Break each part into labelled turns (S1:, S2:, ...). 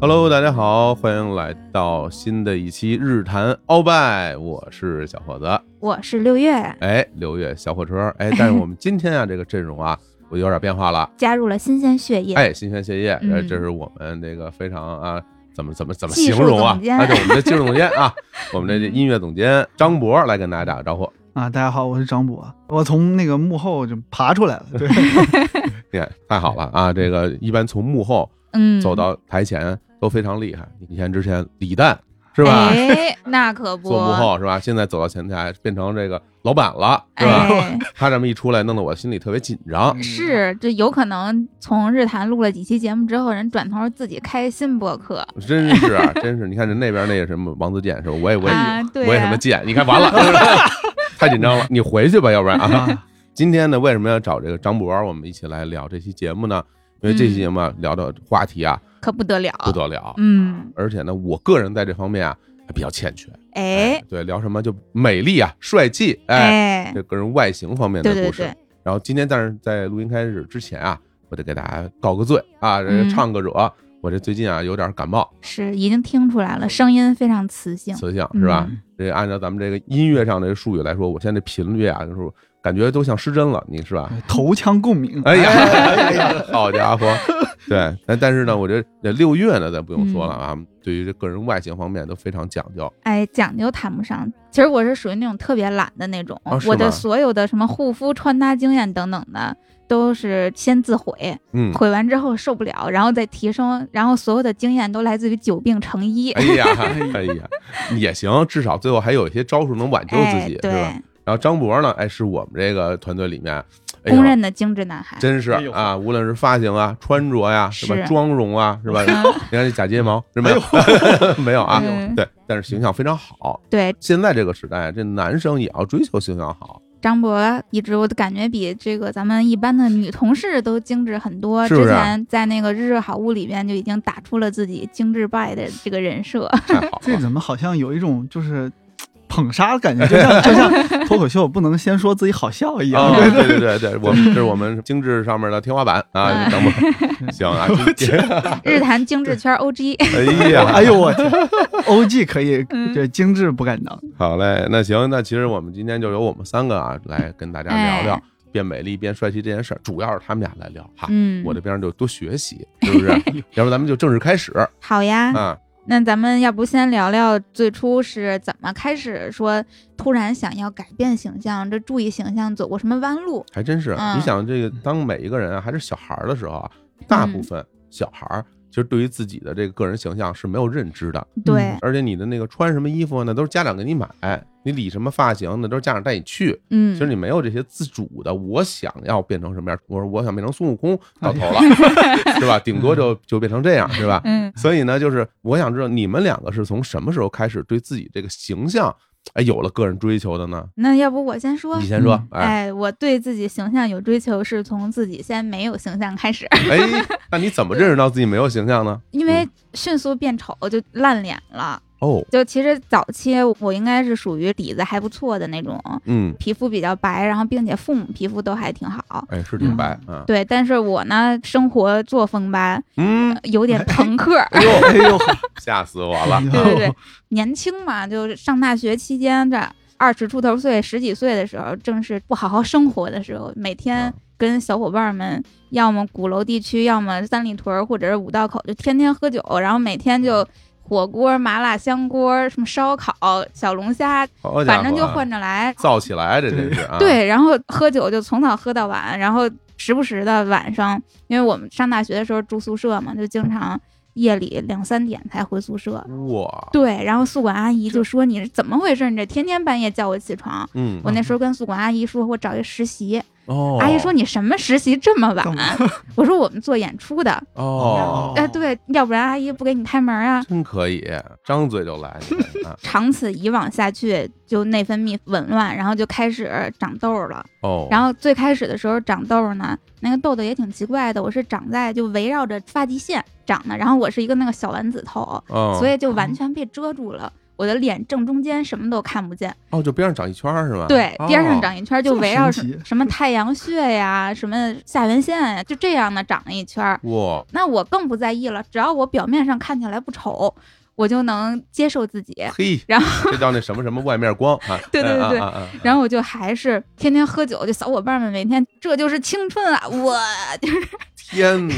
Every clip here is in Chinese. S1: Hello，大家好，欢迎来到新的一期日谈鳌拜，我是小伙子，
S2: 我是六月，
S1: 哎，六月小火车，哎， 但是我们今天啊，这个阵容啊，我有点变化了，
S2: 加入了新鲜血液。
S1: 哎，新鲜血液，
S2: 嗯
S1: 呃这是我们这个非常啊，怎么怎么怎么
S2: 技
S1: 形
S2: 术
S1: 容啊
S2: 总？监
S1: 啊，对，我们的技术总监 啊，我们的这音乐总监张博来跟大家打个招呼。
S3: 啊，大家好，我是张博，我从那个幕后就爬出来了。对，
S1: 你看，太好了啊！这个一般从幕后
S2: 嗯，
S1: 走到台前都非常厉害。你看之前李诞是吧？
S2: 哎，那可不，
S1: 做幕后是吧？现在走到前台变成这个老板了是吧？
S2: 哎，嗯
S1: 他这么一出来，弄得我心里特别紧张。
S2: 是这有可能从日坛录了几期节目之后，人转头自己开新播客
S1: 真是啊，真是！你看人那边那个什么王自健是吧？我也我也、
S2: 啊，对
S1: 我也
S2: 呀
S1: 什么健，你看完了， 太紧张了。你回去吧，要不然啊。
S3: 啊，
S1: 今天呢，为什么要找这个张博，我们一起来聊这期节目呢？因为这期节目啊聊的话题啊
S2: 可不得了，
S1: 不得了，
S2: 嗯，
S1: 而且呢，我个人在这方面啊还比较欠缺。
S2: 哎
S1: 对，聊什么就美丽啊、帅气，哎，
S2: 哎，
S1: 这个人外形方面的
S2: 对对
S1: 故事
S2: 对。，
S1: 然后今天，但是在录音开始之前啊，我得给大家告个罪啊，这个
S2: 嗯
S1: 唱个惹。我这最近啊有点感冒，
S2: 是已经听出来了，声音非常磁性，
S1: 磁性是吧
S3: 嗯？
S1: 这按照咱们这个音乐上的术语来说，我现在这频率啊，就是感觉都像失真了，你是吧？
S3: 头腔共鸣。
S1: 哎呀，嗯哎呀好家伙！对，但但是呢，我这这六月呢，咱不用说了啊，对于这个人外形方面都非常讲究。
S2: 哎，讲究谈不上。其实我是属于那种特别懒的那种，
S1: 啊是
S2: 我
S1: 吗
S2: 的所有的什么护肤、穿搭经验等等的，都是先自毁，
S1: 嗯，
S2: 毁完之后受不了，然后再提升，然后所有的经验都来自于久病成 医。
S1: 哎呀，哎呀，也行，至少最后还有一些招数能挽救自己，
S2: 哎对
S1: 是吧？，然后张博呢，哎，是我们这个团队里面，哎呦
S2: 公认的精致男孩。
S1: 真是
S3: 哎呦
S1: 啊，无论是发型啊、穿着呀、是吧？
S2: 是
S1: 妆容啊，是 吧？
S2: 嗯
S1: 你看这假睫毛，是
S3: 哎
S1: 吧？ 没有啊，
S2: 嗯
S1: 对，但是形象非常好。
S2: 对，
S1: 现在这个时代，这男生也要追求形象好，
S2: 张博一直我都感觉比这个咱们一般的女同事都精致很多。
S1: 是不是啊
S2: 之前在那个《日日好物》里面就已经打出了自己精致 boy 的这个人 设。
S1: 太好
S3: 这
S1: 了。
S3: 怎么好像有一种就是捧杀的感觉，就像 就像脱口秀不能先说自己好笑 一
S1: 啊，
S3: 样。
S1: 对对对对，我们这是我们精致上面的天花板
S3: 哎
S1: 啊，
S2: 嗯
S1: 张博， 行啊，今天
S2: 日坛精致圈 OG，
S1: 哎 呀，
S3: 哎呦我天，OG 可以
S2: 嗯，
S3: 这精致不敢当。
S1: 好嘞，那行，那其实我们今天就由我们三个啊来跟大家聊聊
S2: 哎
S1: 变美丽、变帅气这件事儿，主要是他们俩来聊哈，
S2: 嗯，
S1: 啊我这边就多学习，是不 是？
S3: 哎
S1: 要不咱们就正式开始
S2: 好
S3: 嗯
S2: 呀。
S1: 啊。
S2: 那咱们要不先聊聊最初是怎么开始说突然想要改变形象，这注意形象走过什么弯路？
S1: 还真是，
S2: 嗯
S1: 你想这个，当每一个人啊还是小孩儿的时候啊，大
S2: 嗯
S1: 部分小孩儿其实对于自己的这个个人形象是没有认知的，
S2: 对，
S1: 而且你的那个穿什么衣服呢，都是家长给你买，你理什么发型呢，都是家长带你去，
S2: 嗯，
S1: 其实你没有这些自主的，我想要变成什么样，我说我想变成孙悟空，到头了，是吧？顶多就就变成这样，是吧？
S2: 哎嗯，
S1: 所以呢，就是我想知道你们两个是从什么时候开始对自己这个形象，哎，有了个人追求的呢？
S2: 那要不我先说
S1: 你。先说
S3: 嗯，
S1: 哎，
S2: 哎，我对自己形象有追求，是从自己先没有形象开始，
S1: 哎，那你怎么认识到自己没有形象呢？
S2: 因为迅速变丑就烂脸了。
S1: 哦，
S2: 就其实早期我应该是属于底子还不错的那种，
S1: 嗯，
S2: 皮肤比较白，然后并且父母皮肤都还挺好。
S1: 哎，是挺白啊，
S2: 嗯对，但是我呢，生活作风吧，
S1: 嗯，
S2: 有 点朋克，
S3: 哎呦哎呦，
S1: 吓死我了，
S2: 对对对，年轻嘛，就是上大学期间，这二十出头岁、十几岁的时候，正是不好好生活的时候，每天
S1: 嗯
S2: 跟小伙伴们，要么鼓楼地区，要么三里屯儿或者是五道口，就天天喝酒，然后每天就。火锅、麻辣香锅、什么烧烤、小龙虾，
S1: 好家伙啊，
S2: 反正就换着来。
S1: 造起来，这真是啊，，
S2: 对，然后喝酒就从早喝到晚，然后时不时的晚上，因为我们上大学的时候住宿舍嘛，就经常夜里两三点才回宿舍。
S1: 哇，
S2: 对，然后宿管阿姨就说：“你是怎么回事？你这天天半夜叫我起床。”
S1: 嗯，
S2: 我那时候跟宿管阿姨说：“我找一实习。
S1: 哦，
S2: 阿姨说：“你什么实习这么晚
S3: 干嘛？”
S2: 我说：“我们做演出的。
S1: 哦，
S2: 哎，对，要不然阿姨不给你开门啊。
S1: 真可以，张嘴就来，你 这人啊
S2: 长此以往下去，就内分泌紊乱，然后就开始长痘儿了。
S1: 哦，
S2: 然
S1: 后
S2: 后最开始的时候长痘儿呢，那个痘痘也挺奇怪的，我是长在就围绕着发际线长的，然后我是一个那个小丸子头，
S1: 哦，
S2: 所以就完全被遮住了。我的脸正中间什么都看不见，
S1: 哦，就边上长一圈儿是吧？
S2: 对，边上
S1: 哦
S2: 长一圈，就
S3: 啊这么
S2: 围绕
S3: 神
S2: 什
S3: 奇
S2: 什么太阳穴呀、什么下缘线呀，就这样的长了一圈儿。
S1: 哇，
S2: 那我更不在意了，只要我表面上看起来不丑，我就能接受自己。
S1: 嘿，
S2: 然
S1: 后这叫那什么什么外面光啊，
S2: 对对对对
S1: 啊啊啊
S2: 然后我就还是天天喝酒，就小伙伴们每天这就是青春啊，我
S1: 天哪，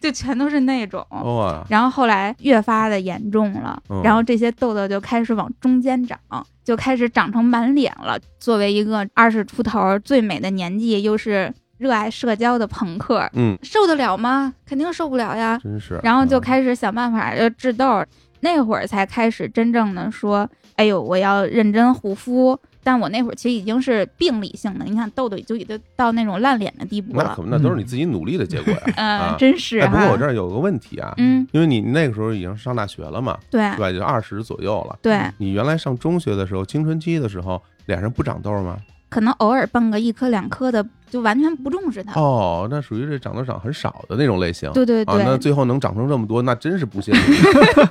S2: 就全都是那种。
S1: 哇，
S2: 然后后来越发的严重了
S1: 嗯，
S2: 然后这些痘痘就开始往中间长，就开始长成满脸了。作为一个二十出头儿最美的年纪，又是热爱社交的朋克，
S1: 嗯，
S2: 受得了吗？肯定受不了呀。
S1: 真是，
S2: 然后就
S1: 嗯
S2: 开始想办法就治痘儿，那会儿才开始真正的说，哎呦，我要认真护肤。但我那会儿其实已经是病理性的，你看痘痘就已经到那种烂脸的地步
S1: 嗯那
S2: 了
S1: 可，不，那都是你自己努力的结果呀。
S2: 嗯，
S1: 啊
S2: 真是
S1: 哎，
S2: 哈。
S1: 不过我这儿有个问题啊，
S2: 嗯，
S1: 因为你那个时候已经上大学了嘛，
S2: 对
S1: 对吧？就二十左右了。
S2: 对，
S1: 你原来上中学的时候，青春期的时候，脸上不长痘吗？
S2: 可能偶尔蹦个一颗两颗的，就完全不重视它。
S1: 哦，那属于这长痘长很少的那种类型。
S2: 啊对对
S1: 啊，
S2: 对，
S1: 那最后能长成这么多，那真是不屑你。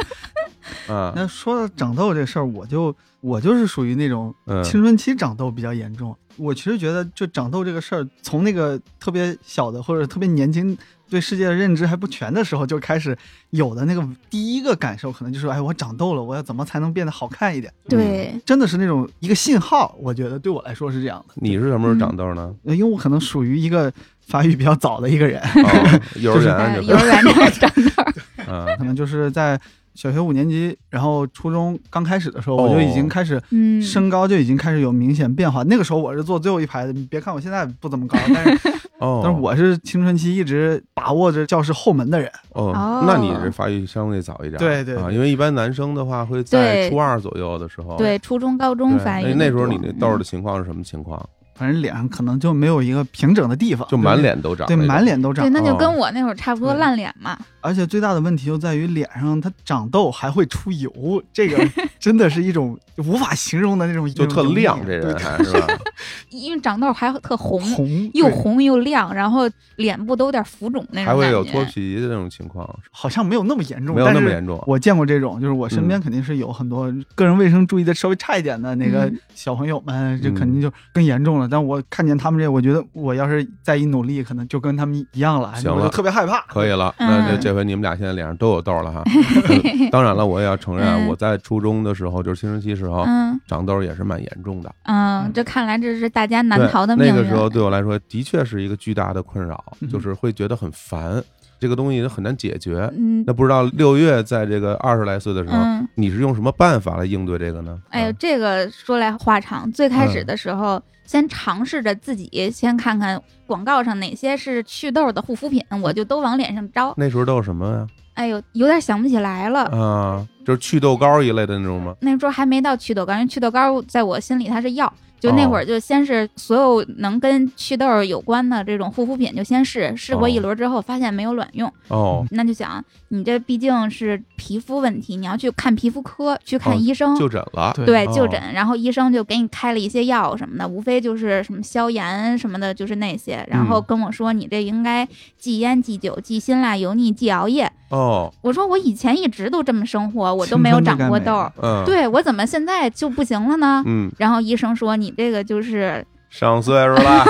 S1: 啊，
S3: 那说到长痘这事儿，我就我就是属于那种
S1: 嗯，
S3: 青春期长痘比较严重。我其实觉得，就长痘这个事儿，从那个特别小的或者特别年轻，对世界的认知还不全的时候就开始有的那个第一个感受，可能就是哎，我长痘了，我要怎么才能变得好看一点？
S2: 对，
S3: 真的是那种一个信号，我觉得对我来说是这样的。
S1: 你是什么时候长
S2: 嗯
S1: 痘呢？
S3: 呃因为我可能属于一个发育比较早的一个人，
S1: 哦，幼儿园
S2: 呃
S1: 就
S2: 幼儿 园这长痘儿，
S1: 啊，
S3: 可能就是在小学五年级，然后初中刚开始的时候，我就已经开始
S2: 嗯，
S3: 身高就已经开始有明显变化。那个时候我是坐最后一排的，你别看我现在不怎么高，但是
S1: 哦，
S3: 但是我是青春期一直把握着教室后门的人。
S1: 哦
S2: 哦，
S1: 那你是发育相对早一点，
S3: 对对
S1: 啊，
S3: 对
S1: 因为一般男生的话会在
S2: 对
S1: 初二左右的时候，
S2: 对，初中、高中
S1: 对，哎
S2: 发育
S1: 那那时候
S2: 多嗯
S1: 你那痘儿的情况是什么情况？
S3: 反正脸上可能就没有一个平整的地方，
S1: 就满脸都长，
S3: 对满，脸都
S2: 对，
S3: 长，
S2: 那就
S1: 哦
S2: 跟我那会儿差不多
S3: 对
S2: 烂脸嘛。
S3: 而且最大的问题就在于脸上它长痘还会出油，这个真的是一种无法形容的那种，
S1: 就特
S3: 那种
S1: 亮，这
S3: 对
S1: 人还是吧？
S2: 因为长痘儿还特红，
S3: 红
S2: 又
S3: 对
S2: 红又亮，然后脸部都有点浮肿那种
S1: 还会有
S2: 感觉
S1: 脱皮的这种情况，
S3: 好像没有那么严重，
S1: 没有那
S3: 但
S1: 么
S3: 是
S1: 严重。嗯
S3: 我见过这种，就是我身边肯定是有很多个人卫生注意的稍微差一点的那个
S2: 嗯
S3: 小朋友们，这
S1: 嗯
S3: 肯定就更严重了。但我看见他们这，我觉得我要是再一努力，可能就跟他们一样了，
S1: 行
S3: 我
S1: 了
S3: 就特别害怕。
S1: 可以了，
S2: 嗯
S1: 那这这回你们俩现在脸上都有痘儿了 哈。嗯当然了，我也要承认啊，
S2: 嗯
S1: 我在初中的时候，就是青春期时候，
S2: 嗯
S1: 长痘儿也是蛮严重的。
S2: 嗯，这看来这是大家难
S1: 对
S2: 逃的命运。
S1: 那个时候对我来说，的确是一个巨大的困扰，
S3: 嗯
S1: 就是会觉得很烦，这个东西很难解决。
S2: 嗯
S1: 那不知道六月在这个二十来岁的时候，
S2: 嗯，
S1: 你是用什么办法来应对这个呢？啊
S2: 哎呦，这个说来话长。最开
S1: 嗯
S2: 始的时候，先尝试着自己先看看广告上哪些是祛痘的护肤品，我就都往脸上招。
S1: 那时候都有什么呀？
S2: 哎呦，有点想不起来了。
S1: 啊，就是祛痘膏一类的那种吗？
S2: 那时候还没到祛痘膏，因为祛痘膏在我心里它是药。就那
S1: 哦
S2: 会儿，就先是所有能跟祛痘有关的这种护肤品，就先试试过一
S1: 哦
S2: 轮之后，发现没有卵用，
S1: 哦，
S2: 那就想你这毕竟是皮肤问题，你要去看皮肤科，去
S1: 哦
S2: 看医生。
S1: 就诊了。
S3: 对
S2: 对
S1: 哦，
S2: 就诊，然后医生就给你开了一些药什么的，无非就是什么消炎什么的，就是那些。然后
S1: 嗯
S2: 跟我说你这应该忌烟、忌酒、忌辛辣、油腻、忌熬夜。
S1: 哦，
S2: 我说我以前一直都这么生活，我都没有长过痘儿，
S1: 嗯，，
S2: 对啊我怎么现在就不行了呢？
S1: 嗯，
S2: 然后医生说你这个就是
S1: 上岁数 了，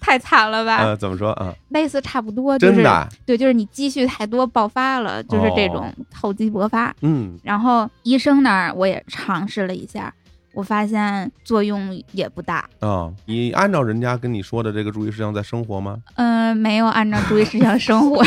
S2: 太惨了吧，
S1: 嗯，怎么说啊？
S2: 类似差不多，就
S1: 真
S2: 是
S1: 的啊，哦
S2: 对，就是你积蓄太多爆发了，就是这种厚积薄发。
S1: 嗯，
S2: 然后医生那儿我也尝试了一下，我发现作用也不大。
S1: 啊，你按照人家跟你说的这个注意事项在生活吗？
S2: 嗯、没有按照注意事项生活。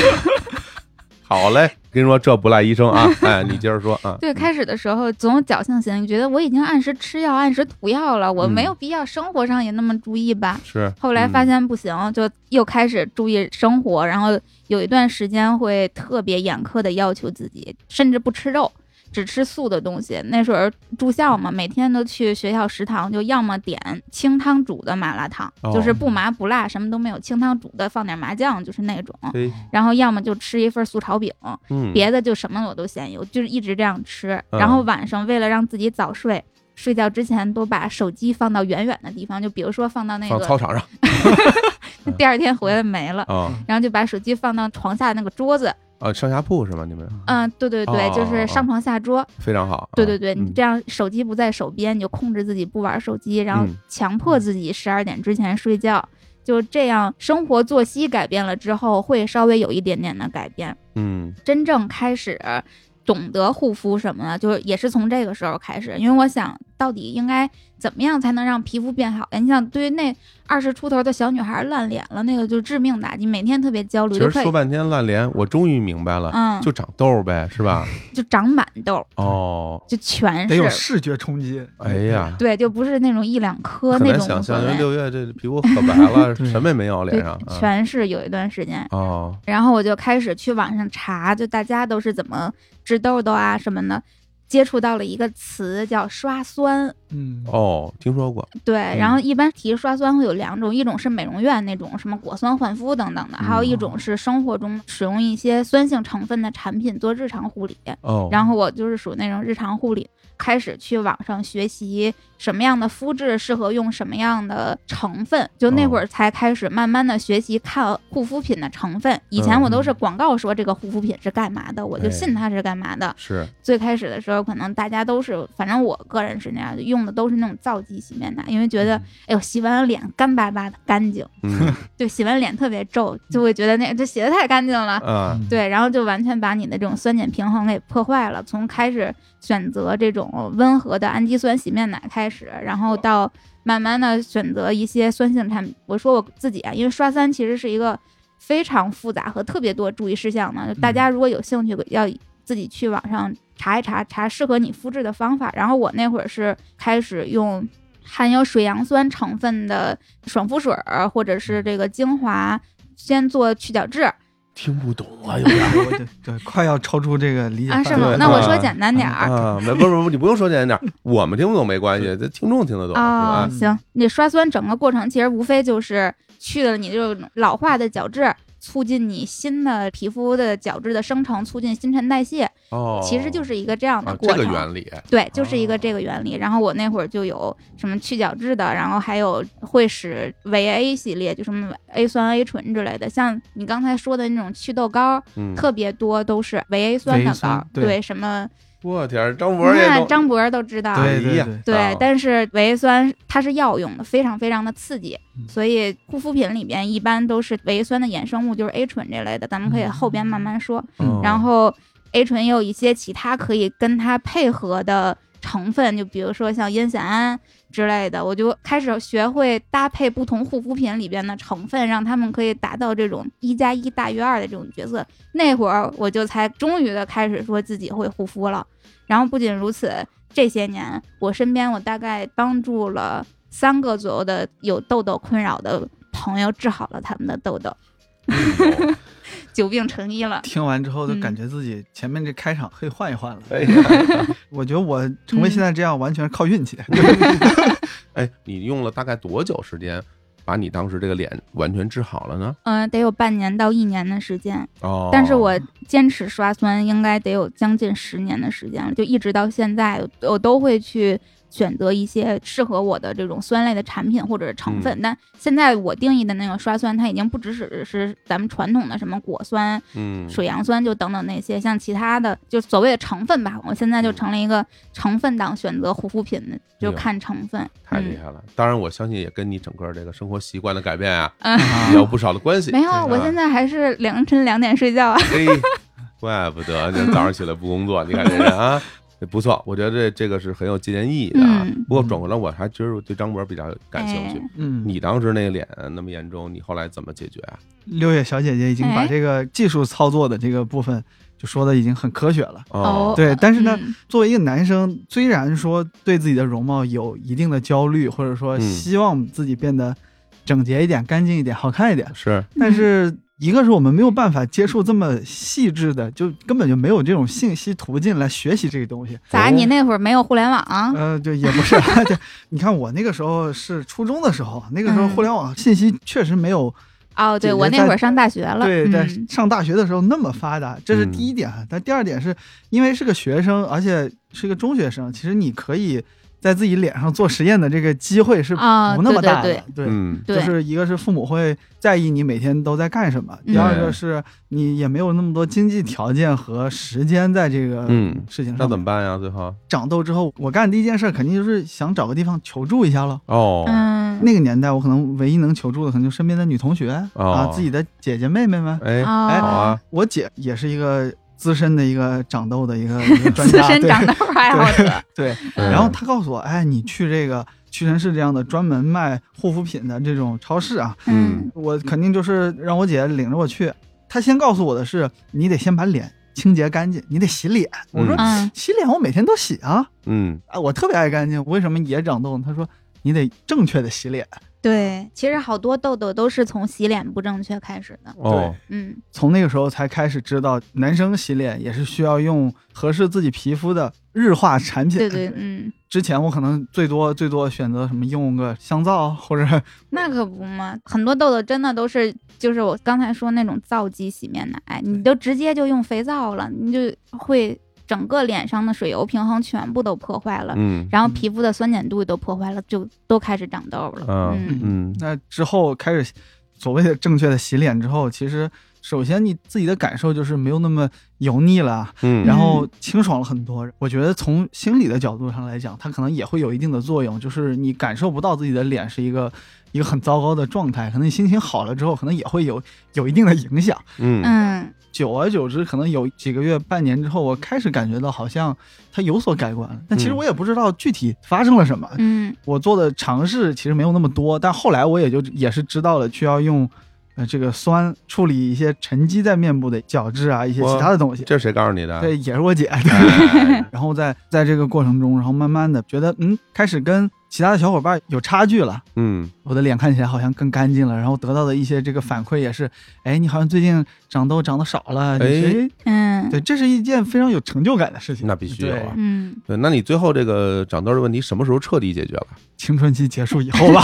S1: 好嘞，跟你说这不赖医生 啊，哎，你接着说啊。
S2: 对，开始的时候总有侥幸心，觉得我已经按时吃药、按时涂药了，我
S1: 嗯
S2: 没有必要生活上也那么注意吧。
S1: 是，
S2: 后来发
S1: 嗯
S2: 现不行，就又开始注意生活，然后有一段时间会特别严苛的要求自己，甚至不吃肉，只吃素的东西。那时候住校嘛，每天都去学校食堂，就要么点清汤煮的麻辣烫，
S1: 哦
S2: 就是不麻不辣，什么都没有，清汤煮的放点麻酱，就是那种。
S1: 嘿，
S2: 然后要么就吃一份素炒饼，
S1: 嗯，
S2: 别的就什么我都嫌油，就是一直这样吃。
S1: 嗯
S2: 然后晚上为了让自己早睡。睡觉之前都把手机放到远远的地方，就比如说放到那
S1: 放
S2: 个
S1: 操场上
S2: 第二天回来没了，
S1: 啊
S2: 然后就把手机放到床下那个桌子，
S1: 啊，啊，上下铺是吗？你们
S2: 嗯，对对对，就
S1: 哦哦哦
S2: 是上床下桌。
S1: 非常好啊。
S2: 对对对，
S1: 嗯
S2: 你这样手机不在手边，你就控制自己不玩手机，然后
S1: 嗯
S2: 强迫自己十二点之前睡觉。就这样，生活作息改变了之后，会稍微有一点点的改变。
S1: 嗯
S2: 真正开始懂得护肤什么的，就是也是从这个时候开始。因为我想到底应该怎么样才能让皮肤变好呀？你想，对于那二十出头的小女孩烂脸了，那个就致命打击，每天特别焦虑，
S1: 其
S2: 就
S1: 实
S2: 快
S1: 说半天烂脸，我终于明白了，
S2: 嗯
S1: 就长痘儿呗，是 吧？
S2: 就长满痘，
S1: 哦，
S2: 就全
S3: 得有
S2: 是。
S3: 视觉冲击。
S1: 哎呀，
S2: 对，就不是那种一两颗
S1: 很
S2: 那
S1: 难
S2: 种无
S1: 想
S2: 所
S1: 象，因为
S2: 谓。
S1: 六月这皮肤可白了，
S3: 对
S1: 什么也没有
S2: 对
S1: 脸上。，啊
S2: 全是有一段时间。
S1: 哦，
S2: 然后我就开始去网上查，就大家都是怎么治痘痘啊什么的，接触到了一个词叫刷酸。
S3: 嗯，
S1: 哦，听说过，
S2: 对，然后一般提刷酸会有两种，一种是美容院那种什么果酸焕肤等等的，还有一种是生活中使用一些酸性成分的产品做日常护理。
S1: 哦，
S2: 然后我就是属于那种日常护理，开始去网上学习什么样的肤质适合用什么样的成分，就那会儿才开始慢慢的学习看护肤品的成分。以前我都是广告说这个护肤品是干嘛的，我就信它是干嘛的。
S1: 是，
S2: 最开始的时候，可能大家都是，反正我个人是那样的，用的都是那种皂基洗面奶，因为觉得，哎呦，洗完脸干巴巴的干净，
S1: 嗯
S2: 就洗完脸特别皱，就会觉得那这洗的太干净了。
S3: 嗯
S1: 啊，
S2: 对，然后就完全把你的这种酸碱平衡给破坏了。从开始选择这种温和的氨基酸洗面奶开始，然后到慢慢的选择一些酸性产品。我说我自己啊，因为刷酸其实是一个非常复杂和特别多注意事项的，大家如果有兴趣，要自己去网上查一查，查适合你肤质的方法。然后我那会儿是开始用。含有水杨酸成分的爽肤水儿，或者是这个精华，先做去角质，
S1: 听不懂啊，有
S3: 对我对对，快要超出这个理解
S2: 啊，是
S3: 范围
S2: 吗
S1: 对？
S2: 那我说
S1: 啊
S2: 简单点儿
S1: 啊，没不是不是，你不用说简单点儿，我们听不懂没关系，这听众听得懂是
S2: 啊、
S1: 吧
S2: 哦？行，你刷酸整个过程其实无非就是去了你这种老化的角质，促进你新的皮肤的角质的生成，促进新陈代谢，
S1: 哦，
S2: 其实就是一个这样的
S1: 啊
S2: 过
S1: 这
S2: 程。
S1: 个原理，哦
S2: 对，就是一个这个原理。然后我那会儿就有什么去角质的，然后还有会使维 A 系列，就什么 A 酸、A 醇之类的。像你刚才说的那种祛痘膏，
S1: 嗯，
S2: 特别多都是维 A 酸
S3: 维 A
S2: 的
S3: 酸
S2: 膏，
S3: 对
S2: 什么
S1: 我天儿，张博也
S2: 那
S1: 懂
S2: 嗯张博儿都知道。
S3: 对
S1: 哎呀
S3: 对
S2: 对，
S1: 啊
S2: 但是维 A 酸它是药用的，非常非常的刺激，
S3: 嗯
S2: 所以护肤品里边一般都是维 A 酸的衍生物，就是 A 醇这类的，咱们可以后边慢慢说。
S1: 嗯
S2: 然后 A 醇也有一些其他可以跟它配合的成分，就比如说像烟酰胺之类的，我就开始学会搭配不同护肤品里边的成分，让他们可以达到这种一加一大于二的这种角色。那会儿我就才终于的开始说自己会护肤了。然后不仅如此，这些年我身边我大概帮助了三个左右的有痘痘困扰的朋友治好了他们的痘痘，久病成医了。
S3: 听完之后就
S2: 嗯
S3: 感觉自己前面这开场可以换一换了。
S1: 哎呀，
S3: 我觉得我成
S2: 嗯
S3: 为现在这样完全是靠运 气。
S1: 哎，你用了大概多久时间把你当时这个脸完全治好了呢？
S2: 嗯、得有半年到一年的时间，
S1: 哦，
S2: 但是我坚持刷酸应该得有将近十年的时间了，就一直到现在，我都会去选择一些适合我的这种酸类的产品或者是成
S1: 嗯
S2: 分。但现在我定义的那个刷酸，它已经不只只是咱们传统的什么果酸、
S1: 嗯，
S2: 水杨酸就等等那些，像其他的就所谓的成分吧，我现在就
S1: 嗯
S2: 成了一个成分党选择护肤品的，就看成分。嗯
S1: 太厉害了。当然，我相信也跟你整个这个生活习惯的改变啊，
S2: 嗯，嗯
S1: 也有不少的关系。
S2: 没有啊，我
S1: 嗯
S2: 现在还是凌晨两点睡觉啊。
S1: 嘿，怪不得你早上起来不工作，你看这人啊。 不错，我觉得这这个是很有纪念意义的啊。
S2: 嗯
S1: 不过转过来，我还真是对张博比较感兴趣。哦
S2: 哎
S3: 嗯，
S1: 你当时那个脸那么严重，你后来怎么解决啊？
S3: 六月小姐姐已经把
S2: 哎
S3: 这个技术操作的这个部分就说的已经很科学了。
S2: 哦
S3: 对，但是呢，
S2: 嗯
S3: 作为一个男生，虽然说对自己的容貌有一定的焦虑，或者说
S1: 嗯
S3: 希望自己变得整洁一点、干净一点、好看
S2: 嗯
S3: 一点，
S1: 是，
S3: 但是一个是我们没有办法接触这么细致的，就根本就没有这种信息途径来学习这个东西。
S2: 咋？
S1: 哦
S2: 你那会儿没有互联网啊？
S3: 呃，就也不是， 就你看我那个时候是初中的时候，那个时候
S2: 嗯
S3: 互联网信息确实没有
S2: 哦，对
S3: 解决
S2: 我那
S3: 在
S2: 会儿上大学了。
S3: 对，在
S2: 嗯
S3: 上大学的时候那么发达，这是第
S1: 嗯
S3: 一点啊。但第二点是因为是个学生，而且是个中学生，其实你可以在自己脸上做实验的这个机会是不
S2: 啊
S3: 那么大的。
S2: 对
S3: 对
S1: 嗯，
S2: 对，
S3: 就是一个是父母会在意你每天都在干什么，第二个
S1: 嗯
S3: 是你也没有那么多经济条件和时间在这个
S1: 嗯
S3: 事情
S1: 那
S3: 上。
S1: 怎么办呀？最后
S3: 长痘之后，我干的第一件事肯定就是想找个地方求助一下了。
S1: 哦，
S2: 嗯，
S3: 那个年代，我可能唯一能求助的，可能就身边的女同学、
S1: 哦
S3: 啊，自己的姐姐妹妹们。
S1: 哎，
S2: 哎
S1: 好啊，
S3: 我姐也是一个资深的一个长痘的 一个一个专
S2: 资
S3: 家，
S2: 深
S3: 对
S2: 长痘爱好者，
S3: 对。
S1: 嗯
S3: 然后她告诉我，哎，你去这个屈臣氏这样的专门卖护肤品的这种超市啊，
S1: 嗯
S2: 嗯
S3: 我肯定就是让我姐领着我去。她先告诉我的是，你得先把脸清洁干净，你得洗脸。我说、
S1: 嗯
S2: 嗯
S3: 洗脸我每天都洗啊，
S1: 嗯，
S3: 啊，我特别爱干净，为什么也长痘呢？她说你得正确的洗脸。
S2: 对，其实好多痘痘都是从洗脸不正确开始的，
S1: 哦，
S2: 嗯
S3: 从那个时候才开始知道，男生洗脸也是需要用合适自己皮肤的日化产品。
S2: 对 对嗯，
S3: 之前我可能最多最多选择什么用个香皂或者
S2: 那可不嘛，很多痘痘真的都是就是我刚才说那种皂基洗面奶，你都直接就用肥皂了，你就会整个脸上的水油平衡全部都破坏了，
S1: 嗯
S2: 然后皮肤的酸碱度都破坏了，就都开始长痘了，
S1: 啊
S2: 嗯
S1: 嗯
S3: 那之后开始所谓的正确的洗脸之后，其实首先你自己的感受就是没有那么油腻了，
S1: 嗯，
S3: 然后清爽了很多。我觉得从心理的角度上来讲，它可能也会有一定的作用，就是你感受不到自己的脸是一个一个很糟糕的状态，可能你心情好了之后，可能也会有有一定的影响。
S1: 嗯
S2: 嗯
S3: 久而久之，可能有几个月、半年之后，我开始感觉到好像它有所改观了，但其实
S1: 嗯
S3: 我也不知道具体发生了什么。
S2: 嗯
S3: 我做的尝试其实没有那么多，但后来我也就也是知道了，需要用呃这个酸处理一些沉积在面部的角质啊，一些
S1: 我
S3: 其他的东西。
S1: 这是谁告诉你的？
S3: 对，也是我 姐。
S1: 哎，
S3: 然后在在这个过程中，然后慢慢的觉得，嗯，开始跟其他的小伙伴有差距了。
S1: 嗯
S3: 我的脸看起来好像更干净了，然后得到的一些这个反馈也是，哎，你好像最近长痘长得少了，你是
S1: 哎
S3: 哎
S2: 嗯
S3: 对，这是一件非常有成就感的事情。
S1: 那必须有啊
S3: 对
S2: 嗯，
S1: 对，那你最后这个长痘的问题什么时候彻底解决了？
S3: 青春期结束以后吧，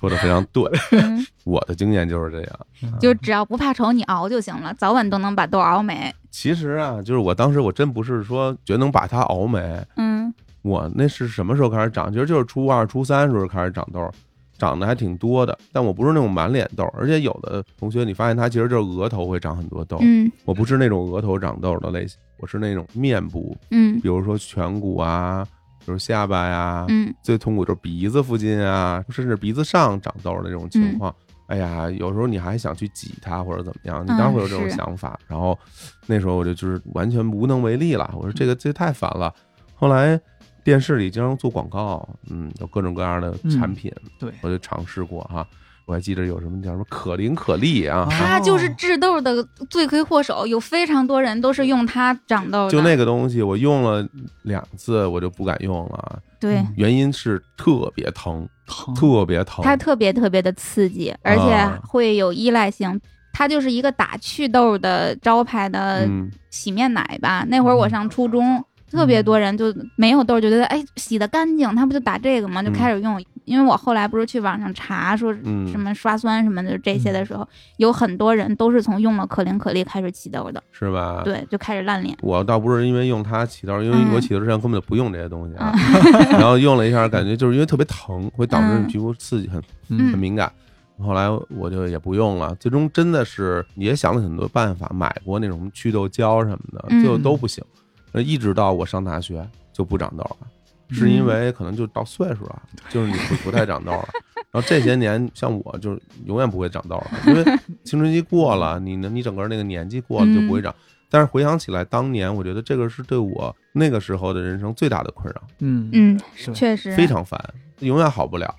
S1: 说的非常对，
S2: 嗯
S1: 我的经验就是这样。
S2: 就只要不怕丑，你熬就行了，早晚都能把痘熬没，
S1: 其实啊，就是我当时我真不是说觉得能把它熬没，
S2: 嗯
S1: 我那是什么时候开始长？其实就是初二、初三时候开始长痘，长得还挺多的。但我不是那种满脸痘，而且有的同学你发现他其实就是额头会长很多痘，
S2: 嗯
S1: 我不是那种额头长痘的类型，我是那种面部，
S2: 嗯
S1: 比如说颧骨啊，比如下巴呀、
S2: 嗯
S1: 最痛苦就是鼻子附近啊，甚至鼻子上长痘的这种情
S2: 嗯
S1: 况。哎呀，有时候你还想去挤它或者怎么样，你当然会有这种
S2: 嗯是
S1: 想法。然后那时候我就就是完全无能为力了，我说这个这太烦了。
S2: 嗯
S1: 后来电视里经常做广告，嗯，有各种各样的产品，
S2: 嗯
S3: 对
S1: 我就尝试过哈。我还记得有什么叫什么可伶可俐啊，
S3: 啊
S2: 它就是
S3: 哦
S2: 治痘的罪魁祸首，有非常多人都是用它长痘的。
S1: 就那个东西我用了两次，我就不敢用了，
S2: 对，哦
S3: 嗯
S1: 原因是特别疼，
S3: 疼
S1: 特别疼。
S2: 它特别特别的刺激，而且会有依赖性。它就是一个打祛痘的招牌的
S1: 嗯，
S2: 洗面奶吧。那会儿我上初中，特别多人就没有痘，就觉得哎洗的干净，它不就打这个吗？就开始用。因为我后来不是去网上查说
S1: 嗯
S2: 什么刷酸什么的这些的时候，有很多人都是从用了可伶可俐开始起痘的，
S1: 是吧？
S2: 对，就开始烂脸。
S1: 我倒不是因为用它起痘，因为
S2: 嗯
S1: 我起痘之前根本就不用这些东西啊。 然后用了一下，感觉就是因为特别疼，会导致
S2: 嗯
S1: 皮肤刺激很很
S2: 嗯
S1: 敏感。后来我就也不用了，最终真的是也想了很多办法，买过那种祛痘胶什么的，
S2: 嗯
S1: 最后都不行。呃一直到我上大学就不长痘了，是因
S2: 嗯
S1: 为可能就到岁数了，就是你不不太长痘了。 然后这些年，像我就是永远不会长痘了，因为青春期过了，你呢，你整个那个年纪过了就不会
S2: 嗯
S1: 长。但是回想起来，当年我觉得这个是对我那个时候的人生最大的困扰，
S3: 嗯
S2: 嗯，
S3: 是
S2: 确实
S1: 非常烦，永远好不了，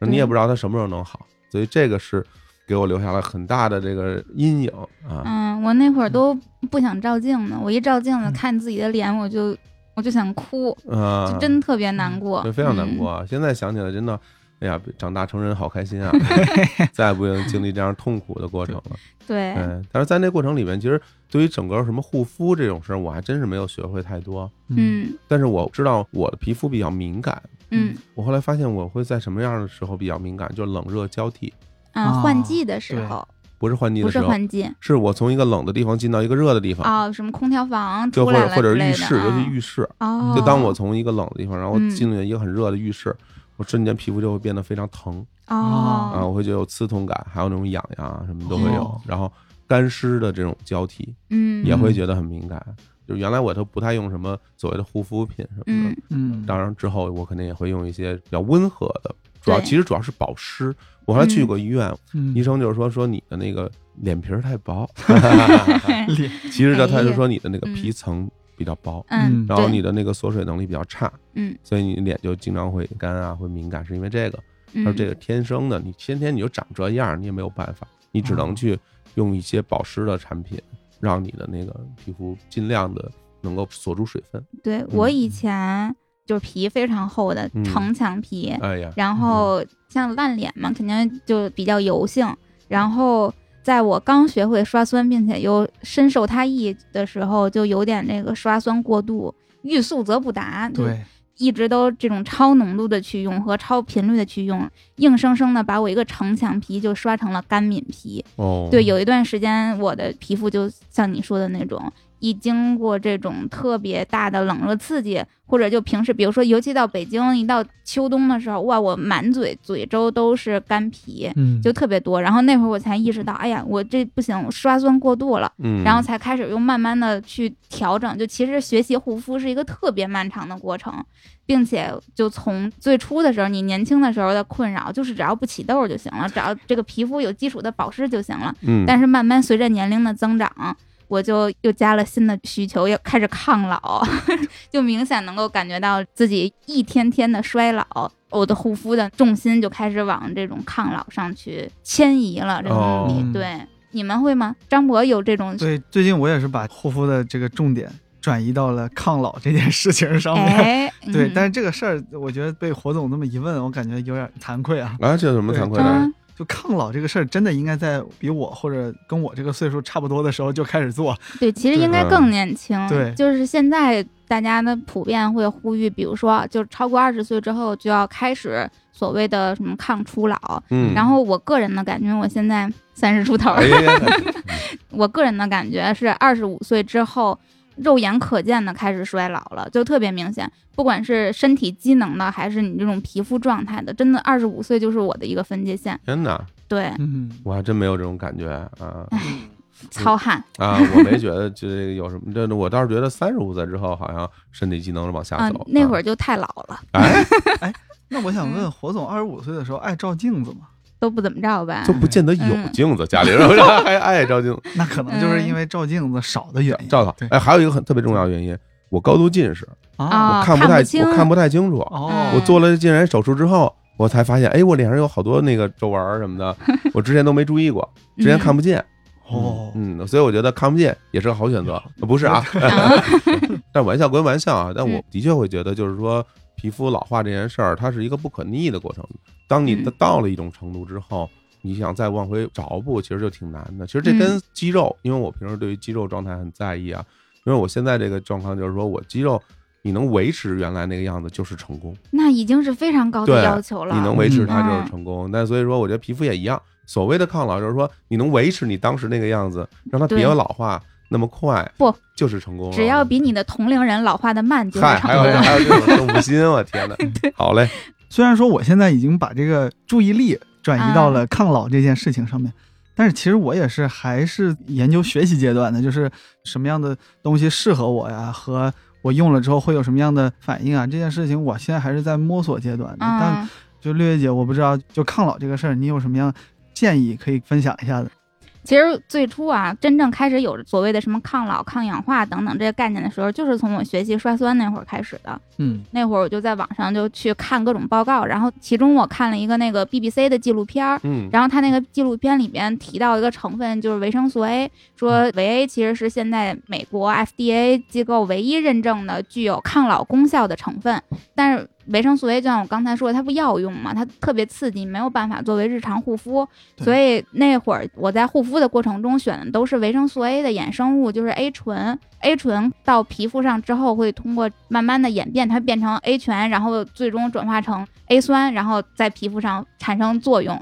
S1: 你也
S2: 对
S1: 不知道它什么时候能好，所以这个是给我留下了很大的这个阴影啊。
S2: 嗯，我那会儿都不想照镜子，我一照镜子
S1: 嗯
S2: 看自己的脸，我就我就想哭，
S1: 啊，
S2: 嗯就真特别难过，
S1: 对，非常难
S2: 嗯
S1: 过。。啊！现在想起来，真的，哎呀，长大成人好开 心啊！再也不用经历这样痛苦的过程了。
S2: 对，
S1: 嗯，但是在那过程里面，其实对于整个什么护肤这种事儿，我还真是没有学会太多。
S2: 嗯
S1: 但是我知道我的皮肤比较敏感，
S2: 嗯
S1: 我后来发现我会在什么样的时候比较敏感，就冷热交替。
S2: 啊，
S3: 啊
S2: 换季的时
S3: 对
S2: 候，
S1: 不是换季
S2: 不
S1: 的时
S2: 是
S1: 候，
S2: 换季
S1: 是我从一个冷的地方进到一个热的地方，
S2: 啊、哦，什么空调房
S1: 就
S2: 出
S1: 或
S2: 来
S1: 者
S2: 了
S1: 或者是
S2: 之
S1: 浴
S2: 类的
S1: 室，尤其
S2: 啊
S1: 浴室，
S2: 哦，
S1: 就当我从一个冷的地方，然后
S2: 嗯
S1: 进入一个很热的浴室，我瞬间皮肤就会变得非常疼啊，
S2: 哦
S1: 我会觉得有刺痛感，还有那种痒痒啊什么都会有
S3: 哦，
S1: 然后干湿的这种交替
S2: 嗯
S1: 也会觉得很敏感。就原来我都不太用什么所谓的护肤品什么
S2: 嗯
S1: 的，
S3: 嗯，
S1: 当然之后我肯定也会用一些比较温和的，主要
S2: 对
S1: 其实主要是保湿。我后来去
S2: 嗯
S1: 过医院，
S3: 嗯
S1: 医生就是说说你的那个脸皮儿太 薄，
S3: 脸
S1: 其实呢他
S2: 哎
S1: 就
S2: 呀
S1: 说你的那个
S2: 嗯
S1: 皮层比较薄，
S2: 嗯，
S1: 然后
S2: 对
S1: 你的那个锁水能力比较差，
S2: 嗯
S1: 所以你脸就经常会干啊，会敏感，是因为这个。他说
S2: 嗯
S1: 这个天生的，你先天你就长这样，你也没有办法，你
S2: 嗯
S1: 只能
S3: 哦
S1: 去用一些保湿的产品，让你的那个皮肤尽量的能够锁住水分。
S2: 对我以前就是皮非常厚的
S1: 嗯
S2: 城墙皮，
S1: 哎呀，
S2: 然后像烂脸嘛，肯定就比较油性。然后在我刚学会刷酸，并且又深受它益的时候，就有点那个刷酸过度，欲速则不达，就
S3: 对，
S2: 一直都这种超浓度的去用和超频率的去用，硬生生的把我一个城墙皮就刷成了干敏皮。
S1: 哦，
S2: 对，有一段时间我的皮肤就像你说的那种，一经过这种特别大的冷热刺激，或者就平时，比如说，尤其到北京一到秋冬的时候，哇，我满嘴嘴周都是干皮，
S3: 嗯，
S2: 就特别多。然后那会儿我才意识到，哎呀，我这不行，我刷酸过度了。
S1: 嗯，
S2: 然后才开始用慢慢的去调整。就其实学习护肤是一个特别漫长的过程，并且就从最初的时候，你年轻的时候的困扰就是只要不起痘就行了，只要这个皮肤有基础的保湿就行了。
S1: 嗯，
S2: 但是慢慢随着年龄的增长，我就又加了新的需求，又开始抗老， 就明显能够感觉到自己一天天的衰老，我的护肤的重心就开始往这种抗老上去迁移了。这个目的，
S3: 哦
S2: 对你们会吗？张博有这种
S3: 对，最近我也是把护肤的这个重点转移到了抗老这件事情上面。
S2: 哎，
S3: 对，
S2: 嗯
S3: 但是这个事儿，我觉得被火总那么一问，我感觉有点惭愧啊。
S1: 啊，这有什么
S3: 对
S1: 惭愧来？
S2: 嗯，
S3: 就抗老这个事儿，真的应该在比我或者跟我这个岁数差不多的时候就开始做。
S2: 对，其实应该更年轻。
S3: 对
S2: 就是现在大家呢普遍会呼吁，比如说，啊就超过二十岁之后就要开始所谓的什么抗初老。
S1: 嗯，
S2: 然后我个人的感觉，我现在三十出头，
S1: 哎呀，
S2: 我个人的感觉是二十五岁之后。肉眼可见的开始衰老了，就特别明显。不管是身体机能的，还是你这种皮肤状态的，真的二十五岁就是我的一个分界线。
S1: 天哪，
S2: 对，
S3: 嗯，
S1: 我还真没有这种感觉啊
S2: 糙汉
S1: 啊！我没觉得这个有什么，这我倒是觉得三十五岁之后好像身体机能往下
S2: 啊、
S1: 走。
S2: 那会
S1: 儿
S2: 儿就太老了。
S1: 哎，
S3: 那我想问火总，二十五岁的时候爱照镜子吗？
S2: 都不怎么着吧
S1: 就？不见得有
S2: 嗯
S1: 镜子，家里人还爱照镜子。
S3: 那可能就是因为照镜子少的原因。
S1: 照照
S3: 对。
S1: 哎，还有一个很特别重要的原因，我高度近视，
S3: 啊，
S1: 我
S2: 啊
S1: 看不
S2: 看不
S1: 太
S2: 清
S1: 我看不太清楚。
S3: 哦，
S1: 我做了近视眼手术之后，我才发现，哎，我脸上有好多那个皱纹儿什么 的，我之前都没注意过，之
S2: 嗯
S1: 前看不见。
S3: 哦，
S1: 嗯，所以我觉得看不见也是个好选择，呃不是 啊？但玩笑归玩笑啊，但我
S2: 嗯
S1: 的确会觉得，就是说皮肤老化这件事儿，它是一个不可逆的过程。当你
S2: 嗯
S1: 到了一种程度之后，你想再往回找补，其实就挺难的。其实这跟
S2: 嗯
S1: 肌肉，因为我平时对于肌肉状态很在意啊，因为我现在这个状况就是说我肌肉。你能维持原来那个样子就是成功，
S2: 那已经是非常高的
S1: 对
S2: 要求了。
S1: 你能维持
S3: 嗯
S1: 它就
S2: 嗯
S1: 是成功。那所以说，我觉得皮肤也一样。所谓的抗老，就是说你能维持你当时那个样子，让它别
S2: 对
S1: 老化那么快，
S2: 不
S1: 就是成功了。
S2: 只要比你的同龄人老化的慢，就是
S1: 嗨，
S2: 成
S1: 还有
S2: 功。
S1: 还有这种胜负心，我天 哪！好嘞，
S3: 虽然说我现在已经把这个注意力转移到了抗老这件事情上面，但是其实我也是还是研究学习阶段的，就是什么样的东西适合我呀，和我用了之后会有什么样的反应啊，这件事情我现在还是在摸索阶段的。但
S2: 嗯，
S3: 就六月姐，我不知道就抗老这个事儿，你有什么样建议可以分享一下的？
S2: 其实最初啊，真正开始有所谓的什么抗老、抗氧化等等这些概念的时候，就是从我学习刷酸那会儿开始的。
S3: 嗯
S2: 那会儿我就在网上就去看各种报告，然后其中我看了一个那个 BBC 的纪录片儿，
S1: 嗯，
S2: 然后他那个纪录片里面提到一个成分就是维生素 A，说维 A 其实是现在美国 FDA 机构唯一认证的具有抗老功效的成分。但是维生素 A 就像我刚才说的，它不药用嘛，它特别刺激，没有办法作为日常护肤。
S3: 对
S2: 所以那会儿我在护肤的过程中选的都是维生素 A 的衍生物，就是 A 醇。A 醇到皮肤上之后，会通过慢慢的演变，它变成 A 醛，
S3: 哦
S2: 然后最终转化成 A 酸，然后在皮肤上产生作用。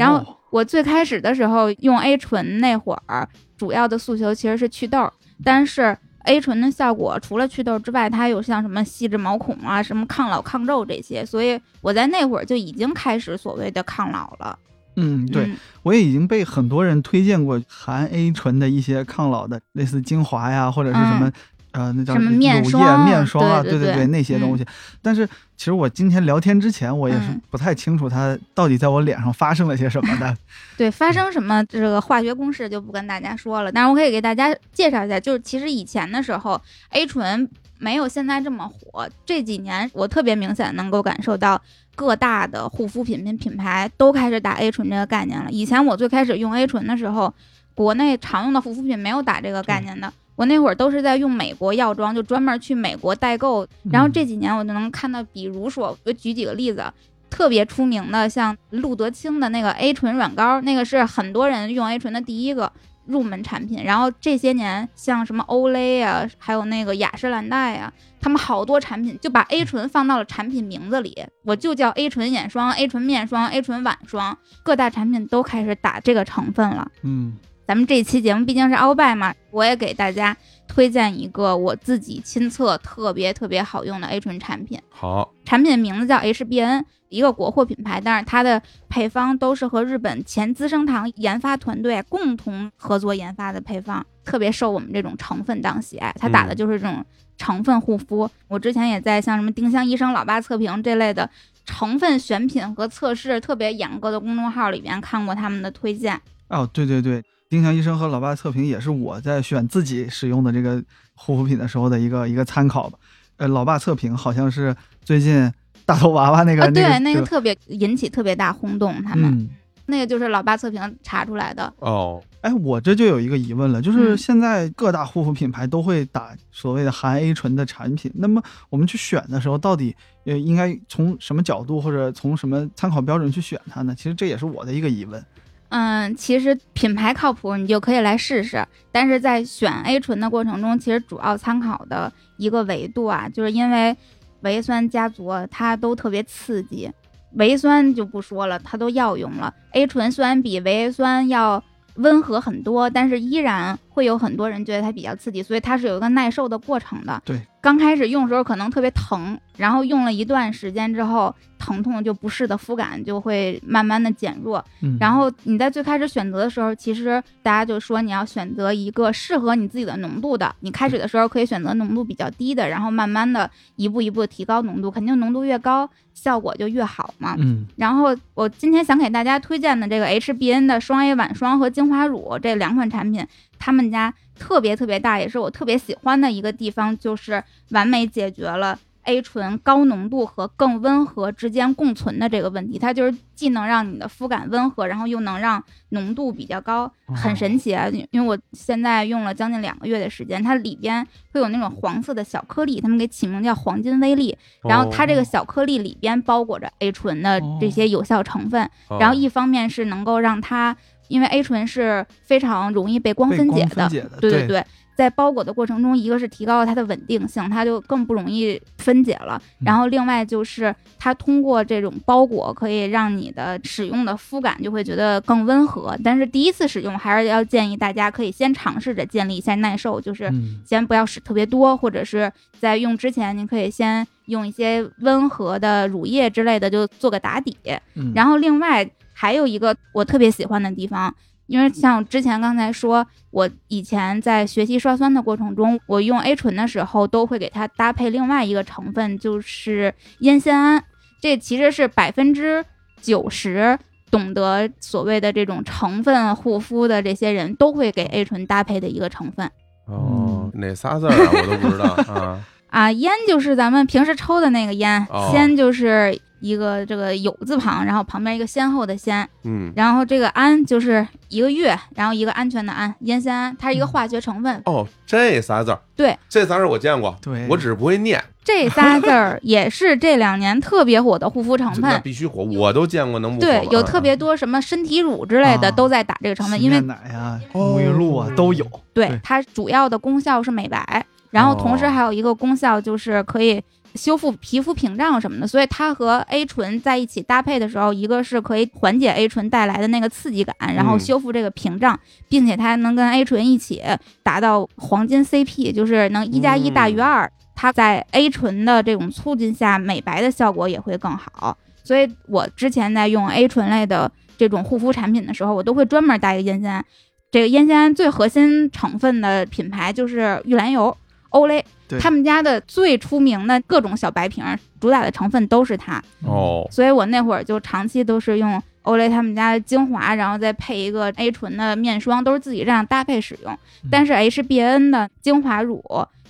S2: 然后我最开始的时候用 A 醇那会儿，主要的诉求其实是祛痘，但是 A 醇的效果除了祛痘之外，它有像什么细致毛孔啊、什么抗老抗皱这些，所以我在那会儿就已经开始所谓的抗老了。
S3: 嗯，对，
S2: 嗯
S3: 我也已经被很多人推荐过含 A 醇的一些抗老的，类似精华呀，或者是什么、呃，那
S2: 嗯
S3: 叫
S2: 什么
S3: 乳
S2: 面
S3: 液
S2: 霜啊
S3: 面霜啊，
S2: 对
S3: 对
S2: 对对
S3: 那些东西。但是其实我今天聊天之前，我也是
S2: 嗯
S3: 不太清楚它到底在我脸上发生了些什 么的。
S2: 对，发生什么这个化学公式就不跟大家说了，但是我可以给大家介绍一下，就是其实以前的时候，A 醇没有现在这么火，这几年我特别明显能够感受到。各大的护肤品品品牌都开始打 A 醇这个概念了。以前我最开始用 A 醇的时候，国内常用的护肤品没有打这个概念的。我那会儿都是在用美国药妆，就专门去美国代购。然后这几年我就能看到，比如说，我举几个例子，特别出名的，像路德清的那个 A 醇软膏，那个是很多人用 A 醇的第一个入门产品。然后这些年，像什么欧莱啊，还有那个雅诗兰黛啊，他们好多产品就把 A 醇放到了产品名字里，我就叫 A 醇眼霜、A 醇面霜、A 醇晚霜，各大产品都开始打这个成分了。
S3: 嗯，
S2: 咱们这期节目毕竟是鳌拜嘛，我也给大家推荐一个我自己亲测特别特别好用的 A 醇产品。
S1: 好，
S2: 产品名字叫 HBN，一个国货品牌，但是它的配方都是和日本前资生堂研发团队共同合作研发的配方，特别受我们这种成分党喜爱。它
S3: 嗯
S2: 打的就是这种成分护肤。我之前也在像什么丁香医生、老爸测评这类的成分选品和测试特别严格的公众号里边看过他们的推荐。
S3: 哦，对对对，丁香医生和老爸测评也是我在选自己使用的这个护肤品的时候的一个一个参考吧。呃，老爸测评好像是最近大头娃娃那个、
S2: 啊，对，
S3: 那
S2: 那
S3: 个
S2: 个
S3: 吧
S2: 特别引起特别大轰动，他们、
S3: 嗯。
S2: 那个就是老爸测评查出来的。
S1: 哦，
S3: 哎，我这就有一个疑问了，就是
S2: 嗯
S3: 现在各大护肤品牌都会打所谓的含 A 醇的产品，那么我们去选的时候，到底呃应该从什么角度或者从什么参考标准去选它呢？其实这也是我的一个疑问。
S2: 嗯，其实品牌靠谱，你就可以来试试。但是在选 A 醇的过程中，其实主要参考的一个维度啊，就是因为维酸家族啊它都特别刺激，维酸就不说了，它都药用了。A 醇虽然比维 A 酸要温和很多，但是依然会有很多人觉得它比较刺激，所以它是有一个耐受的过程的。
S3: 对，
S2: 刚开始用的时候可能特别疼，然后用了一段时间之后，疼痛就不适的肤感就会慢慢的减弱。
S3: 嗯
S2: 然后你在最开始选择的时候，其实大家就说你要选择一个适合你自己的浓度的。你开始的时候可以选择浓度比较低的，然后慢慢的一步一步地提高浓度，肯定浓度越高效果就越好嘛。
S3: 嗯
S2: 然后我今天想给大家推荐的这个 HBN 的双 A 晚霜和精华乳这两款产品，他们家特别特别大，也是我特别喜欢的一个地方，就是完美解决了 A 醇高浓度和更温和之间共存的这个问题。它就是既能让你的肤感温和，然后又能让浓度比较高，很神奇啊！因为我现在用了将近两个月的时间，它里边会有那种黄色的小颗粒，他们给起名叫黄金微粒。
S1: 哦
S2: 然后它这个小颗粒里边包裹着 A 醇的这些有效成分，
S1: 哦，
S2: 然后一方面是能够让它，因为 A 醇是非常容易被光
S3: 被
S2: 分解
S3: 光
S2: 的，
S3: 分解的，
S2: 对
S3: 对，
S2: 对，在包裹的过程中，一个是提高了它的稳定性，它就更不容易分解了。然后另外就是它通过这种包裹，可以让你的使用的肤感就会觉得更温和。但是第一次使用，还是要建议大家可以先尝试着建立一下耐受，就是
S3: 嗯
S2: 先不要使特别多，或者是在用之前，您可以先用一些温和的乳液之类的，就做个打底。
S3: 嗯，
S2: 然后另外还有一个我特别喜欢的地方，因为像我之前刚才说，我以前在学习刷酸的过程中，我用 A 醇的时候都会给它搭配另外一个成分，就是烟酰胺。这其实是百分之九十懂得所谓的这种成分护肤的这些人都会给 A 醇搭配的一个成分
S3: 嗯
S1: 哦，哪仨字儿啊？我都不知道 啊。
S2: 啊。烟就是咱们平时抽的那个烟，
S1: 哦
S2: 先就是一个这个有字旁，然后旁边一个先后的先，
S1: 嗯，
S2: 然后这个胺就是一个月，然后一个安全的胺，烟酰胺，它是一
S1: 嗯
S2: 个化学成分。
S1: 哦，这仨字儿，
S2: 对，
S1: 这仨字儿我见过，
S3: 对
S1: 我只是不会念，
S2: 这仨 字儿也是这两年特别火的护肤成
S1: 那
S2: 分。
S1: 必须火，我都见过，能不火
S2: 哎对
S1: 吗，
S2: 有特别多什么身体乳之类的
S3: 啊
S2: 都在打这个成分，
S3: 洗
S2: 因为
S3: 面奶啊、
S1: 哦
S3: 沐浴露啊都有。
S2: 对
S3: 对
S2: 它主要的功效是美白。然后同时
S1: 哦
S2: 还有一个功效就是可以修复皮肤屏障什么的，所以它和 A 醇在一起搭配的时候，一个是可以缓解 A 醇带来的那个刺激感，然后
S1: 嗯
S2: 修复这个屏障，并且它还能跟 A 醇一起达到黄金 CP，就是能一加一大于
S1: 嗯
S2: 二。它在 A 醇的这种促进下，美白的效果也会更好。所以我之前在用 A 醇类的这种护肤产品的时候，我都会专门带一个烟酰胺。这个烟酰胺最核心成分的品牌就是玉兰油、欧蕾
S3: 对，
S2: 他们家的最出名的各种小白瓶儿，主打的成分都是它。
S1: 哦，
S2: 所以我那会儿就长期都是用欧蕾他们家的精华，然后再配一个 A 醇的面霜，都是自己这样搭配使用。但是 HBN 的精华乳，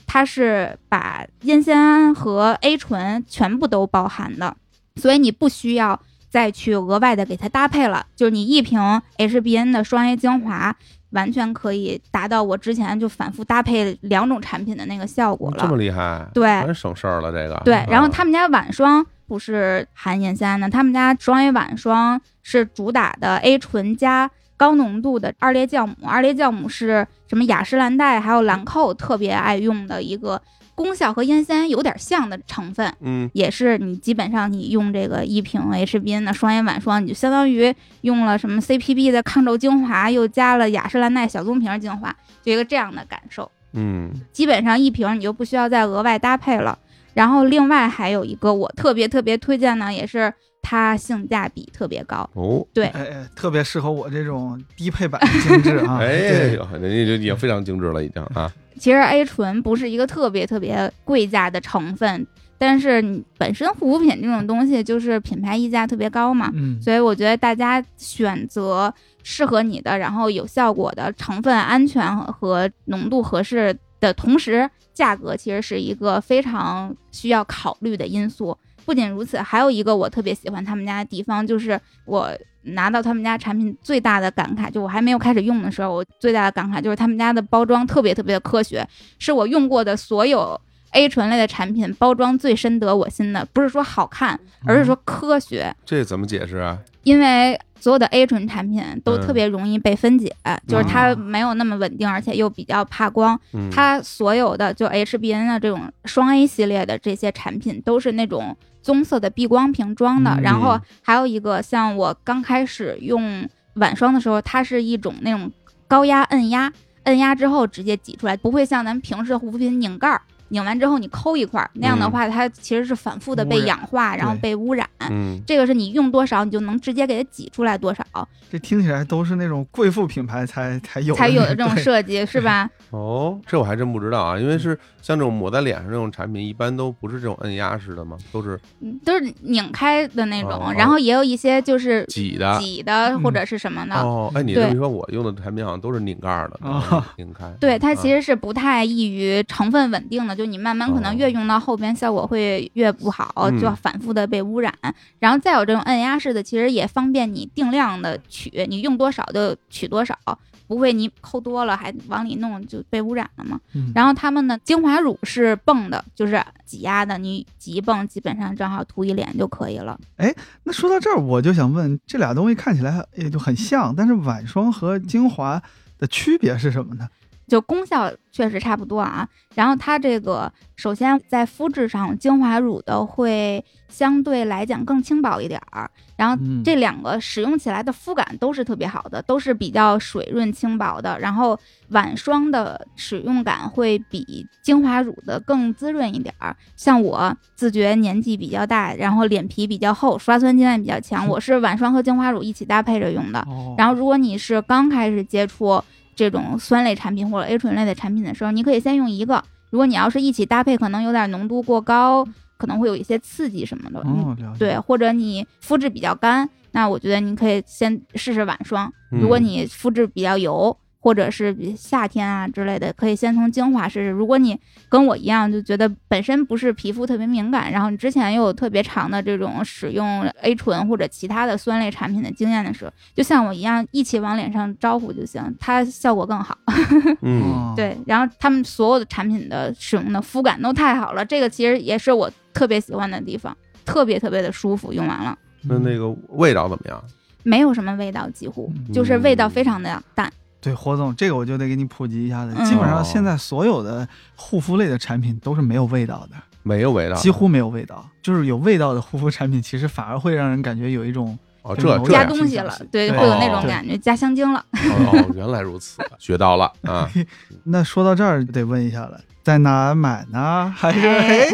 S2: 它是把烟酰胺和 A 醇全部都包含的，所以你不需要再去额外的给它搭配了。就是你一瓶 HBN 的双 A 精华，完全可以达到我之前就反复搭配两种产品的那个效果了。
S1: 这么厉害，
S2: 对
S1: 真省事儿了这个。
S2: 对，然后
S1: 啊
S2: 他们家晚霜不是含烟酰胺的，他们家双 A 晚霜是主打的 A 醇加高浓度的二裂酵母，二裂酵母是什么雅诗兰黛还有兰蔻特别爱用的一个功效和烟酰胺有点像的成分。
S1: 嗯，
S2: 也是你基本上你用这个一瓶 HBN 的双眼晚霜，你就相当于用了什么 CPB 的抗皱精华，又加了雅诗兰黛小棕瓶精华，就一个这样的感受。
S1: 嗯
S2: 基本上一瓶你就不需要再额外搭配了。然后另外还有一个我特别特别推荐呢，也是它性价比特别高。
S1: 哦，
S2: 对，
S3: 哎哎，特别适合我这种低配版的精致 啊！
S1: 哎
S3: 对，
S1: 呦，人家就也非常精致了已经啊。
S2: 其实 A 醇不是一个特别特别贵价的成分，但是你本身护肤品这种东西就是品牌溢价特别高嘛，
S3: 嗯，
S2: 所以我觉得大家选择适合你的，然后有效果的成分安全和浓度合适的同时，价格其实是一个非常需要考虑的因素。不仅如此，还有一个我特别喜欢他们家的地方，就是我拿到他们家产品最大的感慨，就我还没有开始用的时候，我最大的感慨就是他们家的包装特别特别的科学，是我用过的所有 A 醇类的产品包装最深得我心的。不是说好看，而是
S3: 嗯
S2: 说科学。
S1: 这怎么解释啊？
S2: 因为所有的 A 醇产品都特别容易被分解，就是它
S3: 嗯
S2: 没有那么稳定，而且又比较怕光。
S1: 嗯，
S2: 它所有的就 HBN 啊的这种双 A 系列的这些产品都是那种棕色的避光瓶装的，
S3: 嗯
S2: 然后还有一个像我刚开始用晚霜的时候，它是一种那种高压摁压，摁压之后直接挤出来，不会像咱们平时的护肤品拧盖儿。拧完之后你抠一块儿，那样的
S1: 嗯
S2: 话它其实是反复的
S3: 污
S2: 被
S3: 染
S2: 氧化，然后
S3: 对
S2: 被污染。
S1: 嗯，
S2: 这个是你用多少，你就能直接给它挤出来多少，
S3: 这听起来都是那种贵妇品牌才才有
S2: 才有的这
S3: 那
S2: 种
S3: 对
S2: 设 计，是吧？
S1: 哦，这我还真不知道啊，
S3: 嗯
S1: 因为是像这种抹在脸上这种产品，一般都不是这种按压式的嘛，都是
S2: 嗯都是拧开的那
S1: 哦
S2: 种，然后也有一些就是
S1: 挤的。
S2: 挤的
S3: 嗯
S2: 或者是什么的。
S1: 哦，哎，你
S2: 嗯对
S1: 这么一说，我用的产品好像都是拧盖儿的，
S3: 啊
S1: 拧开。
S2: 对，它其
S1: 啊
S2: 实是不太易于成分稳定的，就你慢慢可能越
S1: 哦
S2: 用到后边效果会越不好，
S1: 嗯
S2: 就反复的被污染。然后再有这种按压式的，其实也方便你定量的取，你用多少就取多少，不会你抠多了还往里弄就被污染了嘛。
S3: 嗯
S2: 然后他们的精华乳是泵的，就是挤压的，你挤一泵，基本上正好涂一脸就可以了。
S3: 那说到这儿，我就想问，这俩东西看起来也就很像，但是晚霜和
S2: 嗯
S3: 精华的区别是什么呢？
S2: 就功效确实差不多啊。然后它这个首先在肤质上，精华乳的会相对来讲更轻薄一点儿，然后
S3: 嗯
S2: 这两个使用起来的肤感都是特别好的，都是比较水润轻薄的。然后晚霜的使用感会比精华乳的更滋润一点儿。像我自觉年纪比较大，然后脸皮比较厚，刷酸经验比较强，我是晚霜和精华乳一起搭配着用的。啊
S3: 哦
S2: 然后，如果你是刚开始接触这种酸类产品或者 A 醇类的产品的时候，你可以先用一个。如果你要是一起搭配，可能有点浓度过高，可能会有一些刺激什么的。嗯，
S3: 哦，了解。
S2: 对，或者你肤质比较干，那我觉得你可以先试试晚霜。如果
S1: 嗯
S2: 你肤质比较油，或者是比夏天啊之类的，可以先从精华试试。如果你跟我一样，就觉得本身不是皮肤特别敏感，然后你之前又有特别长的这种使用 A 醇或者其他的酸类产品的经验的时候，就像我一样，一起往脸上招呼就行，它效果更好。
S1: 嗯，
S3: 哦，
S2: 对，然后他们所有的产品的使用的肤感都太好了，这个其实也是我特别喜欢的地方，特别特别的舒服，用完了
S1: 那那
S3: 个
S1: 个味道怎么样？
S2: 没有什么味道，几乎
S3: 嗯
S2: 就是味道非常的淡。
S3: 对，火总，这个我就得给你普及一下子。
S2: 嗯
S3: 基本
S1: 哦
S3: 上现在所有的护肤类的产品都是没有味道的，
S1: 没有味道，
S3: 几乎没有味道。就是有味道的护肤产品，其实反而会让人感觉有一种
S1: 哦，
S3: 就
S1: 这
S3: 是
S1: 这
S2: 加
S1: 样
S3: 浓
S2: 东西了，对，
S3: 对
S2: 会有那
S1: 哦
S2: 种感觉，加香精了。
S1: 哦，原来如此，学到了 啊！
S3: 那说到这儿就得问一下了，在哪儿买呢？还是
S2: 哎
S3: 哎，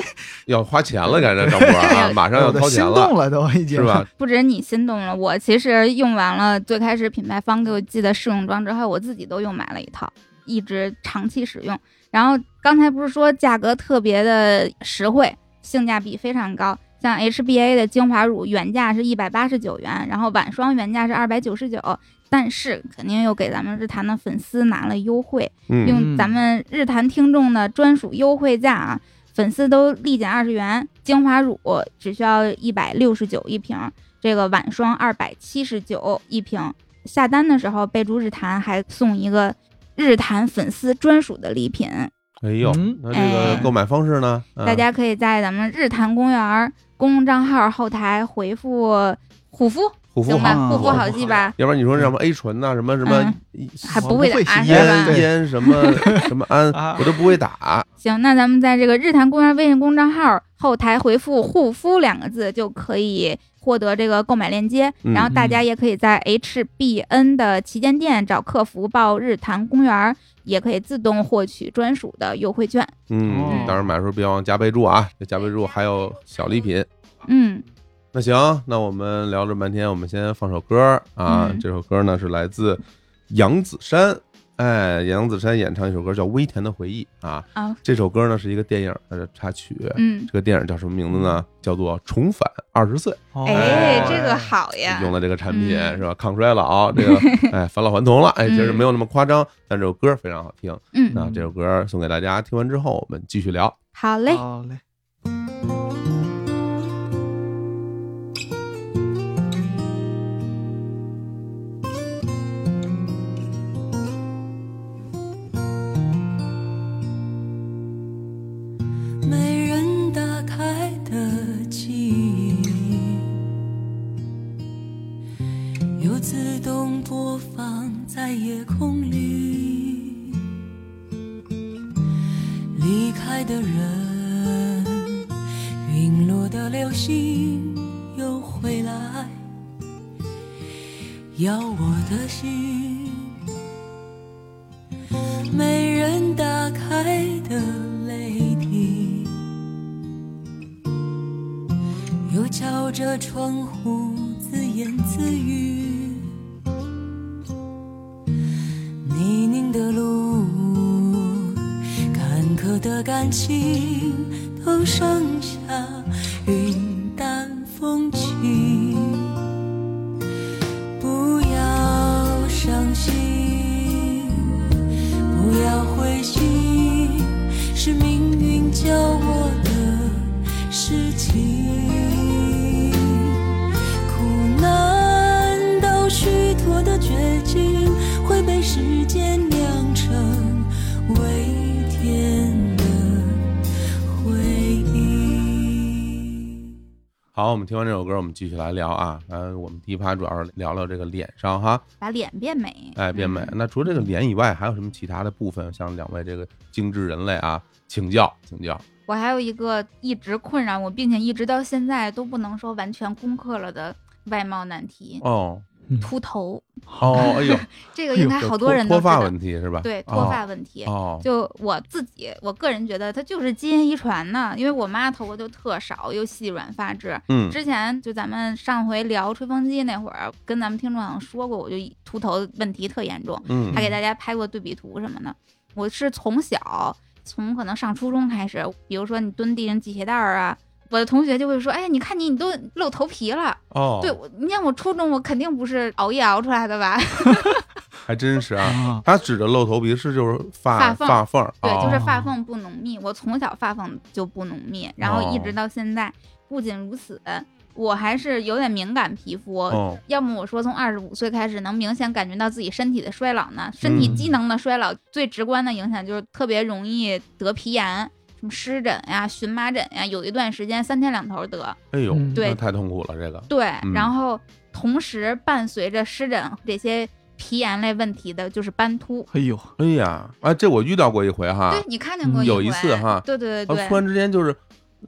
S1: 要花钱了，感觉张波啊，马上要
S3: 我的
S1: 掏
S3: 心
S1: 钱
S3: 动
S1: 了，
S3: 了都已经
S1: 是 吧？？
S2: 不止你心动了，我其实用完了最开始品牌方给我寄的试用装之后，我自己都又买了一套，一直长期使用。然后刚才不是说价格特别的实惠，性价比非常高。像 HBA 的精华乳原价是一百八十九元，然后晚霜原价是二百九十九，但是肯定又给咱们日坛的粉丝拿了优惠，
S1: 嗯，
S2: 用咱们日坛听众的专属优惠价啊，粉丝都立减二十元，精华乳只需要一百六十九一瓶，这个晚霜二百七十九一瓶。下单的时候备注日坛，还送一个日坛粉丝专属的礼品，
S1: 哎呦
S3: 嗯，
S1: 那这个
S2: 哎
S1: 购买方式呢？啊
S2: 大家可以在咱们日坛公园公众账号后台回复“护肤
S1: 护”，肤
S2: 行
S1: 好，
S2: 吧？护
S1: 护
S2: 肤好
S3: 护
S2: 记
S3: 啊好
S2: 吧？
S1: 要不然你说什么 A 醇呐，什么什么
S2: 嗯还不会打
S3: 我不会吸
S2: 是
S3: 烟
S2: 吧
S1: 烟？烟什 么什么胺
S3: 啊，
S1: 我都不会打。
S2: 行，那咱们在这个日坛公园微信公众号后台回复“护肤”两个字就可以获得这个购买链接，
S1: 嗯
S2: 然后大家也可以在 HBN 的旗舰店找客服报“日坛公园”，也可以自动获取专属的优惠券。
S1: 嗯，
S3: 哦
S1: 当然买的时候别忘加备注啊，这加备注还有小礼品。
S2: 嗯，
S1: 那行，那我们聊这么半天，我们先放首歌啊。
S2: 嗯
S1: 这首歌呢是来自杨子姗，哎，杨子姗演唱一首歌叫《微甜的回忆》啊。
S2: 啊，
S1: 这首歌呢是一个电影的插曲，
S2: 嗯，
S1: 这个电影叫什么名字呢？叫做《重返二十岁
S3: 哦
S2: 哎，这个好》，呀
S1: 用，的这个产品、
S2: 嗯
S1: 是吧？抗衰老，这 个哎返老还童了，哎，其实没有那么夸张，但这首歌非常好听。
S2: 嗯，
S1: 那这首歌送给大家，听完之后我们继续聊。
S2: 好嘞，
S3: 好嘞，
S4: 没人打开的记忆，又自动播放在夜空里。离开的人，陨落的流星又回来，要我的心。没人打开的泪滴，又敲着窗户自言自语。泥泞的路，坎坷的感情，都剩下云淡风轻。不要伤心，不要灰心，是命运教我的事情。苦难到虚脱的绝境，会被时间酿成微甜的回忆。
S1: 好，我们听完这首歌，我们继续来聊啊。嗯，我们第一趴主要是聊聊这个脸上哈，
S2: 把脸变美，嗯
S1: 哎，变美。那除了这个脸以外，还有什么其他的部分？向两位这个精致人类啊，请教请教。
S2: 我还有一个一直困扰我，并且一直到现在都不能说完全攻克了的外貌难题
S1: 哦
S2: ——秃头。
S1: 哦，哎呦，
S2: 这个应该
S1: 有
S2: 好
S1: 脱
S2: 多人都
S1: 脱
S2: 知道
S1: 发，问题是吧？
S2: 对
S1: 哦
S2: 脱发问题。
S1: 哦，
S2: 就我自己，我个人觉得它就是基因遗传的，因为我妈头发就特少，又细软发质。
S1: 嗯，
S2: 之前就咱们上回聊吹风机那会儿，跟咱们听众好像说过，我就秃头问题特严重，
S1: 嗯
S2: 还给大家拍过对比图什么的。我是从小，从可能上初中开始，比如说你蹲地上系鞋带儿啊，我的同学就会说：“哎，你看你，你都露头皮了。
S1: 哦，
S2: 对，我你看我初中，我肯定不是熬夜熬出来的吧？
S1: 还真是啊。
S3: 啊，
S1: 他指着露头皮是就是发
S2: 发缝
S1: 发缝，
S2: 对，就是
S1: 哦
S2: 发缝不浓密。我从小发缝就不浓密，然后一
S1: 哦
S2: 直到现在。不仅如此，我还是有点敏感皮肤。
S1: 哦
S2: 要么我说从二十五岁开始能明显感觉到自己身体的衰老呢，身体
S1: 嗯
S2: 机能的衰老、最直观的影响就是特别容易得皮炎，什么湿疹呀、荨麻疹呀，有一段时间三天两头得。
S1: 哎呦，
S3: 嗯
S1: 那
S2: 对
S1: 太痛苦了这个。
S2: 对，
S1: 嗯
S2: 然后同时伴随着湿疹这些皮炎类问题的就是斑秃。
S3: 哎呦，
S1: 哎呀，哎，这我遇到过一回哈，
S2: 对你看见过
S1: 嗯有
S2: 一
S1: 一
S2: 回
S1: 次哈
S2: 对对
S1: 他突
S2: 对对，
S1: 然之间就是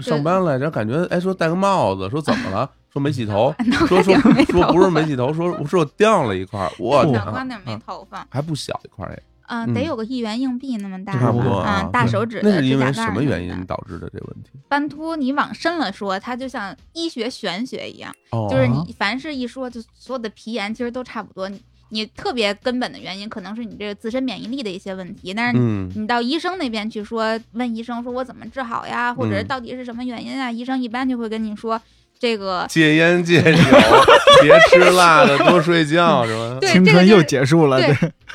S1: 上班来着，感觉哎说戴个帽子，说怎么了？说没洗 头
S2: 脑，瓜
S1: 说说
S2: 顶儿没
S1: 说
S2: 头
S1: 不是
S2: 发
S1: 没洗头，说我说我掉了一块儿，我
S3: 哦
S1: 天
S2: 脑
S1: 啊
S2: 瓜那儿没
S1: 啊
S2: 头发，
S1: 还不小一块儿哎，
S2: 嗯，得
S1: 嗯
S2: 有个一元硬币那么大
S3: 差不
S2: 吧
S3: 多
S1: 啊
S2: 啊，大
S1: 对
S2: 手指
S1: 那
S2: 的
S1: 是因
S2: 指甲
S1: 为
S2: 盖
S1: 什
S2: 儿
S1: 么
S2: 那
S1: 原
S2: 大
S1: 因导致的这问题？
S2: 斑秃，你往深了说，它就像医学玄学一样，
S1: 哦，
S2: 就是你凡是一说，就所有的皮炎其实都差不多。你你特别根本的原因可能是你这个自身免疫力的一些问题，但是你
S1: 嗯
S2: 你到医生那边去说，问医生说我怎么治好呀，或者是
S1: 嗯
S2: 到底是什么原因啊？医生一般就会跟你说这个。
S1: 戒烟戒酒， 别吃辣的，多睡觉，是吧？
S2: 对
S3: 青
S2: 这个
S3: 春
S2: 就
S3: 又
S2: 是
S3: 结束了，，
S2: 对，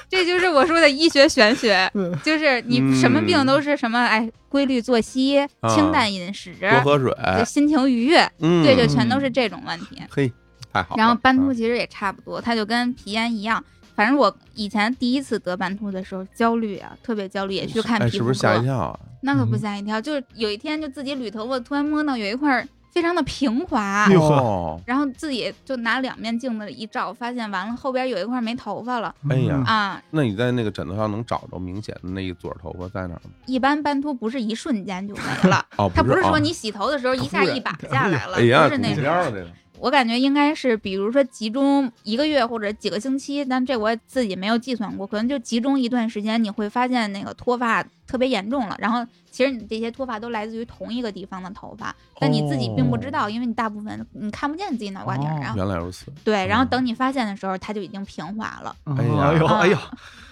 S2: 这就是我说的医学玄学
S3: 嗯
S2: 就是你什么病都是什么，哎，规律作息、
S1: 嗯啊
S2: 清淡饮食、
S1: 多喝水，
S2: 对心情愉悦，
S1: 嗯，
S2: 对，就全都是这种问题。
S1: 嘿，太好了。
S2: 然后斑秃
S1: 啊
S2: 其实也差不多，它就跟皮炎一样。反正我以前第一次得斑秃的时候，焦虑啊，特别焦虑，也去看
S1: 哎，
S2: 皮
S1: 是
S2: 肤
S1: 不
S2: 科。
S1: 是吓一跳啊？
S2: 那可不
S3: 嗯
S2: 吓一跳，就是有一天就自己捋头发，突然摸到有一块儿非常的平滑，
S3: 哎呦呵
S1: 哦，
S2: 然后自己就拿两面镜子一照，发现完了后边有一块儿没头发了
S1: 哎呀
S3: 嗯
S2: 啊。
S1: 那你在那个枕头上能找着明显的那一撮头发在哪儿吗？
S2: 一般斑秃不是一瞬间就没了，
S1: 哦，
S2: 它不
S1: 是
S2: 是说
S1: 啊
S2: 你洗头的时候一下
S1: 突然
S2: 一把下来了，
S1: 哎呀，
S2: 不是
S1: 恐
S2: 那
S1: 怖
S2: 种
S1: 片。儿这个，
S2: 我感觉应该是，比如说集中一个月或者几个星期，但这我自己没有计算过，可能就集中一段时间，你会发现那个脱发特别严重了。然后其实你这些脱发都来自于同一个地方的头发，但你自己并不知道，因为你大部分你看不见你自己脑瓜顶儿。
S3: 哦
S2: 然后
S1: 原来如 此，
S2: 对，然后等你发现的时候，它就已经平滑了。
S3: 嗯
S1: 哎呀
S3: 哎呦，
S2: 啊
S3: 哎呦，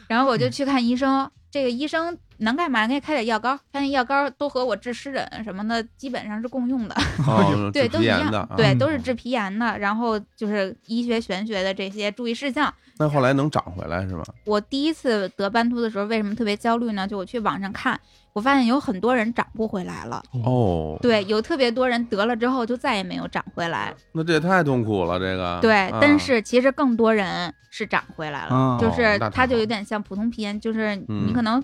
S2: 然后我
S1: 嗯
S2: 就去看医生，这个医生能干嘛？给你开点药膏，他那药膏都和我治湿疹什么的基本上是共用的。
S1: 哦，
S2: 对，
S1: 治
S2: 都
S1: 皮
S2: 一
S1: 炎
S2: 样，
S1: 的啊
S2: 对，
S3: 嗯
S2: 都是治皮炎的。然后就是医学玄学的这些注意事项。
S1: 那后来能长回来是吗？
S2: 我第一次得斑秃的时候，为什么特别焦虑呢？就我去网上看，我发现有很多人长不回来了。
S1: 哦，，
S2: 对，有特别多人得了之后就再也没有长回来。
S1: 那这也太痛苦了，这个。
S2: 对，
S1: 啊
S2: 但是其实更多人是长回来了，
S3: 哦，
S2: 就是
S1: 那太
S2: 它就
S1: 好
S2: 有点像普通皮炎，就是你
S1: 嗯
S2: 可能，嗯、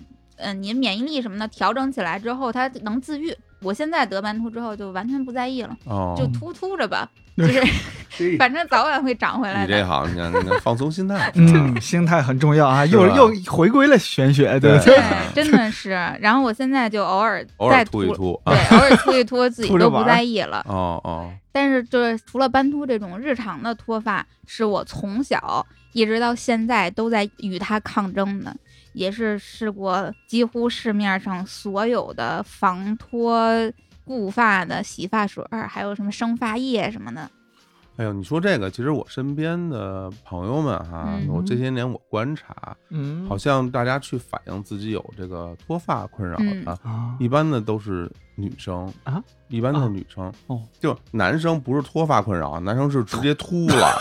S2: 你免疫力什么的调整起来之后，它能自愈。我现在得斑秃之后就完全不在意了，
S1: 哦，
S2: 就秃秃 着吧，就是 反正早晚会长回来
S1: 你
S2: 的
S1: 这。好，你看，你看放松心态
S3: 嗯，心态很重要啊，
S1: 是
S3: 又
S1: 吧
S3: 又回归了玄学，对不
S1: 对
S3: 对？
S2: 对，真的是。然后我现在就偶尔
S1: 偶尔
S2: 再
S1: 吐一吐啊。
S2: 对，偶尔秃 一秃，自己
S3: 秃着
S2: 都不
S3: 玩儿
S2: 在意了。
S1: 哦哦，
S2: 但是就是除了斑秃这种日常的脱发，是我从小一直到现在都在与它抗争的，也是试过几乎市面上所有的防脱固发的洗发水儿，还有什么生发液什么的。
S1: 哎呦，你说这个，其实我身边的朋友们哈，
S2: 嗯
S1: 我这些年我观察，
S3: 嗯
S1: 好像大家去反映自己有这个脱发困扰
S2: 嗯
S1: 的，
S3: 啊，
S1: 一般的都是女生
S3: 啊，
S1: 一般都是女生
S3: 哦，
S1: 就男生不是脱发困扰，男生是 直接秃了，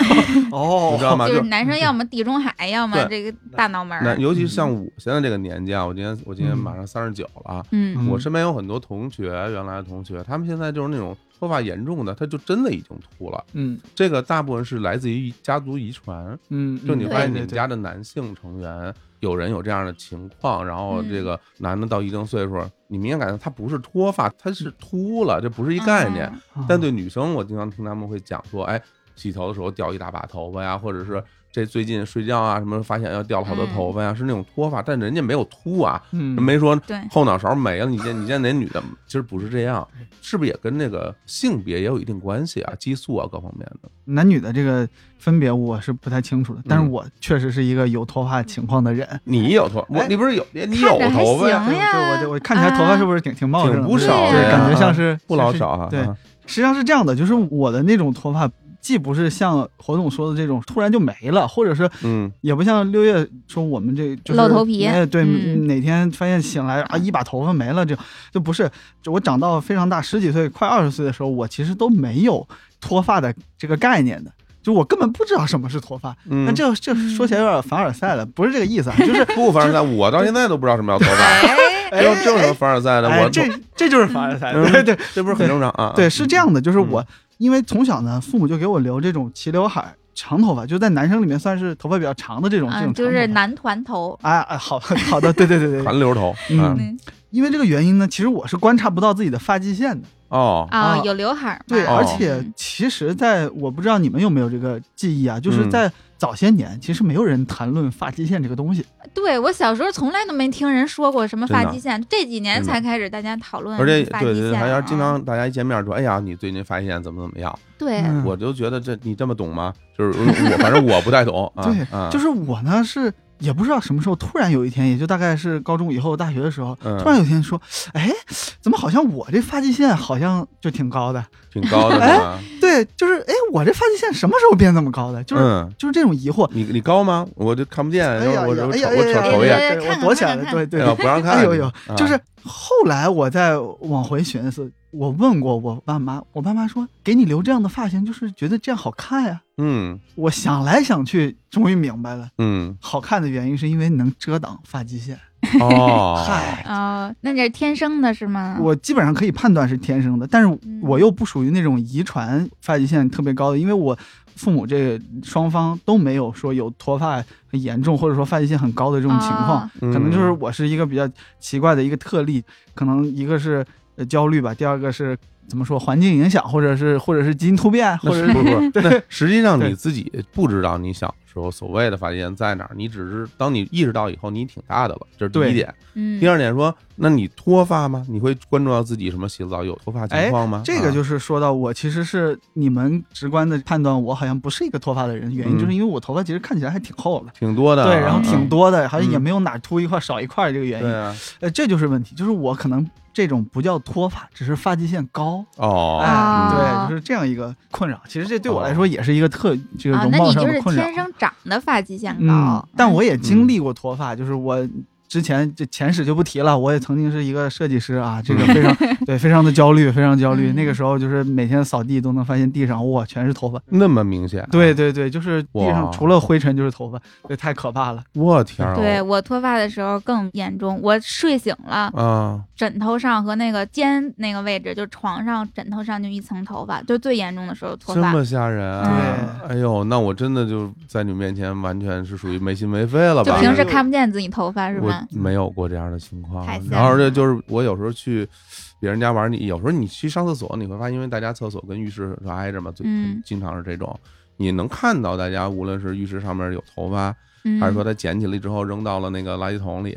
S3: 哦
S1: 你知道吗？
S2: 就
S1: 就是
S2: 男生要么地中海，要么
S1: 嗯对
S2: 这个大脑门
S1: 那
S2: 儿。
S1: 尤其像我现在这个年纪啊，我今年我今年
S3: 嗯
S1: 马上三十九了啊，
S2: 嗯，
S1: 我
S3: 嗯
S1: 身边有很多同学，原来的同学，他们现在就是那种脱发严重的，他就真的已经秃了。
S3: 嗯
S1: 这个大部分是来自于家族遗传，
S3: 嗯，
S1: 就你发现你
S3: 对
S1: 们家的男性成员有人有这样的情况，然后
S3: 嗯
S1: 这个男的到一定岁数，你明显感觉他不是脱发，他是秃了，这不是一概念。
S2: 嗯
S1: 但对女生，我经常听他们会讲说，哎，洗头的时候掉一大把头发呀，或者是这最近睡觉啊什么发现要掉了好多头发呀，是那种脱发，但人家没有秃啊，
S3: 嗯
S1: 没说
S2: 对
S1: 后脑勺没了。你见你见哪女的，其实不是这样，是不是也跟那个性别也有一定关系啊，激素啊各方面的？
S3: 男女的这
S1: 嗯
S3: 个分别我是不太清楚的，但是我确实是一个有脱发情况的人。
S1: 你有头，我
S3: 哎
S1: 你不是有你
S2: 看
S1: 有
S2: 着还
S1: 头发呀？
S2: 行
S3: 对，
S2: 呀
S3: 对我就我看起来头发是不是挺挺茂盛的，
S1: 挺不
S3: 对啊
S1: 少
S2: 的
S3: 就是
S2: 呀
S3: 感觉像是
S1: 不老少啊，
S3: 对，实际上是这样的，就是我的那种脱发，既不是像侯总说的这种突然就没了，或者是
S1: 嗯，
S3: 也不像六月说我们这就是
S2: 露头皮
S3: 哎，对，
S2: 嗯
S3: 哪天发现醒来啊，一把头发没了，这就不是。就我长到非常大，十几岁快二十岁的时候，我其实都没有脱发的这个概念的。就我根本不知道什么是脱发，
S1: 嗯，
S3: 那这这说起来有点凡尔赛了，不是这个意思啊，就是
S1: 不凡尔赛，我到现在都不知道什么叫头发，
S2: 哎，
S1: 这有这有什么凡尔赛的？
S3: 哎
S1: 我，
S3: 这这就是凡尔赛，
S1: 嗯
S3: 对对
S1: 这不是很正常啊？
S3: 对，是这样的，就是我因为从小呢，父母就给我留这种齐刘海、长头发，就在男生里面算是头发比较长的这种这
S2: 嗯，
S3: 种长头
S2: 就
S3: 发。
S2: 是男团头。
S3: 哎哎，好好的，对对 对对对，
S1: 韩流头，
S3: 嗯
S1: 啊
S2: 嗯
S3: 因为这个原因呢，其实我是观察不到自己的发际线的。
S1: 哦，
S2: 啊，
S3: 啊
S2: 有刘海儿嘛。
S3: 对，
S1: 哦
S3: 而且
S2: 嗯
S3: 其实在我不知道你们有没有这个记忆啊，就是
S1: 嗯
S3: 在早些年其实没有人谈论发际线这个东西，
S2: 对我小时候从来都没听人说过什么发
S1: 真的
S2: 际线，这几年
S1: 真的
S2: 才开始大家讨论
S1: 而且
S2: 嗯发
S1: 对
S2: 际
S1: 对，
S2: 线啊
S1: 还要
S2: 了
S1: 经常大家一见面说，哎呀，你最近发际线怎么怎么样？
S2: 对、
S3: 嗯
S1: 我就觉得这你这么懂吗？就是我反正我不太 懂啊，
S3: 对
S1: 啊
S3: 就是我呢是也不知道什么时候，突然有一天，也就大概是高中以后、大学的时候，
S1: 嗯
S3: 突然有一天说，哎，怎么好像我这发际线好像就挺高的？
S1: 挺高 的
S3: 哎
S1: 啊是吧？
S3: 对，就是哎，我这发际线什么时候变那么高的？就是、
S1: 嗯，
S3: 就是这种疑惑。
S1: 你你高吗？我就看不见，
S3: 哎呀，
S1: 我就
S3: 哎呀，
S1: 瞅
S3: 哎
S1: 我瞅
S3: 呀哎呀
S1: 瞅一眼，
S2: 呀哎呀看
S3: 对我
S2: 看
S3: 躲起来了，
S2: 看看
S3: 对对
S1: 哎呀
S3: 对，
S1: 不让看，
S3: 哎呦呦
S1: 啊
S3: 就是后来我再往回寻思，我问过我爸妈，我爸妈说给你留这样的发型，就是觉得这样好看呀。
S1: 嗯
S3: 我想来想去，终于明白了，
S1: 嗯
S3: 好看的原因是因为能遮挡发际线。
S1: 哦，
S3: 嗨，
S2: 哦，那你是天生的是吗？
S3: 我基本上可以判断是天生的，但是
S2: 嗯
S3: 我又不属于那种遗传发际线特别高的，因为我父母这双方都没有说有脱发很严重或者说发际线很高的这
S2: 这
S3: 种情况，
S1: 嗯
S3: 可能就是我是一个比较奇怪的一个特例，可能一个是呃焦虑吧，第二个是怎么说环境影响，或者是或者是基因突变，
S1: 那
S3: 或
S1: 是
S3: 者是
S1: 不是不是，那实际上你
S3: 对
S1: 自己不知道你小时候所谓的发际线在哪儿，你只是当你意识到以后，你挺大的了，这是第一
S3: 对
S1: 点。
S2: 嗯，
S1: 第二点说，那你脱发吗？你会关注到自己什么洗澡有脱发情况吗？
S3: 哎这个
S1: 啊
S3: 就是说到我其实是你们直观的判断，我好像不是一个脱发的人，原因
S1: 嗯
S3: 就是因为我头发其实看起来还挺厚的，
S1: 挺多的啊，
S3: 对，然后
S2: 嗯
S3: 挺多的，好像也
S1: 嗯
S3: 没有哪秃一块少一块这个原因
S1: 对，啊，
S3: 呃，这就是问题，就是我可能这种不叫脱发，只是发际线高，
S1: 哦，
S3: 哎，
S2: 哦
S3: 对，就是这样一个困扰。其实这对我来说也是一个特这个
S2: 啊，
S3: 容
S2: 那
S3: 貌
S2: 你
S3: 上
S2: 就是
S3: 的困扰
S2: 天。生长的发际线
S3: 嗯
S2: 高，，
S3: 但我
S2: 也
S3: 也经历过脱发，就是我之前这前史就不提了，我也曾经是一个设计师啊， 这个非常对，非常的焦虑，非常焦虑。
S2: 嗯
S3: 那个时候就是每天扫地都能发现地上哇全是头发，
S1: 那么明显，啊
S3: 对，对对，就是地
S1: 哇
S3: 上除了灰尘就是头发，对，太可怕了。
S1: 我天儿，哦
S2: 对我脱发的时候更严重，我睡醒了，
S1: 啊，
S2: 枕头上和那个肩那个位置，就床上枕头上就一层头发，就最严重的时候脱
S1: 这
S2: 发。
S1: 么吓人啊！哎呦，那我真的就在你面前完全是属于没心没肺了
S2: 就
S1: 吧？
S2: 平时看不见自己头发是
S1: 我
S2: 吧？
S1: 没有过这样的情况
S2: 太吓，人
S1: 然后而且
S2: 了
S1: 就是我有时候去别人家玩，你有时候你去上厕所，你会发现，因为大家厕所跟浴室是挨着嘛，最
S2: 嗯
S1: 经常是这种，你能看到大家无论是浴室上面有头发，
S2: 嗯，
S1: 还是说他捡起来之后扔到了那个垃圾桶里，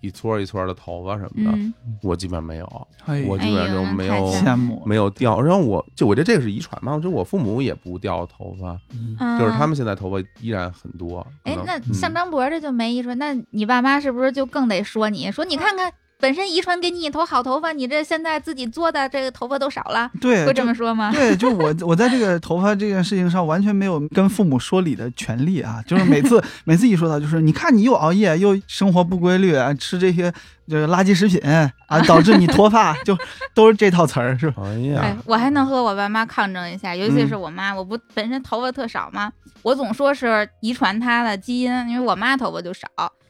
S1: 一撮一撮的头发什么的，
S2: 嗯，
S1: 我基本上没有，
S3: 哎
S1: 我基本上就没
S2: 哎
S1: 有
S2: 呦那太
S3: 羡慕，
S1: 没有掉。然后我就我觉得这个是遗传嘛，我觉得我父母也不掉头发，
S3: 嗯
S1: 就是他
S2: 们。
S1: 们现在头发依然很多。
S2: 啊哎
S1: 可，能
S2: 那
S1: 嗯
S2: 像张博这就没遗传，那你爸妈是不是就更得说你说你看看，本身遗传给你一头好头发，你这现在自己做的这个头发都少了，
S3: 对，
S2: 会
S3: 就
S2: 这么说 吗？
S3: 对，就我我在这个头发这件事情上完全没有跟父母说理的权利啊！ 就是每次每次一说到，就是你看你又熬夜又生活不规律啊，吃这些这个垃圾食品啊，导致你脱发，就都是这套词儿，是吧？
S1: 哎
S2: 哎
S1: 呀，，
S2: 我还能和我爸妈抗争一下，尤其
S3: 嗯
S2: 是我妈，我不本身头发特少嘛，我总说是遗传她的基因，因为我妈头发就少，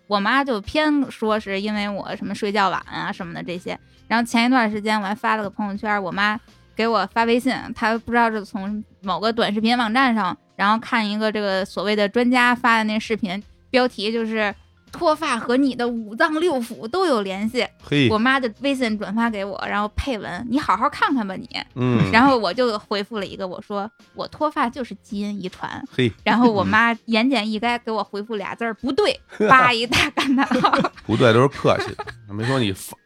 S2: 我妈就偏说是因为我什么睡觉晚啊什么的这些。然后前一段时间我还发了个朋友圈，我妈给我发微信，她不知道是从某个短视频网站上，然后看一个这个所谓的专家发的那视频，标题就是。脱发和你的五脏六腑都有联系，
S1: 嘿
S2: 我，妈就微信转发给我，然后配文：“你好好看看吧你。”
S1: 嗯，
S2: 然后我就回复了一个，我说我脱发就是基因遗传。
S1: 嘿，
S2: 然后我
S1: 嗯
S2: 妈言简意赅给我回复俩字儿不对，叭一大感叹 号。
S1: 不对，都是客气的，没说你 疯，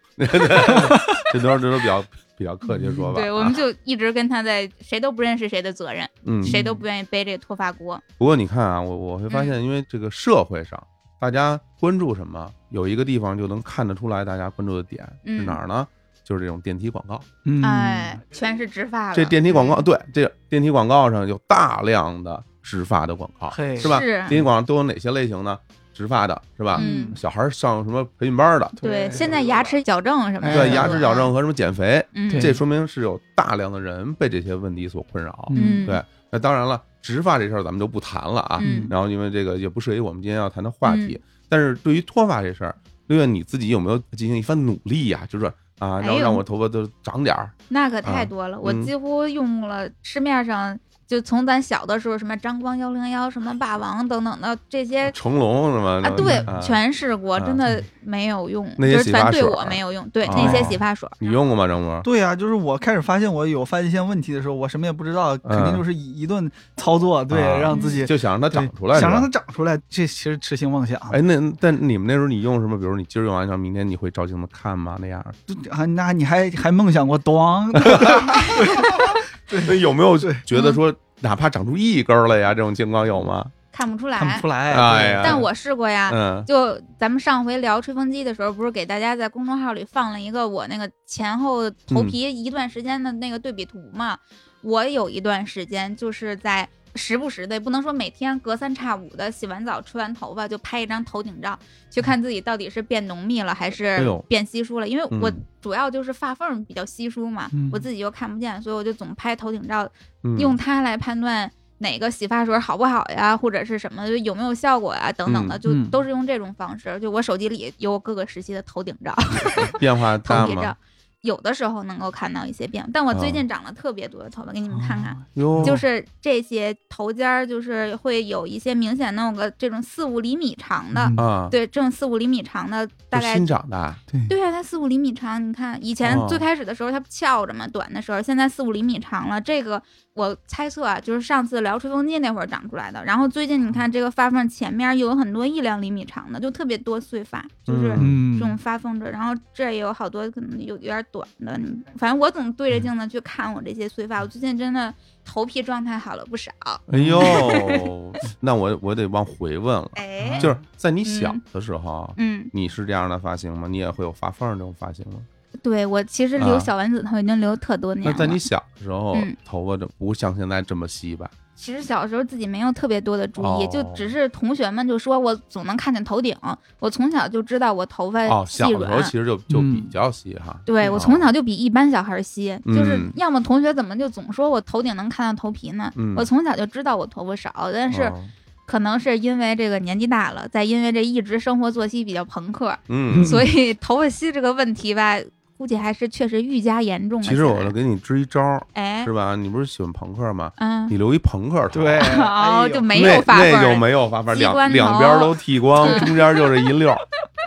S1: 这都是这都比较比较客气的说法啊。
S2: 对，我们就一直跟她在谁都不认识谁的责任，
S1: 嗯，
S2: 谁都不愿意背这个脱发锅。
S1: 不过你看啊，我我会发现，因为这个社会上大家关注什么，有一个地方就能看得出来大家关注的点是哪儿呢？就是这种电梯广告。
S3: 嗯，
S2: 哎，全是植发了。
S1: 这电梯广
S2: 嗯
S1: 告，对，这电梯广告上有大量的植发的广告，
S3: 嘿
S1: 是吧？
S2: 是
S1: 电梯广告都有哪些类型呢？植发的是吧？
S2: 嗯
S1: 小孩上什么培训班的，
S2: 对，现在牙齿矫正什么的，
S1: 对，
S3: 哎
S1: 牙齿矫正，和什么减肥，
S2: 啊嗯，
S3: 对
S1: 这说明是有大量的人被这些问题所困扰。
S2: 嗯，
S1: 对，那当然了，植发这事儿咱们就不谈了啊。
S2: 嗯
S1: 然后因为这个也不涉及我们今天要谈的话题，但是对于脱发这事儿，六月你自己有没有进行一番努力呀、就是说啊，
S2: 哎
S1: 让
S2: 呦
S1: 让我头发都长点儿。嗯
S2: 那可太多了，我几乎用了市面上就从咱小的时候，什么张光幺零幺、什么霸王等等的这些
S1: 成龙是吗？
S2: 哎啊，对，全试
S1: 啊
S2: 过，真
S1: 嗯
S2: 的没有用，就是全对我没有用，对那些洗发水，
S1: 啊你用过吗，张博？
S3: 对呀、啊就是我开始发现我有发际线问题的时候，我什么也不知道，肯定就是一一顿操作，对，
S1: 啊
S3: 让自己
S1: 就想让它
S3: 对
S1: 长出来，
S3: 想让
S1: 是
S3: 它
S1: 吧。
S3: 长出来，这其实痴心妄 想。
S1: 哎，那但你们那时候你用什么？比如你今儿用完，然后明天你会照镜子看吗？那样儿，
S3: 啊，那你还还梦想过 咣？
S1: 那有没有
S3: 对
S1: 觉得说哪怕长出一根儿来呀，这种情况有吗？
S2: 看不出
S3: 看不
S2: 来
S3: 出。来。
S1: 哎呀
S2: 嗯但我试过呀，
S1: 嗯，
S2: 就咱们上回聊吹风机的时候，不是给大家在公众号里放了一个我那个前后头皮
S1: 嗯
S2: 一段时间的那个对比图嘛？我有一段时间就是在时不时的，也不能说每天隔三差五的洗完澡、吹完头发就拍一张头顶照，去看自己到底是变浓密了还
S1: 哎
S2: 是
S1: 呦
S2: 变稀疏了。因为我
S1: 嗯
S2: 主要就是发缝儿比较稀疏嘛，
S3: 嗯
S2: 我自己又看不见，所以我就总拍头顶照，
S1: 嗯
S2: 用它来判断哪个洗发水好不好呀，或者是什么就有没有效果呀，等等的，
S1: 嗯
S2: 就
S3: 嗯
S2: 都是用这种方式。就我手机里有各个时期的头顶照、
S1: 变化
S2: 头
S1: 大
S2: 皮照
S1: 吗？，哦
S2: 有的时候能够看到一些变化。但我最近长了特别多的头发，给你们看看，
S1: 哟，
S2: 就是这些头尖儿，就是会有一些明显能有个这种四五厘米长的，
S3: 嗯
S1: 啊，
S2: 对，这种四五厘米长的，大
S1: 就
S2: 概
S1: 新长的啊，
S2: 对啊，它四五厘米长，你看以前
S1: 哦
S2: 最开始的时候它翘着嘛，短的时候，现在四五厘米长了。这个我猜测啊，就是上次聊吹风机那会儿长出来的。然后最近你看这个发缝前面又有很多一两厘米长的，就特别多碎发，就是
S1: 嗯
S2: 这种发缝着。然后这也有好多可能有有点短的，你反正我总
S1: 嗯
S2: 对着镜子去看我这些碎发。我最近真的头皮状态好了不少，
S1: 哎呦， 那我我得往回问了，
S2: 嗯哎，
S1: 就是在你小的时候，啊
S2: 嗯，
S1: 你是这样的发型吗？你也会有发缝儿这种发型吗？
S2: 对我其实
S1: 啊
S2: 留小丸子头已经留特多年
S1: 那
S2: 了。
S1: 在你小的时候
S2: 嗯，
S1: 头发就不像现在这么稀吧？
S2: 其实小时候自己没有特别多的注意，
S1: 哦
S2: 就只是同学们就说我总能看见头顶，我从小就知道我头发
S1: 哦，
S2: 呃细
S1: 小的
S2: 软。
S1: 时候其实就就
S3: 嗯
S1: 比较稀哈。
S2: 对我从小就比一般小孩稀，
S1: 嗯
S2: 就是要么同学怎么就总说我头顶能看到头皮呢？
S1: 嗯
S2: 我从小就知道我头发少，但是
S1: 哦
S2: 可能是因为这个年纪大了，再因为这一直生活作息比较朋克，
S1: 嗯，
S2: 所以头发稀这个问题吧，估计还是确实愈加严重了起
S1: 其
S2: 来。
S1: 实我给你支一招儿，
S2: 哎
S1: 是，吧？你不是喜欢朋克吗？
S2: 嗯，
S1: 你留一朋克头，
S3: 对，哎
S2: 哦
S3: 呦，
S2: 就 没有发
S1: 那
S2: 缝
S1: 那
S2: 儿
S1: 就没有发缝儿，
S2: 鸡
S1: 两
S2: 冠头
S1: 两边儿 都剃光，
S2: 嗯
S1: 中间就是一溜儿，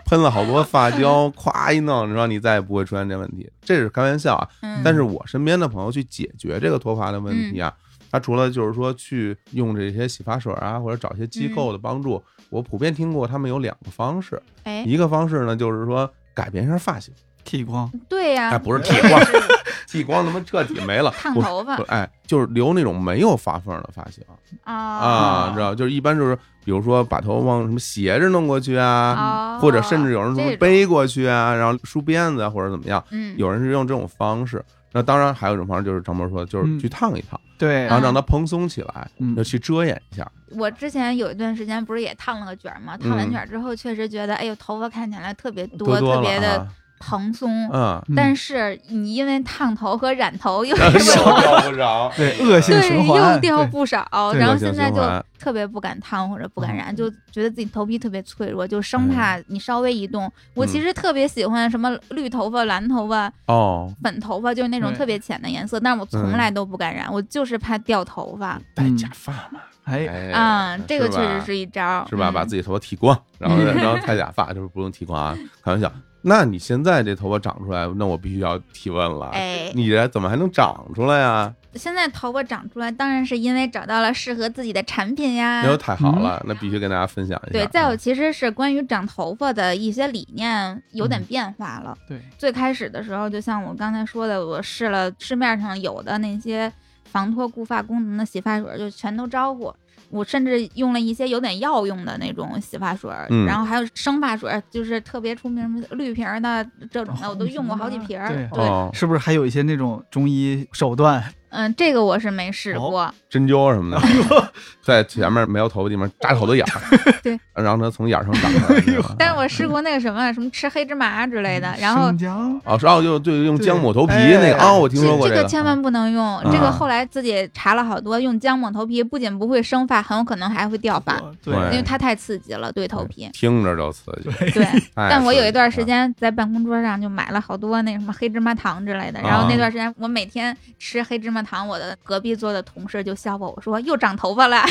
S1: 喷了好多发胶， 咵一弄，你说你再也不会出现这问题。这是开玩笑啊，
S2: 嗯
S1: 但是我身边的朋友去解决这个脱发的问题啊，他除了就是说去用这些洗发水啊，或者找一些机构的帮助，我普遍听过他们有两个方式，
S2: 嗯哎，
S1: 一个方式呢就是说改变一下发型，
S3: 剃光，
S2: 对呀、
S1: 哎，不是剃光， 剃光他妈彻底没了，
S2: 啊烫
S1: 我
S2: 头发
S1: 不哎，就是留那种没有发缝的发型啊，你知道，就是一般就是比如说把头往什么斜着弄过去啊，
S2: 哦
S1: 或者甚至有人什么
S2: 这种
S1: 背过去啊，然后梳辫子啊或者怎么样，
S2: 嗯
S1: 有人是用这种方式。那当然还有一种方式，就是张博说的，就是
S3: 嗯
S1: 去烫一烫，
S3: 对
S2: 啊
S1: 然后让它蓬松起来，
S3: 嗯
S1: 要去遮掩一下。
S2: 我之前有一段时间不是也烫了个卷儿嘛，烫完
S1: 嗯
S2: 卷儿之后确实觉得，哎呦，头发看起来特别
S1: 多多
S2: 特别
S1: 了
S2: 的
S1: 啊，
S2: 蓬松。
S1: 嗯，啊
S2: 但
S3: 是
S2: 是你因为烫头和染头又
S1: 受不着，
S3: 对恶性
S2: 对
S3: 循环
S2: 又掉
S3: 对
S2: 不少，
S3: 对
S2: 然后
S1: 恶性
S2: 现在
S1: 循
S2: 就
S1: 环嗯
S2: 特别不敢烫或者不敢染，就觉得自己头皮特别脆弱，就生怕你稍微一动。我其
S1: 嗯
S2: 实特别喜欢什么绿头发、蓝头发，
S1: 哦，
S2: 粉头发，就是那种
S3: 对
S2: 特别浅的颜色，但是我
S1: 嗯
S2: 从来都不敢染，我就是怕掉头发。
S1: 戴假发嘛，
S3: 哎，
S1: 哎
S2: 嗯，这个
S1: 是
S2: 确
S1: 吧
S2: 实是一招儿，
S1: 是吧？把
S2: 嗯
S1: 自己头发剃光，然后
S3: 嗯
S1: 然后太假发，就是不用剃光啊，开玩笑。那你现在这头发长出来，那我必须要提问了，
S2: 哎
S1: 你这怎么还能长出来啊呀？
S2: 现在头发长出来，当然是因为找到了适合自己的产品呀
S1: 那。就太好了，那必须跟大家分享一下。
S2: 嗯
S1: 嗯
S2: 对，再有其实是关于长头发的一些理念有
S1: 嗯
S2: 点变化了。
S3: 对，
S2: 最开始的时候，就像我刚才说的，我试了市面上有的那些防脱固发功能的洗发水，就全都招呼。我甚至用了一些有点药用的那种洗发水，
S1: 嗯
S2: 然后还有生发水，就是特别出名的绿瓶儿的这种的，我都用过好几瓶儿。
S3: 对
S2: 对，
S1: 哦，
S3: 是不是还有一些那种中医手段？
S2: 嗯，这个我是没试
S3: 哦
S2: 过。
S1: 针灸什么的，在前面没有头发地方扎好多眼儿，
S2: 对，
S1: 让它从眼儿上长出来你知道吗。
S2: 但是我试过那个什么什么吃黑芝麻之类
S3: 嗯
S2: 的，然后
S3: 生。姜
S1: 哦，是哦，就对，用
S3: 对
S1: 姜抹头皮
S3: 哎
S1: 那个啊，我听
S2: 这
S1: 说过
S2: 这
S1: 个
S2: 个千万不能用，这个后来自己查了好多，用姜抹头皮不仅不会生发，很有可能还会掉发，因
S1: 对
S3: 对，
S2: 为它太刺激了对头皮。
S1: 听着就刺激。
S2: 对，
S1: 哎
S2: 但我有一段
S1: 刺
S2: 时
S1: 激
S2: 间在办公桌上就买了好多那什么黑芝麻糖之类的，然后那段时间我每天吃黑芝麻了糖，我的隔壁桌的同事就笑话我说又长头发了。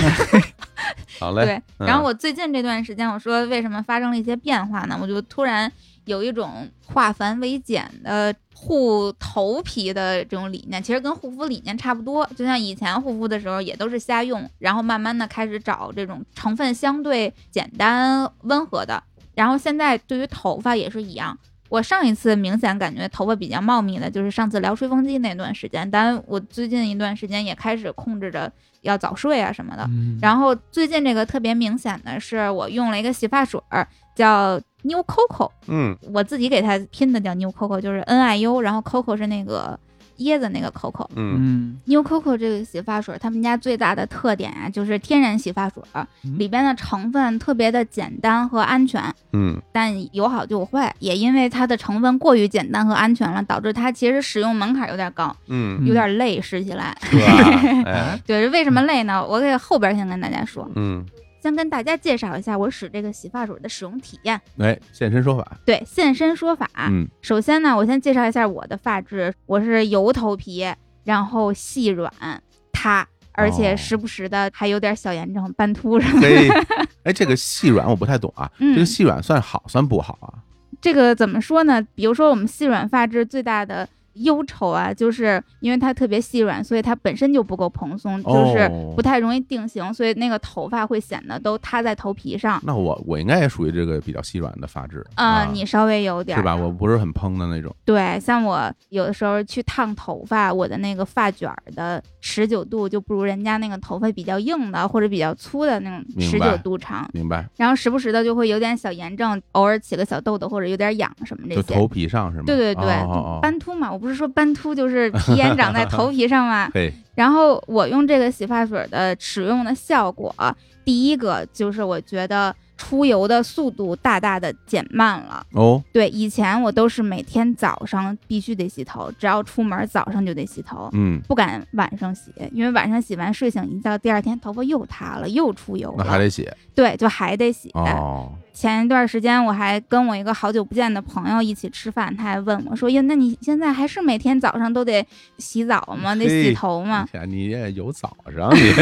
S1: 好嘞，嗯
S2: 对，然后
S1: 我
S2: 我最近这段时间，我说为什么发生了一些变化呢？我就突然有一种化繁为简的护头皮的这种理念，其实跟护肤理念差不多。就像以前护肤的时候也都是瞎用，然后慢慢的开始找这种成分相对简单温和的。然后现在对于头发也是一样。我上一次明显感觉头发比较茂密的，就是上次聊吹风机那段时间。但我最近一段时间也开始控制着要早睡啊什么的。然后最近这个特别明显的是，我用了一个洗发水儿，叫 New Coco，
S1: 嗯
S2: 我自己给它拼的叫 New Coco，就是 N I U，然后 Coco 是那个椰子那个 Coco。
S1: 嗯
S3: 嗯
S2: New Coco 这个洗发水儿，他们家最大的特点啊，就是天然洗发水儿，
S3: 嗯
S2: 里边的成分特别的简单和安全。
S1: 嗯
S2: 但有好就有坏，也因为它的成分过于简单和安全了，导致它其实使用门槛有点高，
S1: 嗯，
S2: 有点累，试起来。
S1: 是 吧？哎，
S3: 哎，
S2: 对，为什么累呢？我给后边先跟大家说，
S1: 嗯，
S2: 先跟大家介绍一下我使这个洗发水的使用体验。
S1: 哎，现身说法，
S2: 对，现身说法。
S1: 嗯
S2: 首先呢，我先介绍一下我的发质，我是油头皮，然后细软塌，而且
S1: 哦
S2: 时不时的还有点小炎症、斑秃什么的。
S1: 嘿，哎，这个细软我不太懂啊，
S2: 嗯
S1: 这个细软算好算不好啊？
S2: 这个怎么说呢？比如说我们细软发质最大的忧愁啊，就是因为它特别细软，所以它本身就不够蓬松，就是
S1: 哦
S2: 不太容易定型，所以那个头发会显得都塌在头皮上。
S1: 那我我应该也属于这个比较细软的发质
S2: 啊、你稍微有点儿
S1: 是吧？我不是很蓬的那种，
S2: 对，像我有的时候去烫头发，我的那个发卷儿的持久度就不如人家那个头发比较硬的或者比较粗的那种
S1: 明
S2: 持
S1: 白
S2: 久度长，
S1: 明白？
S2: 然后时不时的就会有点小炎症，偶尔起个小痘痘或者有点痒什么这
S1: 就
S2: 些。
S1: 头皮上是吗？
S2: 对对对，
S1: 哦哦哦。
S2: 斑秃嘛，我不是说斑秃就是皮炎长在头皮上嘛
S1: 嘿，
S2: 然后我用这个洗发水的使用的效果，第一个就是我觉得出油的速度大大的减慢了。
S1: 哦，
S2: 对，以前我都是每天早上必须得洗头，只要出门早上就得洗头，
S1: 嗯，
S2: 不敢晚上洗，因为晚上洗完睡醒一觉，第二天头发又塌了，又出油
S1: 那还
S2: 了。
S1: 得写
S2: 对，就还得洗。
S1: 哦，
S2: 前一段时间我还跟我一个好久不见的朋友一起吃饭，他还问我说：“呀，那你现在还是每天早上都得洗澡吗？得洗头哎吗
S1: 你哎看你也有早上 你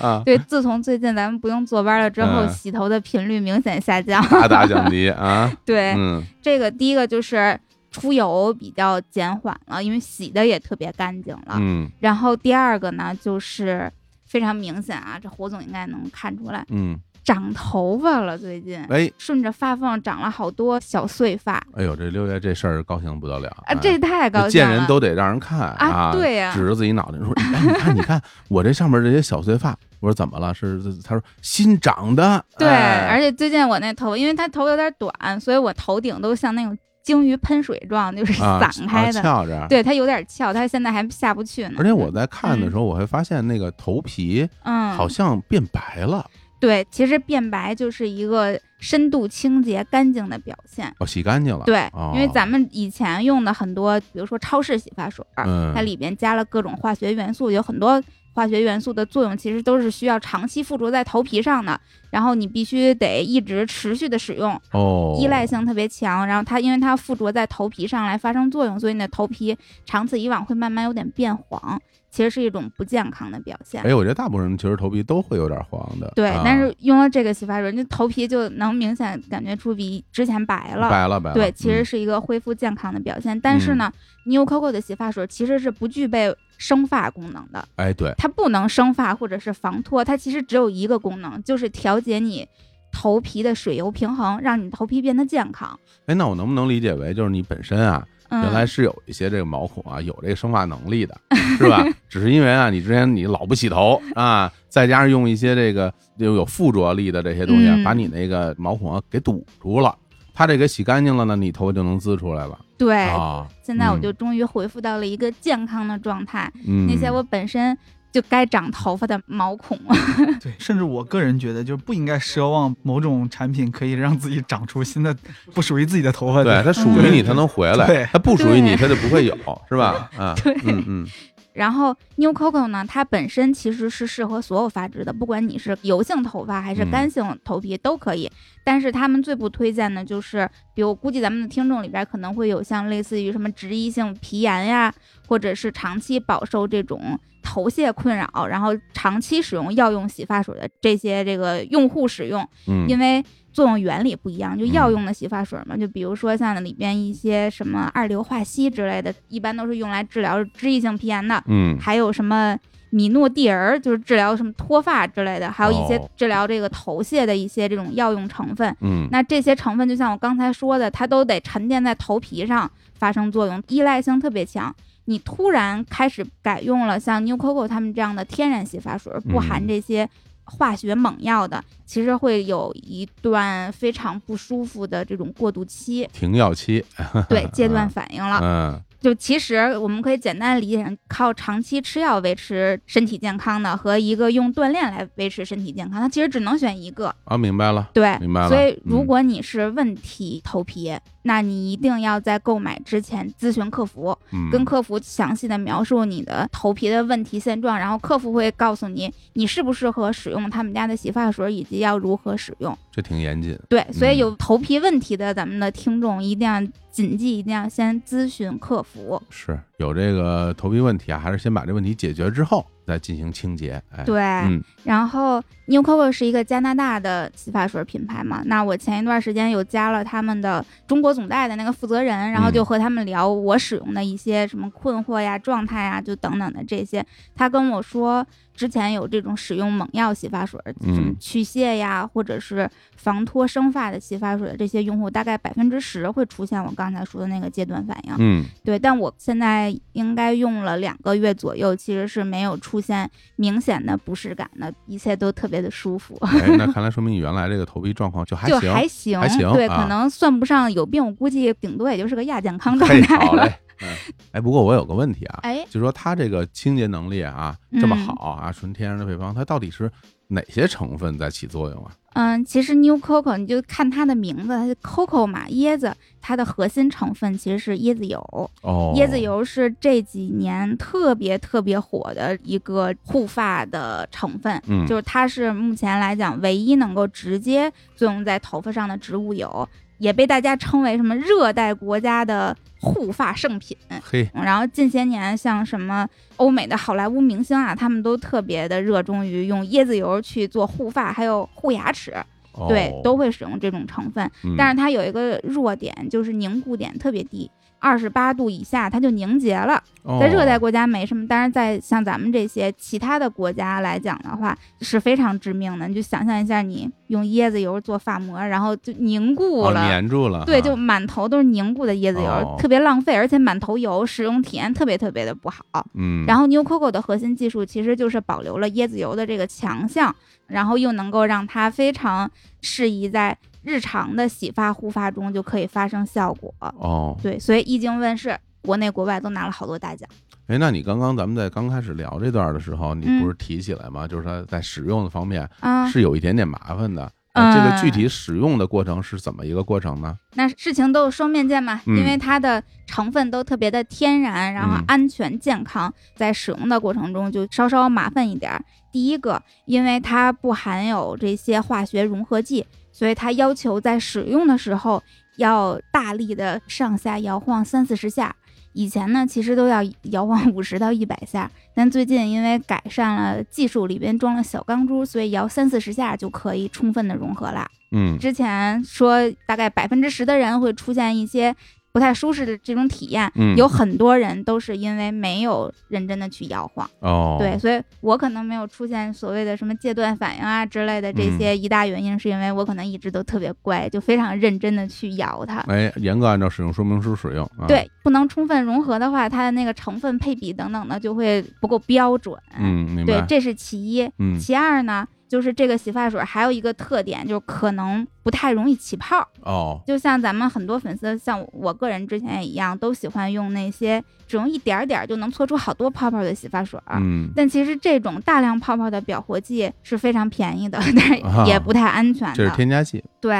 S1: 啊？”，
S2: 对，自从最近咱们不用坐班了之后，
S1: 嗯
S2: 洗头的频率明显下降。
S1: 大大降低啊，
S2: 对，
S1: 嗯
S2: 这个第一个就是出油比较减缓了，因为洗的也特别干净了。
S1: 嗯
S2: 然后第二个呢，就是非常明显啊，这胡总应该能看出来，
S1: 嗯，
S2: 长头发了，最近。
S1: 哎
S2: 顺着发缝长了好多小碎发
S1: 哎呦，这六月这事儿高兴不得了
S2: 啊，这太高兴
S1: 哎这
S2: 了！
S1: 见人都得让人看
S2: 啊对呀
S1: 指着自己脑袋说：“哎，你看，你看，我这上面这些小碎发。”我说：“怎么了？是他说新长的。
S2: 对，
S1: 哎
S2: 而且最近我那头，因为它头有点短，所以我头顶都像那种鲸鱼喷水状，就是
S1: 啊
S2: 散开的。
S1: 啊翘着。
S2: 对，它有点翘，它现在还下不去呢。
S1: 而且我在看的时候，我会发现那个头皮
S2: 嗯，
S1: 好像变白了。
S2: 对，其实变白就是一个深度清洁干净的表现。
S1: 哦，洗干净了。
S2: 对，
S1: 哦、
S2: 因为咱们以前用的很多，比如说超市洗发水，
S1: 嗯
S2: 它里边加了各种化学元素，有很多化学元素的作用其实都是需要长期附着在头皮上的，然后你必须得一直持续的使用，
S1: 哦
S2: 依赖性特别强，然后它因为它附着在头皮上来发生作用，所以你的头皮长此以往会慢慢有点变黄，其实是一种不健康的表现。
S1: 哎，我觉得大部分人其实头皮都会有点黄的。
S2: 对，
S1: 啊
S2: 但是用了这个洗发水，那头皮就能明显感觉出比之前白了。
S1: 白了白了。
S2: 对，其实
S1: 嗯
S2: 是一个恢复健康的表现。但是呢、n e w Coco 的洗发水其实是不具备生发功能的，
S1: 哎对，
S2: 它不能生发或者是防脱，它其实只有一个功能，就是调节你头皮的水油平衡，让你头皮变得健康。
S1: 哎，那我能不能理解为就是你本身啊，
S2: 嗯，
S1: 原来是有一些这个毛孔啊，有这个生发能力的，是吧？只是因为啊，你之前你老不洗头啊，再加上用一些这个就有附着力的这些东西啊，
S2: 嗯
S1: 把你那个毛孔啊给堵住了。它这个洗干净了呢，你头发就能滋出来了
S2: 对、
S1: 啊。
S2: 现在我
S1: 嗯
S2: 就终于恢复到了一个健康的状态，
S1: 嗯，
S2: 那些我本身就该长头发的毛孔，
S3: 嗯对，甚至我个人觉得，就是不应该奢望某种产品可以让自己长出新的不属于自己的头发。
S1: 对它属于你，它能回来；
S3: 对
S1: 它不属于你，
S2: 对
S1: 它就不会有，是吧？啊，
S2: 对
S1: 嗯嗯
S2: 然后 New Coco 呢，它本身其实是适合所有发质的，不管你是油性头发还是干
S1: 嗯
S2: 性头皮都可以。但是他们最不推荐的就是，比如估计咱们的听众里边可能会有像类似于什么脂溢性皮炎呀，或者是长期饱受这种头屑困扰，然后长期使用药用洗发水的这些这个用户使用，
S1: 嗯，
S2: 因为作用原理不一样，就
S1: 嗯
S2: 药用的洗发水嘛，就比如说像里边一些什么二硫化硒之类的，一般都是用来治疗脂溢性皮炎的，
S1: 嗯
S2: 还有什么米诺地尔，就是治疗什么脱发之类的，还有一些
S1: 哦
S2: 治疗这个头屑的一些这种药用成分。
S1: 嗯，
S2: 那这些成分就像我刚才说的，它都得沉淀在头皮上发生作用，依赖性特别强。你突然开始改用了像 New Coco 他们这样的天然洗发水，不含
S1: 嗯
S2: 这些化学猛药的，其实会有一段非常不舒服的这种过渡 期，
S5: 停药期，
S2: 对戒断反应了。
S5: 嗯
S2: 就其实我们可以简单理解成，靠长期吃药维持身体健康的和一个用锻炼来维持身体健康，它其实只能选一个。
S5: 啊，明白了，
S2: 对，
S5: 明白了
S2: 所以如
S5: 嗯
S2: 果你是问题头皮，那你一定要在购买之前咨询客服，
S5: 嗯，
S2: 跟客服详细的描述你的头皮的问题现状，然后客服会告诉你你适不适合使用他们家的洗发水，以及要如何使用。
S5: 这挺严谨，
S2: 对，所以
S5: 嗯
S2: 有头皮问题的咱们的听众一定要谨记，一定要先咨询客服。
S5: 是有这个头皮问题啊，还是先把这问题解决之后再进行清洁，哎，
S2: 对，
S5: 嗯
S2: 然后 New Coco 是一个加拿大的洗发水品牌嘛，那我前一段时间有加了他们的中国总代的那个负责人，然后就和他们聊我使用的一些什么困惑呀、状态呀，就等等的这些。他跟我说，之前有这种使用猛药洗发水，
S1: 嗯
S2: 什么去屑呀，或者是防脱生发的洗发水的这些用户，大概百分之十会出现我刚才说的那个阶段反应。
S1: 嗯
S2: 对，但我现在应该用了两个月左右，其实是没有出现明显的不适感的，一切都特别的舒服，
S5: 哎，那看来说明你原来这个头皮状况就还
S2: 就
S5: 行，
S2: 还行，
S5: 还行
S2: 对，
S5: 啊
S2: 可能算不上有病，我估计顶多也就是个亚健康状
S5: 嘿，
S2: 态
S5: 好
S2: 了。
S5: 嘞，嗯，哎，不过我有个问题啊，
S2: 哎，嗯
S5: 就说它这个清洁能力啊这么好啊，纯天然的配方，它到底是哪些成分在起作用啊？
S2: 嗯，其实 New Coco 你就看它的名字，它是 Coco 嘛，椰子，它的核心成分其实是椰子油。
S5: 哦
S2: 椰子油是这几年特别特别火的一个护发的成分，
S1: 嗯
S2: 就是它是目前来讲唯一能够直接作用在头发上的植物油，也被大家称为什么热带国家的护发圣品。
S5: 嘿，
S2: 然后近些年，像什么欧美的好莱坞明星啊，他们都特别的热衷于用椰子油去做护发，还有护牙齿，
S5: 哦
S2: 对，都会使用这种成分。
S5: 嗯
S2: 但是它有一个弱点，就是凝固点特别低，二十八度以下它就凝结了。在热带
S5: 哦
S2: 国家没什么，但是在像咱们这些其他的国家来讲的话，是非常致命的。你就想象一下，你用椰子油做发膜，然后就凝固
S5: 哦
S2: 了。
S5: 粘住了，
S2: 对，
S5: 啊
S2: 就满头都是凝固的椰子油，
S5: 哦
S2: 特别浪费，而且满头油，使用体验特别特别的不好。
S5: 嗯，
S2: 然
S5: 后
S2: 后 New Coco 的核心技术其实就是保留了椰子油的这个强项，然后又能够让它非常适宜在日常的洗发护发中就可以发生效果。
S5: 哦，
S2: 对，所以一经问世，国内国外都拿了好多大奖。
S5: 哎，那你刚刚咱们在刚开始聊这段的时候，你
S2: 嗯
S5: 不是提起来吗？就是它在使用的方面
S2: 啊、
S5: 是有一点点麻烦的。那这个具
S2: 嗯
S5: 体使用的过程是怎么一个过程呢？
S2: 那事情都是双面剑嘛，
S5: 嗯
S2: 因为它的成分都特别的天然，然后
S5: 嗯
S2: 安全健康，在使用的过程中就稍稍麻烦一点儿。第一个，因为它不含有这些化学融合剂，所以它要求在使用的时候要大力的上下摇晃三四十下。以前呢，其实都要摇晃五十到一百下，但最近因为改善了技术，里边装了小钢珠，所以摇三四十下就可以充分的融合啦。
S5: 嗯，
S2: 之前说大概百分之十的人会出现一些不太舒适的这种体验，
S5: 嗯
S2: 有很多人都是因为没有认真的去摇晃，
S5: 哦，
S2: 对，，所以我可能没有出现所谓的什么戒断反应啊之类的这些
S5: 嗯
S2: 一大原因，是因为我可能一直都特别乖，就非常认真的去摇它。
S5: 哎，严格按照使用说明书使用啊。，
S2: 对，不能充分融合的话，它的那个成分配比等等的就会不够标准。
S5: 嗯，明
S2: 对
S5: 白，。
S2: 这是其一。
S5: 嗯，
S2: 其二呢，就是这个洗发水还有一个特点，就是可能不太容易起泡。
S5: 哦，
S2: 就像咱们很多粉丝，像我个人之前也一样，都喜欢用那些只用一点儿点儿就能搓出好多泡泡的洗发水儿。
S5: 嗯，
S2: 但其实这种大量泡泡的表活剂是非常便宜的，但是也不太安全
S5: 啊这
S2: 的。
S5: 是添加剂。
S2: 对，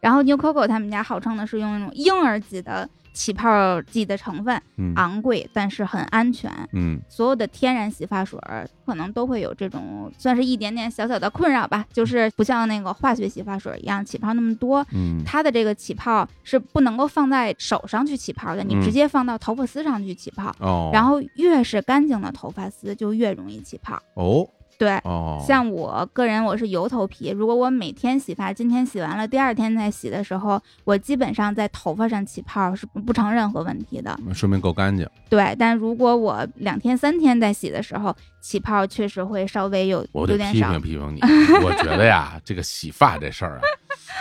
S2: 然后 New Coco 他们家号称的是用那种婴儿级的起泡剂的成分，
S1: 嗯
S2: 昂贵但是很安全。
S1: 嗯
S2: 所有的天然洗发水儿可能都会有这种，算是一点点小小的困扰吧，就是不像那个化学洗发水一样起泡那么多，
S1: 嗯
S2: 它的这个起泡是不能够放在手上去起泡的，你
S1: 嗯
S2: 直接放到头发丝上去起泡，
S1: 哦，
S2: 然后越是干净的头发丝就越容易起泡。
S1: 哦
S2: 对，
S1: 哦，
S2: 像我个人我是油头皮，如果我每天洗发，今天洗完了，第二天再洗的时候，我基本上在头发上起泡是不不成任何问题的。
S1: 说明够干净。
S2: 对，但如果我两天三天再洗的时候，起泡确实会稍微有
S1: 我
S2: 有
S1: 得
S2: 点
S1: 批
S2: 少
S1: 评。批评你，我觉得 呀，这个洗发这事儿啊，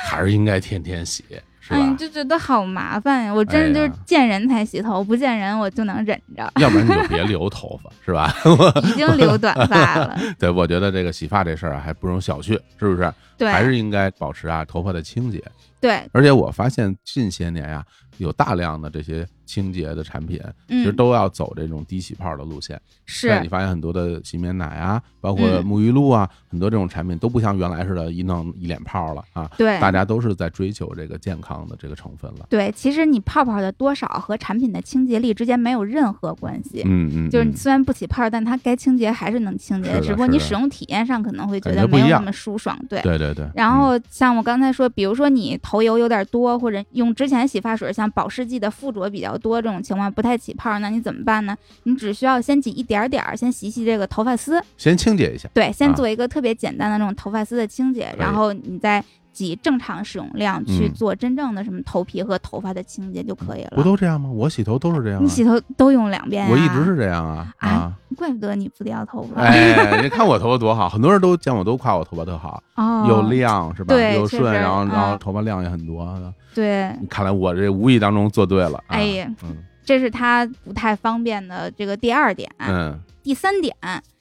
S1: 还是应该天天洗，是
S2: 哎，你
S1: 吧？
S2: 就觉得好麻烦呀！我真是
S1: 哎
S2: 就
S1: 呀。
S2: 是见人才洗头，不见人我就能忍着
S1: 要不然你就别留头发，是吧？
S2: 已经留短发了，
S1: 对，我觉得这个洗发这事儿啊还不容小觑，是不是？
S2: 对，
S1: 还是应该保持啊头发的清洁。
S2: 对，
S1: 而且我发现近些年呀、有大量的这些清洁的产品，其实
S2: 嗯，
S1: 都要走这种低洗泡的路线。但你
S2: 是，
S1: 发现很多的洗面奶啊，包括
S2: 嗯
S1: 沐浴露啊，很多这种产品都不像原来似的，一弄一脸泡了啊。
S2: 对，
S1: 大家都是在追求这个健康的这个成分了。
S2: 对，其实你泡泡的多少和产品的清洁力之间没有任何关系。
S1: 嗯嗯，
S2: 就是
S1: 嗯
S2: 你虽然不起泡，但它该清洁还是能清洁
S1: 是的
S2: 只不过
S1: 是
S2: 你
S1: 的
S2: 使用体验上可能会觉
S1: 感觉
S2: 得
S1: 不
S2: 没有
S1: 一
S2: 那
S1: 样
S2: 么舒爽，对。
S1: 对对对。
S2: 然
S1: 嗯
S2: 后像我刚才说，比如说你头油有点多，或者用之前洗发水像保湿剂的附着比较多，这种情况不太起泡，那你怎么办呢？你只需要先挤一点点儿，先洗洗这个头发丝，
S1: 先清洁一下，
S2: 对，
S1: 啊
S2: 先做一个特别简单的那种头发丝的清洁，
S1: 以
S2: 然后你再挤正常使用量去
S1: 嗯
S2: 做真正的什么头皮和头发的清洁就可以了。
S1: 不都这样吗？我洗头都是这样、啊，
S2: 你洗头都用两遍、啊，
S1: 我一直是这样啊
S2: 啊
S1: 啊！
S2: 怪不得你不掉头发、
S1: 哎，你看我头发多好，很多人都见我都夸我头发特好，
S2: 哦，
S1: 又亮是吧？
S2: 对
S1: 又顺，
S2: 确实
S1: 然后然后
S2: 嗯
S1: 头发量也很多。
S2: 对，
S1: 看来我这无意当中做对了。啊
S2: 哎呀，
S1: 嗯
S2: 这是它不太方便的这个第二点。
S1: 嗯
S2: 第三点，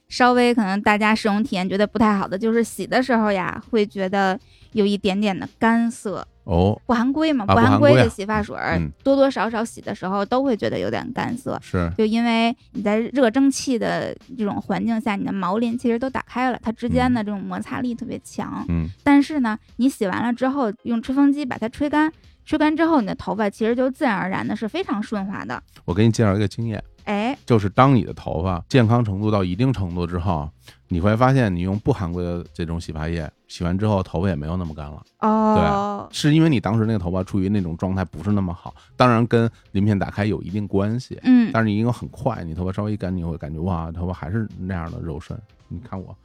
S2: 稍微可能大家使用体验觉得不太好的，就是洗的时候呀，会觉得有一点点的干涩。
S1: 哦
S2: 不含硅嘛，
S1: 啊不含
S2: 含
S1: 硅啊
S2: 的洗发水、
S1: 嗯
S2: 多多少少洗的时候都会觉得有点干涩。
S1: 是
S2: 就因为你在热蒸汽的这种环境下，你的毛鳞其实都打开了，它之间的这种摩擦力特别强。
S1: 嗯
S2: 但是呢，你洗完了之后，用吹风机把它吹干，吹干之后，你的头发其实就自然而然的是非常顺滑的。
S1: 我给你介绍一个经验，
S2: 哎，
S1: 就是当你的头发健康程度到一定程度之后，你会发现你用不含硅的这种洗发液洗完之后，头发也没有那么干了。
S2: 哦，
S1: 是因为你当时那个头发处于那种状态不是那么好，当然跟鳞片打开有一定关系，
S2: 嗯，
S1: 但是你因为很快，你头发稍微一干，你会感觉哇，头发还是那样的柔顺。你看 我，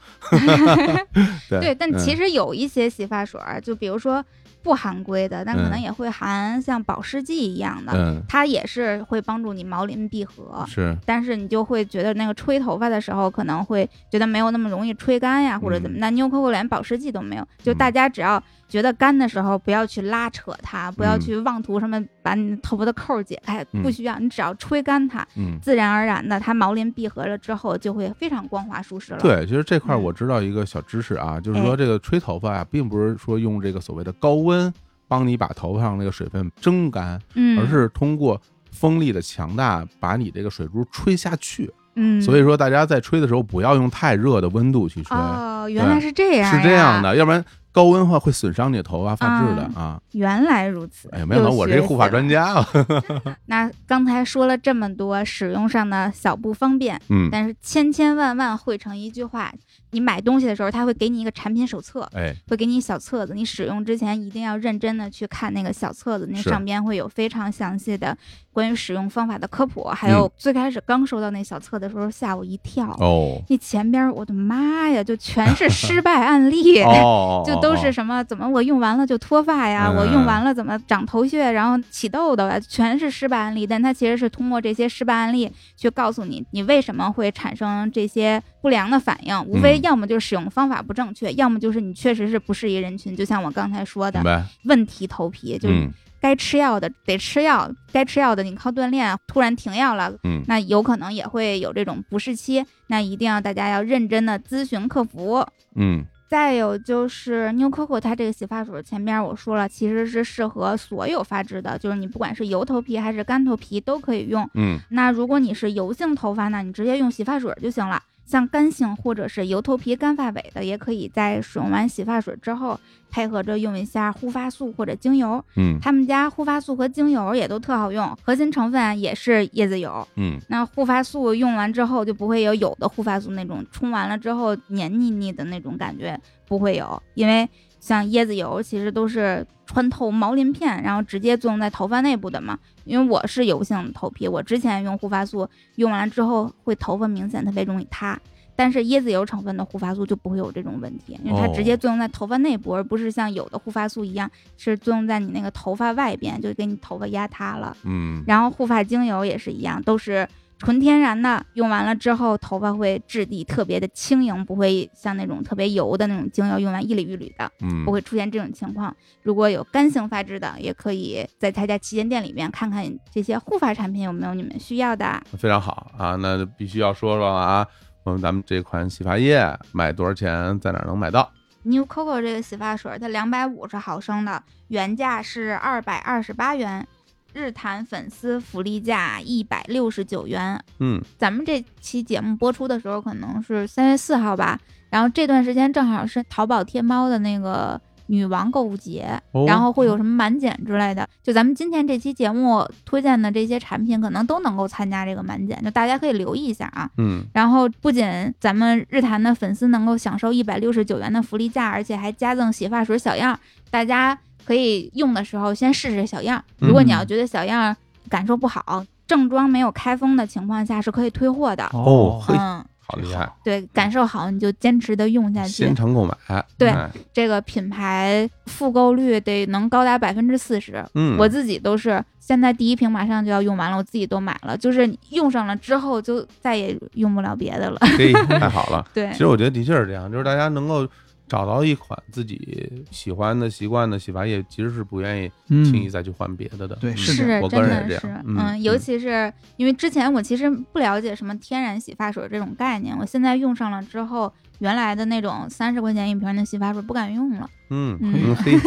S1: 对嗯
S2: 对，但其
S1: 实、
S2: 实有一些洗发水儿，就比如说不含硅的，但可能
S1: 嗯
S2: 也会含像保湿剂一样的，
S1: 嗯
S2: 它也是会帮助你毛鳞闭合
S1: 嗯。是
S2: 但是你就会觉得那个吹头发的时候，可能会觉得没有那么容易吹干呀，或者怎么。
S1: 嗯
S2: 那纽扣扣连保湿剂都没有，就
S1: 嗯
S2: 大家只要觉得干的时候，不要去拉扯它，不要
S1: 嗯
S2: 去妄图什么把你头发的扣儿解开，
S1: 嗯
S2: 不需要，你只要吹干它，
S1: 嗯。
S2: 自然而然的它毛鳞闭合了之后，就会非常光滑舒适了。，
S1: 对，其实这块儿
S2: 嗯
S1: 我知道一个小知识啊，就是
S2: 哎
S1: 说这个吹头发呀、并不是说用这个所谓的高温帮你把头发上那个水分蒸干，
S2: 嗯，
S1: 而是通过风力的强大把你这个水珠吹下去。
S2: 嗯，
S1: 所以说大家在吹的时候不要用太热的温度去吹，
S2: 哦，原来是这样，
S1: 是这样。的，要不然高温话会损伤你的头发发质的
S2: 嗯
S1: 啊。
S2: 原来如此，
S1: 哎呀，没想到我
S2: 又
S1: 这
S2: 学
S1: 护发
S2: 习了
S1: 专。家啊。
S2: 那刚才说了这么多使用上的小不方便，
S1: 嗯，
S2: 但是千千万万汇成一句话：你买东西的时候，他会给你一个产品手册，
S1: 哎，
S2: 会给你小册子，你使用之前一定要认真的去看那个小册子，那
S1: 是
S2: 上边会有非常详细的关于使用方法的科普。还有最开始刚收到那小册的时候，吓我一跳，。
S1: 嗯哦
S2: 那前边儿我的妈呀，就全 是失败案例。
S1: 哦，
S2: 就都是
S1: 哦
S2: 什么怎么我用完了就脱发呀，我用
S1: 嗯
S2: 完了怎么长头屑，然后起痘痘啊，全是失败案例。但它其实是通过这些失败案例去告诉你，你为什么会产生这些不良的反应，无非
S1: 嗯
S2: 要么就是使用方法不正确，要么就是你确实是不适宜人群。就像我刚才说
S1: 明
S2: 的，
S1: 白，
S2: 问题头皮就是
S1: 嗯
S2: 该吃药的得吃药，该吃药的你靠锻炼啊突然停药了，
S1: 嗯，
S2: 那有可能也会有这种不适期，那一定要大家要认真的咨询客服。
S1: 嗯，
S2: 再有就是 New Coco 它这个洗发水，前面我说了，其实是适合所有发质的，就是你不管是油头皮还是干头皮都可以用。
S1: 嗯，
S2: 那如果你是油性头发呢，你直接用洗发水就行了。像干性或者是油头皮、干发尾的，也可以在使用完洗发水之后，配合着用一下护发素或者精油。
S5: 嗯
S2: 他们家护发素和精油也都特好用，核心成分也是椰子油。
S5: 嗯
S2: 那护发素用完之后就不会有有的护发素那种冲完了之后黏腻腻的那种感觉，不会有，因为像椰子油其实都是穿透毛鳞片，然后直接作用在头发内部的嘛。因为我是油性头皮，我之前用护发素用完了之后会头发明显特别容易塌。但是椰子油成分的护发素就不会有这种问题，因为它
S5: 哦
S2: 直接作用在头发内部，而不是像有的护发素一样是作用在你那个头发外边，就给你头发压塌了。
S5: 嗯，
S2: 然后护发精油也是一样，都是纯天然的，用完了之后头发会质地特别的轻盈，不会像那种特别油的那种精油，用完一缕一缕的，
S5: 嗯
S2: 不会出现这种情况。如果有干性发质的，也可以在他家旗舰店里面看看这些护发产品有没有你们需要的。
S1: 非常好啊，那就必须要说说了啊，我们咱们这款洗发液买多少钱，在哪儿能买到？
S2: New Coco 这个洗发水，它两百五十毫升的，原价是二百二十八元，日坛粉丝福利价一百六十九元，
S1: 嗯，
S2: 咱们这期节目播出的时候可能是三月四号吧，然后这段时间正好是淘宝、天猫的那个女王购物节，
S1: 哦
S2: 然后会有什么满减之类的。就咱们今天这期节目推荐的这些产品，可能都能够参加这个满减，就大家可以留意一下啊。
S1: 嗯，
S2: 然后不仅咱们日坛的粉丝能够享受一百六十九元的福利价，而且还加赠洗发水小样，大家可以用的时候先试试小样。如果你
S1: 嗯
S2: 要觉得小样感受不好，正装没有开封的情况下是可以退货的。
S1: 哦嘿
S2: 嗯，
S1: 好厉害，
S2: 对，感受好你就坚持的用下去
S1: 现。场购买，
S2: 对
S1: 哎
S2: 这个品牌复购率得能高达百分之四十。
S1: 嗯，
S2: 我自己 都是现在第一瓶马上就要用完了，我自己都买了，就是用上了之后就再也用不了别的了。
S1: 嘿，太好了。
S2: 对
S1: 其，实我觉得的确是这样，就是大家能够找到一款自己喜欢的、习惯的洗发液，其实是不愿意轻易
S3: 嗯，
S1: 再去换别的的。
S3: 对
S1: 嗯
S3: 是的
S2: 是
S1: 我
S2: 真
S1: 个
S2: 的
S1: 人也这样
S2: 是，
S1: 嗯
S2: 嗯，尤其是因为之前我其实不了解什么天然洗发水这种概念，我现在用上了之后，原来的那种三十块钱一瓶的洗发水不敢用了。
S1: 嗯
S2: 嗯
S1: 嗯，嘿，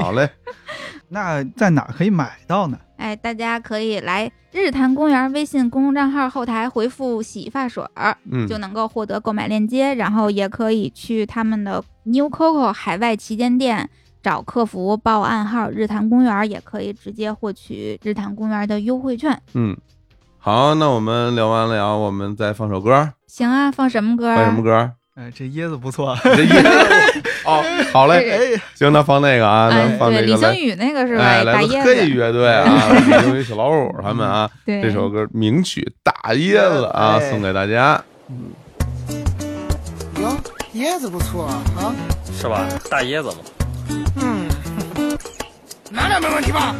S1: 好嘞，
S3: 那在哪儿可以买到呢？
S2: 哎，大家可以来日坛公园微信公众账号后台回复“洗发水儿”，
S1: 嗯
S2: 就能够获得购买链接，然后也可以去他们的 New Coco 海外旗舰店找客服报暗号“日坛公园”，也可以直接获取日坛公园的优惠券。
S1: 嗯，好，那我们聊完聊，我们再放首歌，
S2: 行啊，放什么歌？
S1: 放什么？ 歌？
S3: 哎，这椰子不错，
S1: 这椰子哦，好嘞，
S3: 哎，
S1: 行，那放那个啊，
S2: 哎
S1: 咱，放
S2: 对，
S1: 那
S2: 李
S1: 个
S2: 星
S1: 来，
S2: 宇那个是吧？
S1: 哎，
S2: 大
S1: 来自
S2: 椰
S1: 黑
S2: 子，
S1: 乐队 啊，李宗宇、小老虎他们啊，
S2: 对，
S1: 这 首歌名曲《大椰子》啊，
S3: 哎
S1: 送给大家。
S6: 哟，椰子不错啊，啊
S7: 是吧？大椰子嘛。
S6: 嗯，拿两没问题吧？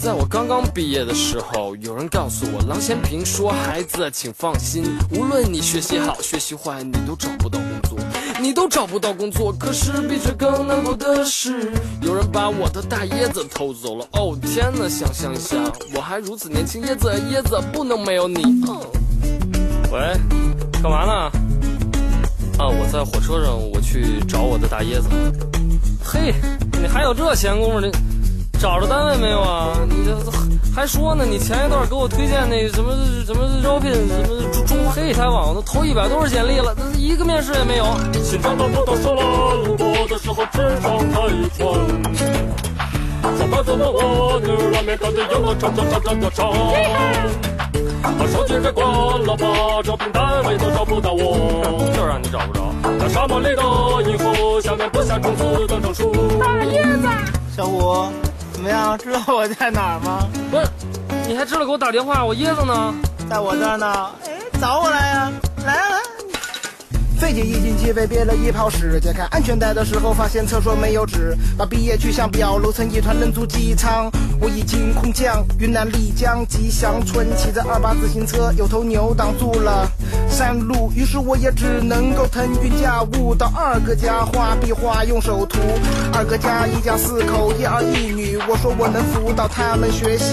S7: 在我刚刚毕业的时候，有人告诉我，郎咸平说：“孩子，请放心，无论你学习好学习坏，你都找不到工作，你都找不到工作。”可是比这更难过的是，有人把我的大椰子偷走了。哦天哪，想象一下，我还如此年轻，椰子椰子不能没有你。哦喂，干嘛呢？啊，我在火车上，我去找我的大椰子。嘿，你还有这闲工夫？你找着单位没有啊？你这都还说呢？你前一段给我推荐那什么什么招聘什么中中黑台网，都投一百多少简历了，那一个面试也没有。啊
S8: 心脏当不到沙拉，路过的时候至少开窗。上班怎么我女儿拉面干的油了，尝尝尝尝尝尝。把手机给关了吧，招聘单位都找不到我。
S7: 就哦让你找不着。
S8: 在沙漠里的以后，下面不下种子的成熟。
S6: 小虎，怎么样？知道我在哪儿吗？
S7: 不是，你还知道给我打电话？我椰子呢？
S6: 在我这儿呢。哎，找我来呀、来啊来啊！费姐一进机被憋了一泡屎，解开安全带的时候发现厕所没有纸，把毕业去向表揉成一团扔出机舱。我已经空降云南丽江吉祥村，骑着二八自行车，有头牛挡住了山路，于是我也只能够腾云驾雾到二哥家画壁画，用手涂。二哥家一家四口，一儿一女，我说我能辅导他们学习。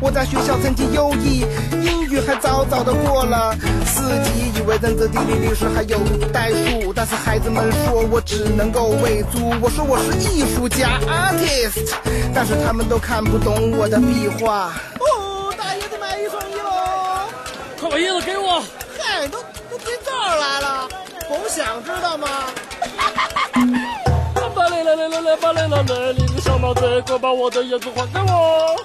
S6: 我在学校成绩优异，英语还早早的过了四级，以为认字、地理、历史还有代数，但是孩子们说我只能够喂猪。我说我是艺术家 artist，但是他们都看不懂我的壁画。哦，大爷得买一送一喽！
S7: 快把椰子给我！
S6: 嗨，都想知道吗？
S7: 巴雷来来来来巴雷来来，你个小毛贼，快把我的椰子还给我！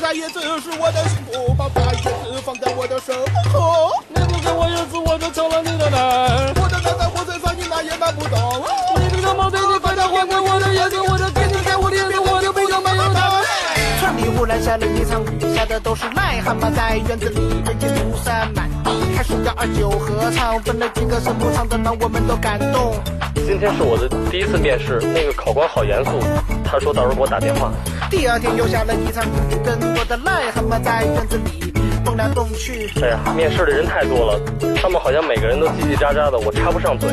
S6: 大叶子是我的幸福，把大叶子放在我的手。哦，
S7: 你不给我椰子，我就抢了你的奶！
S6: 我的奶奶我最烦你，哪也拿不懂。
S7: 你这个小毛贼，你快点还给我的椰子，我的天天在我脸上，我就不想没有它。
S6: 村里忽然下了一场雨，下的都是癞蛤蟆，在院子里人间如山满地。开始幺二九合唱，分了几个声部唱的让我们都感动。
S9: 今天是我的第一次面试，那个考官好严肃，他说到时候给我打电话。
S6: 第二天又下了一场雨，更多的癞蛤蟆在院子里蹦来蹦去。
S9: 哎呀，面试的人太多了，他们好像每个人都叽叽喳喳的，我插不上嘴。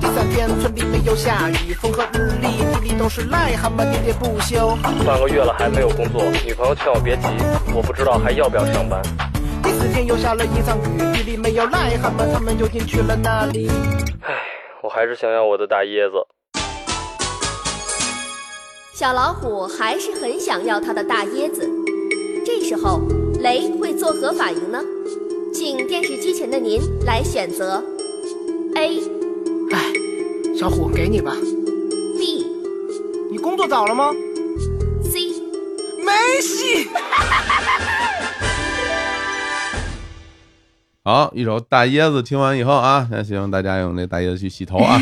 S6: 第三天村里没有下雨，风和日丽，地里都是癞蛤蟆喋喋不休。
S9: 半个月了还没有工作，女朋友劝我别急，我不知道还要不要上班。
S6: 第四天又下了一场雨，地里没有癞蛤蟆，他们究竟去了哪里？
S9: 我还是想要我的大椰子。
S10: 小老虎还是很想要它的大椰子。这时候，雷会作何反应呢？请电视机前的您来选择：A、
S6: 哎，小虎给你吧，
S10: B、
S6: 你工作找了吗？
S10: C。
S6: 没戏。
S1: 好，一首《大椰子》听完以后啊，那希望大家用这大椰子去洗头 啊。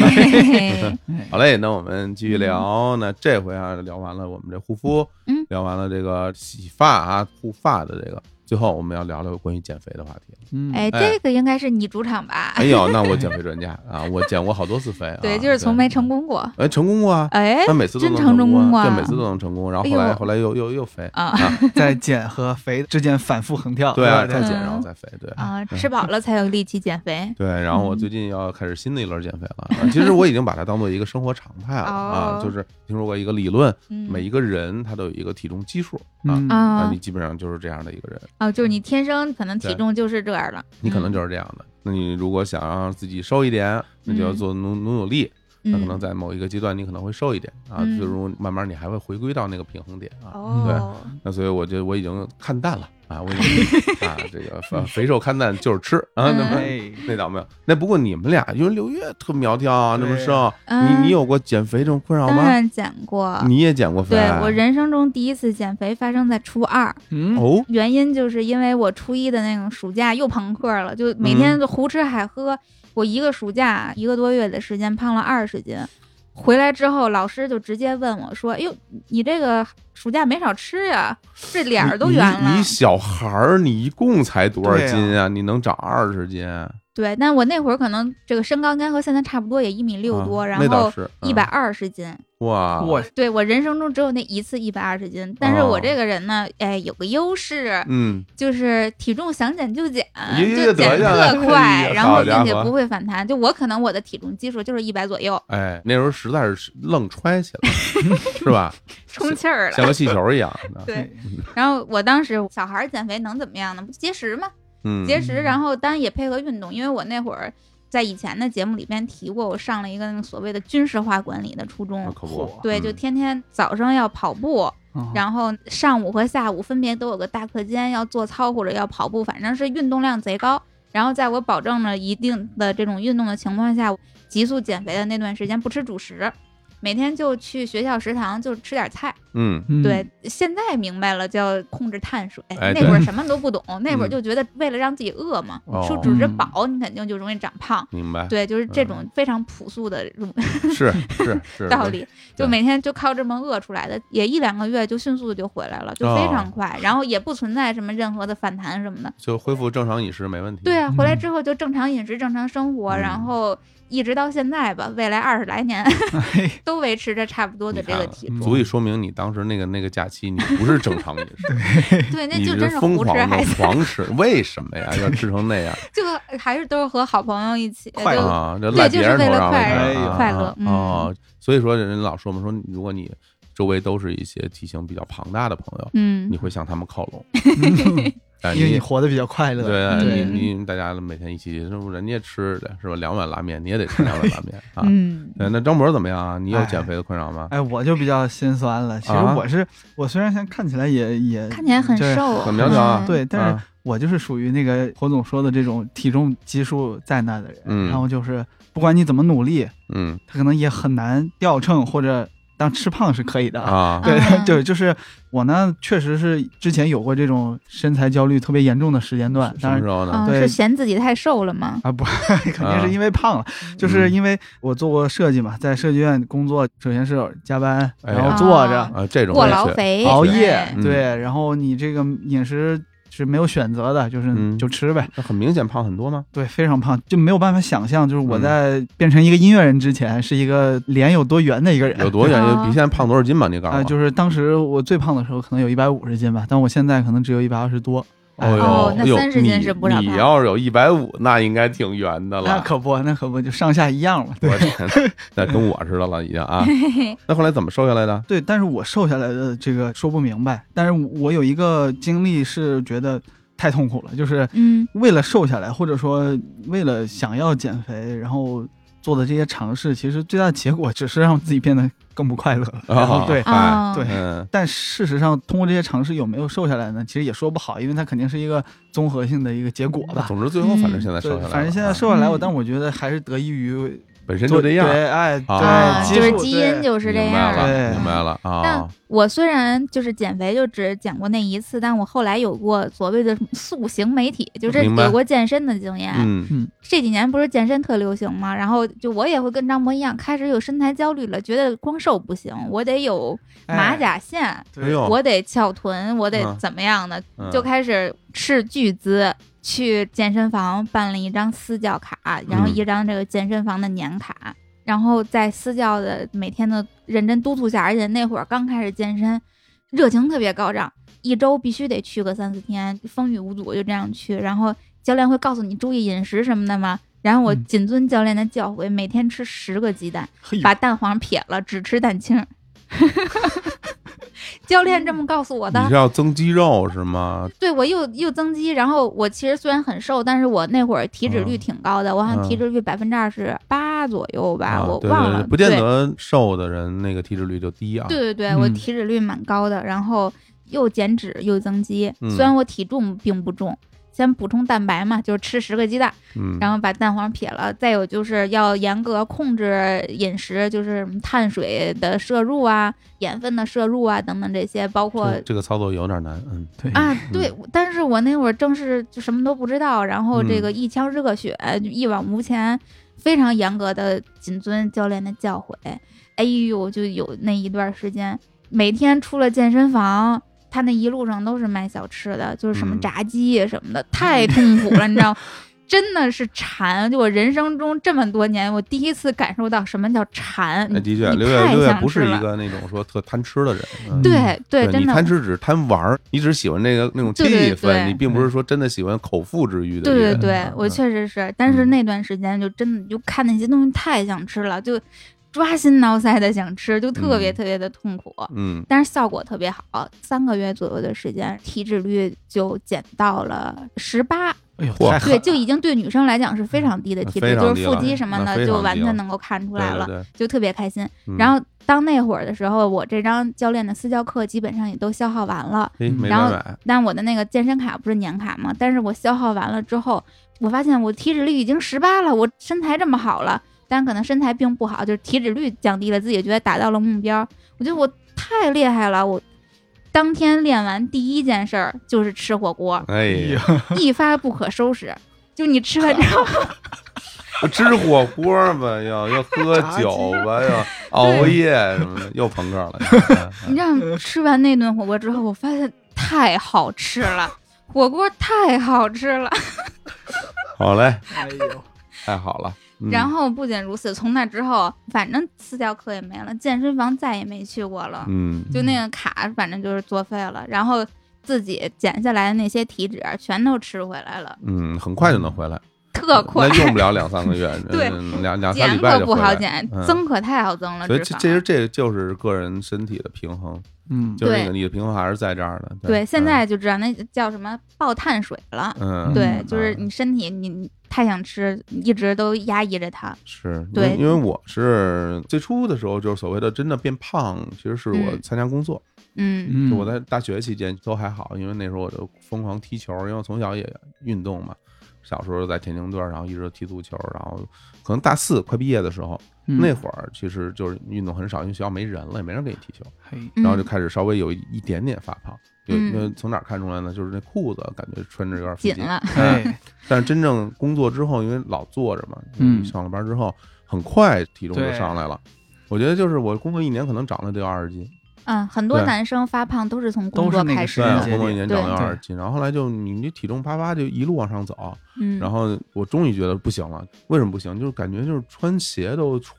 S1: 好嘞，那我们继续聊。那这回啊，聊完了我们这护肤，
S2: 嗯
S1: 聊完了这个洗发啊、护发的这个，最后我们要聊聊关于减肥的话题。
S3: 嗯，
S2: 哎，
S1: 哎
S2: 这个应该是你主场吧？
S1: 哎呦，那我减肥专家啊，我减过好多次肥啊。
S2: 对，就是从没成功过。
S1: 哎成功过啊，
S2: 哎
S1: 那每次都
S2: 真
S1: 能
S2: 成功
S1: 啊，
S2: 啊
S1: 对，每次都能成功。然后后
S2: 哎
S1: 来
S2: 呦
S1: 后来又又又肥，
S2: 啊
S3: 在减和肥之间反复横跳。
S1: 对啊，
S3: 对
S1: 再减
S2: 嗯
S1: 然后再肥，对
S2: 啊，吃饱了才有力气减 肥。
S1: 对，然后我
S2: 嗯
S1: 最近要开始新的一轮减肥了。啊其实我已经把它当做一个生活常态了啊，
S2: 哦
S1: 就是听说过一个理论，
S2: 嗯，
S1: 每一个人他都有一个体重基数啊，
S3: 嗯
S1: 啊，
S2: 啊
S1: 你基本上就是这样的一个人，
S2: 哦，就是你天生可能体重就是这样了，嗯
S1: 你可能就是这样的。那你如果想让自己瘦一点，那就要做努努努力。那可能
S2: 嗯
S1: 在某一个阶段，你可能会瘦一点啊，
S2: 嗯
S1: 最终慢慢你还会回归到那个平衡点啊。
S2: 哦，
S1: 那所以我觉得我已经看淡了啊，我已 经啊，这个肥肥瘦看淡就是吃啊，那么。
S3: 哎，
S1: 那倒没有，那不过你们俩因为刘月特苗条啊，那么
S3: 对
S1: 瘦，
S2: 嗯
S1: 你你有过减肥这种困扰
S2: 当
S1: 吗？
S2: 然减过。
S1: 你也减过肥？啊
S2: 对我人生中第一次减肥发生在初二，
S3: 嗯，
S1: 哦，
S2: 原因就是因为我初一的那种暑假又朋克了，就每天就胡吃海喝。我一个暑假一个多月的时间胖了二十斤，回来之后老师就直接问我说：“哎呦，你这个暑假没少吃呀，这脸儿都圆
S1: 你
S2: 了。
S1: 你小孩儿，你一共才多少
S3: 对啊
S1: 斤啊？你能长二十斤？”
S2: 对，但我那会儿可能这个身高应该和现在差不多，也一米六
S1: 啊
S2: 多，然
S1: 那倒
S2: 后
S1: 是嗯
S2: 一百二十斤。
S1: 哇！
S3: 我
S2: 对我人生中只有那一次一百二十斤，但是我
S1: 哦
S2: 这个人呢，哎，有个优势，
S1: 嗯，
S2: 就是体重想减就减，
S1: 咦
S2: 就
S1: 得
S2: 减
S1: 呀
S2: 特
S1: 哎呀
S2: 快，然
S1: 好
S2: 后
S1: 家
S2: 并且
S1: 伙
S2: 不会反弹。就我可能我的体重基数就是一百左右，
S1: 哎，那时候实在是愣揣起来， 是吧？
S2: 充气儿
S1: 像
S2: 了。
S1: 个气球一样的。
S2: 对，然后我当时小孩儿减肥能怎么样呢？不节食嘛，
S1: 嗯，
S2: 节食，然后当然也配合运动，因为我那会儿在以前的节目里边提过，我上了一个那个所谓的军事化管理的初
S1: 那
S2: 中，
S1: 可不
S3: 嚯，
S2: 对，就
S1: 嗯
S2: 天天早上要跑步，
S3: 嗯
S2: 然后上午和下午分别都有个大课间，要做操或者要跑步，反正是运动量贼高。然后在我保证了一定的这种运动的情况下，急速减肥的那段时间不吃主食，每天就去学校食堂就吃点菜。
S1: 嗯，
S3: 嗯
S2: 对，现在明白了叫控制碳水。
S1: 哎
S2: 那
S1: 对
S2: 会儿什么都不懂，那会儿
S1: 嗯
S2: 就觉得为了让自己饿嘛，
S1: 哦哎
S2: 吃主食饱，你肯定就容易长胖。
S1: 嗯明白。
S2: 对，就是这种非常朴素的这种
S1: 是是是
S2: 道理，
S1: 对
S2: 就每天就靠这么饿出来的，也一两个月就迅速就回来了，就非
S1: 哦
S2: 常快，然后也不存在什么任何的反弹什么的。
S1: 就恢复正常饮食没问题。
S2: 对啊，回来
S3: 嗯
S2: 之后就正常饮食、正常生活，
S1: 嗯
S2: 然后一直到现在吧，未来二十来年
S3: 哎
S2: 都维持着差不多的这个体
S1: 你看啊
S2: 重。
S1: 足以说明你当时那个那个假期你不是正常饮 食，
S2: 对，那
S1: 你
S2: 就真
S1: 是疯
S2: 胡吃
S1: 狂
S2: 海
S1: 的
S2: 塞，
S1: 狂吃，为什么呀？要吃成那样
S2: 就还是都是和好朋友一起，
S3: 快
S2: 就
S3: 乐
S1: 啊？这赖别人头上
S3: 对就是为
S1: 看
S3: 了
S1: 啊
S2: 快乐
S1: 啊
S2: 嗯
S1: 哦，所以说人老说嘛，说如果你周围都是一些体型比较庞大的朋友，
S2: 嗯
S1: 你，会向他们靠 拢， 但
S3: 嗯因为你
S1: 你。
S3: 活得比较快乐。
S1: 对啊
S2: 对嗯
S1: 你，你大家每天一起，那不人家吃的是吧？两碗拉面，你也得吃两碗拉 面啊。
S2: 嗯，
S1: 对那张博怎么样啊？你有减肥的困扰吗？
S3: 哎，我就比较心酸了。其实
S1: 啊
S3: 我是，我虽然现在看起来也也
S2: 看起来很
S3: 就是
S2: 瘦，
S1: 很苗条啊
S2: 嗯
S3: 对，但是
S1: 啊
S3: 我就是属于那个侯总说的这种体重基数在那的人，
S1: 嗯
S3: 然后就是不管你怎么努力，
S1: 嗯
S3: 他可能也很难掉秤或者当吃胖是可以的。
S1: 啊，
S3: 对、
S2: 啊
S3: 对，就是我呢，确实是之前有过这种身材焦虑特别严重的时间段，
S1: 什
S3: 当
S1: 么
S3: 然
S1: 时候呢？
S2: 嗯，
S3: 对
S2: 是嫌自己太瘦了吗？
S3: 啊不， 肯定是因为胖了，
S1: 嗯
S3: 就是因为我做过设计嘛，在设计院工作，首先是加班，
S1: 哎
S3: 然后坐着，
S2: 啊
S1: 啊，这种
S2: 过
S1: 也
S2: 劳
S1: 是
S2: 肥，
S3: 熬夜，
S2: 对
S1: 嗯
S3: 对，然后你这个饮食是没有选择的，就是、
S1: 嗯
S3: 就吃呗，
S1: 那很明显胖很多吗？
S3: 对，非常胖，就没有办法想象，就是
S1: 嗯
S3: 我在变成一个音乐人之前，是一个脸有多圆的一个人，
S1: 有 多远？
S2: 啊
S1: 有比现在胖多少斤吧？你告
S3: 啊、
S1: 诉我，
S3: 就是当时我最胖的时候可能有一百五十斤吧，但我现在可能只有一百二十多，
S1: 哦呦，
S2: 哦那
S1: 哎呦
S2: 30斤是不少
S1: 你
S2: 吧
S1: 你要是有一百五，那应该挺圆的
S3: 那
S1: 了。
S3: 可不，那可不就上下一样嘛，对。
S1: 我天，那跟我似的了已经 啊。那后来怎么瘦下来的？啊
S3: 对，但是我瘦下来的这个说不明白，但是我有一个经历是觉得太痛苦了，就是
S2: 嗯
S3: 为了瘦下来，或者说为了想要减肥，然后做的这些尝试，其实最大的结果只是让自己变得更不快乐。然后对、
S1: 哎
S2: 啊，
S3: 对
S1: 嗯，
S3: 但事实上，通过这些尝试有没有瘦下来呢？其实也说不好，因为它肯定是一个综合性的一个结果吧。
S1: 总之最后反正现在瘦
S3: 对
S1: 下来了，，啊
S3: 反正现在瘦下来，
S2: 嗯
S3: 我但我觉得还是得益于
S1: 本身就这样，
S3: 对，哎，对，
S1: 啊
S2: 就
S3: 激
S2: 是
S3: 素
S2: 基
S3: 对
S2: 因就是这
S1: 明
S2: 样
S1: 白
S2: 儿。
S1: 了，
S3: 对
S1: 明白了
S2: 但
S1: 啊。
S2: 我虽然就是减肥就只减过那一次，但我后来有过所谓的塑形媒体，就是
S1: 明白
S2: 有过健身的经验。
S1: 嗯，
S2: 这几年不是健身特流行吗？然后就我也会跟张博一样，开始有身材焦虑了，觉得光瘦不行，我得有马甲线，
S3: 对
S1: 哎呦
S2: 我得翘臀，我得
S1: 哎嗯
S2: 怎么样的，
S1: 嗯
S2: 哎就开始斥巨资去健身房办了一张私教卡，然后
S3: 嗯
S2: 一张这个健身房的年卡，然后在私教的每天的认真督促下，而且那会儿刚开始健身，热情特别高涨，一周必须得去个三四天，风雨无阻就这样去，然后教练会告诉你注意饮食什么的嘛。然后我
S3: 嗯哎
S2: 谨遵教练的教诲，每天吃十个鸡蛋，
S3: 嘿呦
S2: 把蛋黄撇了，只吃蛋清儿。 教练这么告诉我的
S1: 你
S3: 嗯
S1: 是，要增肌肉是吗？
S2: 对我又又增肌，然后我其实虽然很瘦，但是我那会儿体脂率
S1: 嗯
S2: 挺高的，我好像体脂率百分之二十八左右吧，
S1: 啊，
S2: 我
S1: 对
S2: 忘
S1: 对
S2: 了，
S1: 对不见
S2: 对
S1: 得瘦的人那个体脂率就低啊。
S2: 对对对，
S3: 嗯
S2: 我体脂率蛮高的，然后又减脂又增肌，
S1: 嗯
S2: 虽然我体重并不重。先补充蛋白嘛，就是吃十个鸡蛋，
S1: 嗯，
S2: 然后把蛋黄撇了。再有就是要严格控制饮食，就是碳水的摄入啊、盐分的摄入啊等等这些，包括
S1: 这这个操作有点难，嗯，
S3: 对
S2: 啊，对，但是我那会儿正是就什么都不知道，然后这
S1: 嗯
S2: 个一腔热血，就一往无前，非常严格的谨遵教练的教诲。哎呦，就有那一段时间，每天出了健身房，他那一路上都是卖小吃的，就是什么
S1: 嗯
S2: 炸鸡什么的，太痛苦了，你知道吗。 真的是馋，就我人生中这么多年，我第一次感受到什么叫馋。
S1: 哎，
S2: 你
S1: 的确，
S2: 你
S1: 刘烨
S2: 太
S1: 刘烨
S2: 想
S1: 不
S2: 吃
S1: 是一
S2: 了
S1: 个那种说特贪吃的人，嗯
S2: 对对，真
S1: 你
S2: 的
S1: 贪吃只是贪玩儿，你只喜欢那个那种
S2: 对对
S1: 气氛，
S2: 对
S1: 你并不是说真的喜欢口腹之欲的
S2: 对对
S1: 人。
S2: 对
S1: 嗯，
S2: 我确实是，但是
S1: 嗯
S2: 那段时间就真的就看那些东西太想吃了，就抓心挠腮的想吃，就特别
S1: 嗯
S2: 特别的痛苦。
S1: 嗯，
S2: 但是效果特别好，三个月左右的时间，体脂率就减到了十八，
S3: 哎呦，
S1: 嚯
S3: 太狠
S2: 对，就已经对女生来讲是非常低的体
S1: 嗯非
S2: 脂，
S1: 常
S2: 就
S1: 低
S2: 是腹
S1: 了
S2: 肌什么
S1: 那
S2: 的
S1: 非
S2: 就
S1: 常
S2: 完
S1: 低了
S2: 全能够看出来
S1: 对
S2: 了，
S1: 对嗯
S2: 就特别开心。
S1: 对。
S2: 然
S1: 后
S2: 后当那会儿的时候，我这张教练的私教课基本上也都消耗完了，
S1: 没
S2: 然
S1: 白
S2: 后
S1: 买，，
S2: 但我的那个健身卡不是年卡嘛，但是我消耗完了之后，我发现我体脂率已经十八了，我身材这么好了，但可能身材并不好，就是体脂率降低了，自己觉得达到了目标，我觉得我太厉害了，我。当天练完第一件事儿就是吃火锅
S1: 哎呀，
S2: 一发不可收拾。就你吃完之后，
S1: 吃火锅吧，要要喝酒吧，要熬夜什么的，又朋克 了。
S2: 你知道吗 吃完那顿火锅之后，我发现太好吃了，火锅太好吃了。
S1: 好嘞，
S3: 哎呦，
S1: 太好了。嗯
S2: 然后不仅如此，从那之后，反正私教课也没了，健身房再也没去过了，
S1: 嗯，
S2: 就那个卡反正就是作废了，然后自己减下来的那些体脂全都吃回来了，
S1: 嗯，很快就能回来，
S2: 特快
S1: 嗯那。用不了两三个月，
S2: 对
S1: 嗯两两三
S2: 减
S1: 礼拜
S2: 可
S1: 就
S2: 不
S1: 回
S2: 好
S1: 来。
S2: 减，
S1: 嗯
S2: 增可太好增了，
S1: 所以
S2: 啊脂
S1: 这这
S2: 肪。
S1: 这就是个人身体的平衡，
S3: 嗯，
S1: 就是那
S2: 对
S1: 个你的平衡还是在这儿的。
S2: 对，
S1: 嗯
S2: 现在就知道那叫什么爆碳水了。
S1: 嗯，
S2: 对
S1: 嗯，
S2: 就是
S1: 嗯
S2: 你身体你你太想吃，一直都压抑着它。
S1: 是因
S2: 对
S1: 为因为我是最初的时候，就是所谓的真的变胖，其实是我
S2: 嗯
S1: 参加工作，
S2: 嗯
S1: 就
S3: 嗯，
S1: 我在大学期间都还好，因为那时候我就疯狂踢球，因为我从小也运动嘛。小时候在田径队，然后一直踢足球，然后可能大四快毕业的时候，
S3: 嗯
S1: 那会儿其实就是运动很少，因为学校没人了，也没人给你踢球，
S3: 嘿，
S1: 然后就开始稍微有一一点点发胖。就因
S2: 嗯
S1: 为从哪儿看出来呢？就是那裤子感觉穿着有点费
S2: 紧
S1: 劲，
S2: 了，
S3: 哎，
S1: 但是真正工作之后，因为老坐着嘛，
S3: 嗯
S1: 上了班之后，很快体重就
S3: 对
S1: 上来了。我觉得就是我工作一年可能长了得有二十斤，
S2: 嗯，很多
S1: 对
S2: 男生发胖都是从工
S3: 都是
S2: 作
S3: 那个
S2: 开
S3: 时
S2: 始
S1: 对，我
S3: 间
S2: 的，
S3: 节
S1: 工作一年
S2: 对
S1: 长了有二十斤，然后后来就你你体重啪啪就一路往上走，
S2: 嗯，
S1: 然后我终于觉得不行了，为什么不行？就是感觉就是穿鞋都喘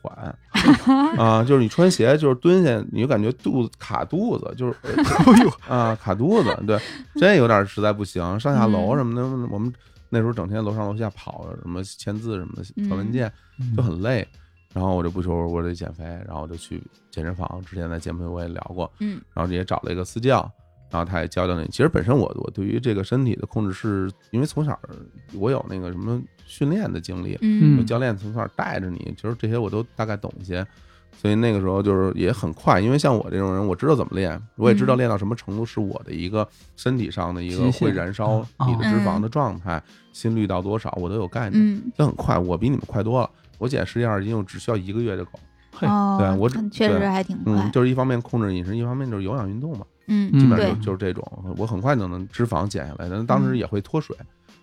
S1: 啊，就是你穿鞋就是蹲下，你就感觉肚子卡肚子，就是哎呦啊卡肚子，对，这有点实在不行。上下楼
S2: 嗯
S1: 什么的，我们那时候整天楼上楼下跑，什么签字什么的，传文件 就很累。然后我就不求我得减肥，然后我就去健身房。之前在节目里我也聊过，
S2: 嗯，
S1: 然后也找了一个私教，然后他也教教你。其实本身我我对于这个身体的控制是，因为从小我有那个什么训练的经历，
S2: 嗯
S1: 有教练从小带着你，其实这些我都大概懂一些。所以那个时候就是也很快，因为像我这种人，我知道怎么练，我也知道
S2: 嗯
S1: 练到什么程度是我的一个身体上的一个
S3: 极限
S1: 会燃烧
S3: 嗯
S1: 你的脂肪
S2: 嗯
S1: 的状态，心率到多少，我都有概念。
S2: 嗯，
S1: 这很快，我比你们快多了。我减十斤二十斤，我只需要一个月就够。
S3: 对
S2: 哦，
S1: 对我
S2: 嗯确实
S1: 对
S2: 还挺
S1: 嗯，
S2: 快，
S1: 就是一方面控制饮食，一方面就是有氧运动嘛，
S2: 嗯，
S1: 基
S3: 嗯
S1: 本
S2: 对嗯
S1: 上就就是这种。我很快就能脂肪减下来，但当时也会脱水。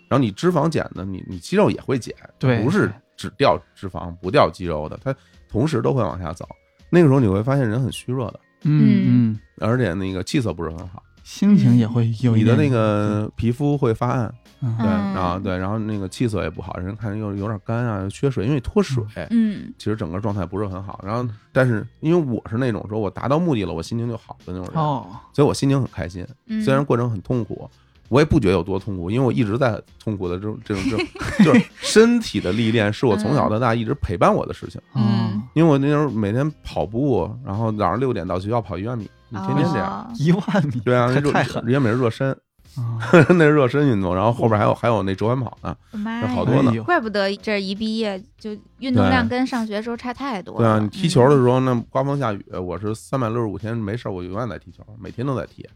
S1: 然后你脂肪减呢，你你肌肉也会减，
S3: 对
S1: 不是只掉脂肪不掉肌肉的，它同时都会往下走。那个时候你会发现人很虚弱的，
S3: 嗯嗯，
S1: 而且那个气色不是很好，
S3: 心情也会有一
S1: 你的
S3: 点
S1: 那个皮肤会发暗，
S3: 嗯
S1: 对
S2: 嗯
S1: 啊对，然后那个气色也不好，人看着又有点干啊，又缺水，因为脱水，
S2: 嗯
S1: 其实整个状态不是很好。然后，但是因为我是那种说我达到目的了，我心情就好的那种人，
S3: 哦，
S1: 所以我心情很开心。
S2: 嗯，
S1: 虽然过程很痛苦，我也不觉得有多痛苦，因为我一直在痛苦的这种这种这种，就是身体的历练是我从小到大一直陪伴我的事情。
S2: 嗯
S3: 嗯，
S1: 因为我那时候每天跑步，然后早上六点到学校跑一万米，你天天这样。
S2: 哦
S3: 一万米，
S1: 对啊，
S3: 太
S1: 热
S3: 太狠了
S1: 人家每日热身，
S3: 啊，
S1: 那是热身运动，然后后边还有还有那折返跑呢，
S2: 哦妈
S1: 那
S2: 呀
S1: 好多呢
S3: 哎呦
S2: 怪不得这一毕业就运动
S1: 对
S2: 量跟上学时候差太多
S1: 对
S2: 了。
S1: 啊，你踢球的
S2: 嗯
S1: 时候那刮风下雨，我是三百六十五天没事儿，我永远在踢球，每天都在踢。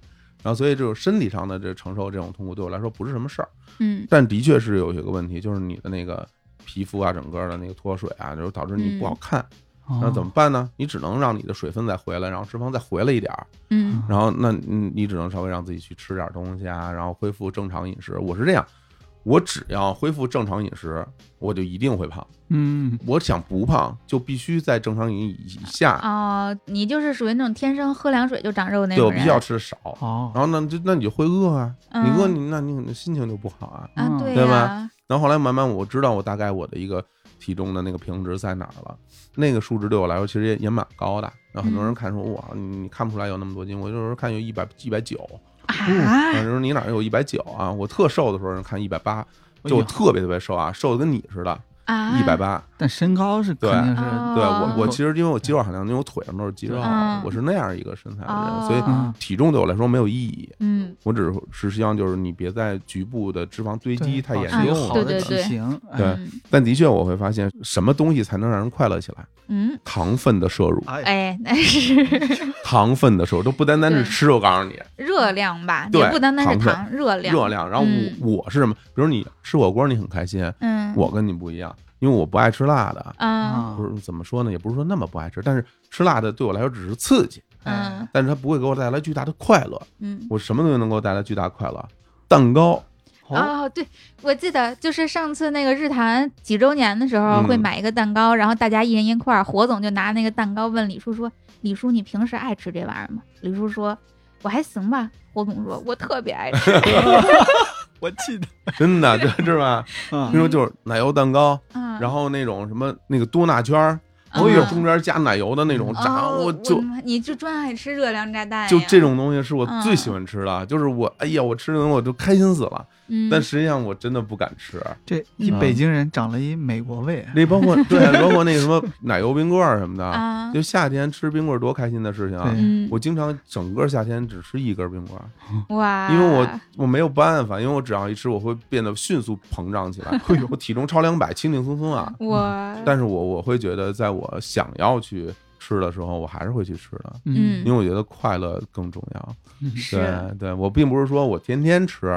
S1: 然后所以这种身体上的这承受这种痛苦对我来说不是什么事儿，
S2: 嗯
S1: 但的确是有一个问题，就是你的那个皮肤啊，整个的那个脱水啊，就是导致你不好看。 那
S3: 那
S1: 怎么办呢？你只能让你的水分再回来，然后脂肪再回来一点儿，
S2: 嗯
S1: 然后那你你只能稍微让自己去吃点东西啊，然后恢复正常饮食。我是这样，我只要恢复正常饮食，我就一定会胖。
S3: 嗯，
S1: 我想不胖，就必须在正常饮以下。啊
S2: 哦，你就是属于那种天生喝凉水就长肉那
S1: 对
S2: 种
S1: 我
S2: 人。
S1: 必须要吃的少。
S3: 哦，
S1: 然后呢，就那你就会饿啊，
S2: 嗯
S1: 你饿你那你你心情就不好啊。
S2: 啊，对
S1: 对
S2: 呀
S1: 吧，然后后来慢慢我知道我大概我的一个体重的那个平值在哪儿了，那个数值对我来说其实也也蛮高的。然后很多
S2: 嗯
S1: 人看说哇，你你看不出来有那么多斤，我有时候看有一百一百九，嗯
S2: 啊
S1: 有，时候你哪有一百九啊？我特瘦的时候人看一百八，就我
S3: 哎呦
S1: 特别特别瘦啊，瘦的跟你似的，
S2: 啊，
S1: 一百八。
S3: 但身高是
S1: 对
S3: 肯定
S2: 哦
S3: 是，
S1: 对我，我
S3: 嗯
S1: 其实因为我肌肉含量，因为我腿上都是肌肉啊
S2: 嗯，
S1: 我是那样一个身材的人，
S2: 哦
S1: 所以
S3: 嗯
S1: 体重对我来说没有意义。
S2: 嗯
S1: 我只是希望就是你别在局部的脂肪堆积
S3: 对
S1: 太
S3: 保
S1: 严
S3: 持一个
S1: 重
S3: 好
S1: 了。
S3: 的
S2: 对对
S3: 体型，
S1: 对
S3: 哎，
S2: 嗯
S1: 但的确我会发现，什么东西才能让人快乐起来？
S2: 嗯，
S1: 糖分的摄入，
S3: 哎，
S2: 哎，那是
S1: 糖分的摄入都不单单是
S2: 对
S1: 吃，我告诉你，
S2: 热量吧，
S1: 对
S2: 也不单单是
S1: 糖分
S2: 糖，热量，
S1: 热量。然后
S2: 嗯
S1: 我我是什么？比如你吃火锅，你很开心，
S2: 嗯，
S1: 我跟你不一样，因为我不爱吃辣的。
S2: 嗯
S3: 啊
S1: 不，是怎么说呢，也不是说那么不爱吃，但是吃辣的对我来说只是刺激，
S3: 哎
S2: 嗯
S1: 但是它不会给我带来巨大的快乐。
S2: 嗯，
S1: 我什么东西能给我带来巨大快乐？蛋糕，
S3: 哦，
S2: 哦，对，我记得就是上次那个日坛几周年的时候，
S1: 嗯
S2: 会买一个蛋糕，然后大家一人一块儿。火总就拿那个蛋糕问李叔说：“李叔，你平时爱吃这玩意儿吗？”李叔说：“我还行吧。”火总说：“我特别爱 吃。
S3: 我记得，
S1: 真的， 这是吧？
S3: 嗯
S1: 那时候就是奶油蛋糕，”
S2: 嗯，
S1: 然后那种什么那个多纳圈儿，
S2: 嗯
S1: 哦呦，中间加奶油的那种炸，
S2: 哦我
S1: 就
S2: 的妈你就专爱吃热量炸弹呀，
S1: 就这种东西是我
S2: 嗯
S1: 最喜欢吃的，就是我哎呀，我吃的我就开心死了。
S2: 嗯，
S1: 但实际上我真的不敢吃，
S3: 这一北京人长了一美国胃，
S1: 那包括 对，包括那什么奶油冰棍儿什么的，
S2: 啊，
S1: 就夏天吃冰棍儿多开心的事情啊！
S3: 对
S2: 嗯，
S1: 我经常整个夏天只吃一根冰棍儿，
S2: 哇，
S1: 因为我我没有办法，因为我只要一吃我会变得迅速膨胀起来， 我体重超两百，轻轻松松啊。
S2: 我
S1: 但是我我会觉得，在我想要去吃的时候，我还是会去吃的，
S2: 嗯
S1: 因为我觉得快乐更重要。
S2: 是，
S1: 对对，我并不是说我天天吃，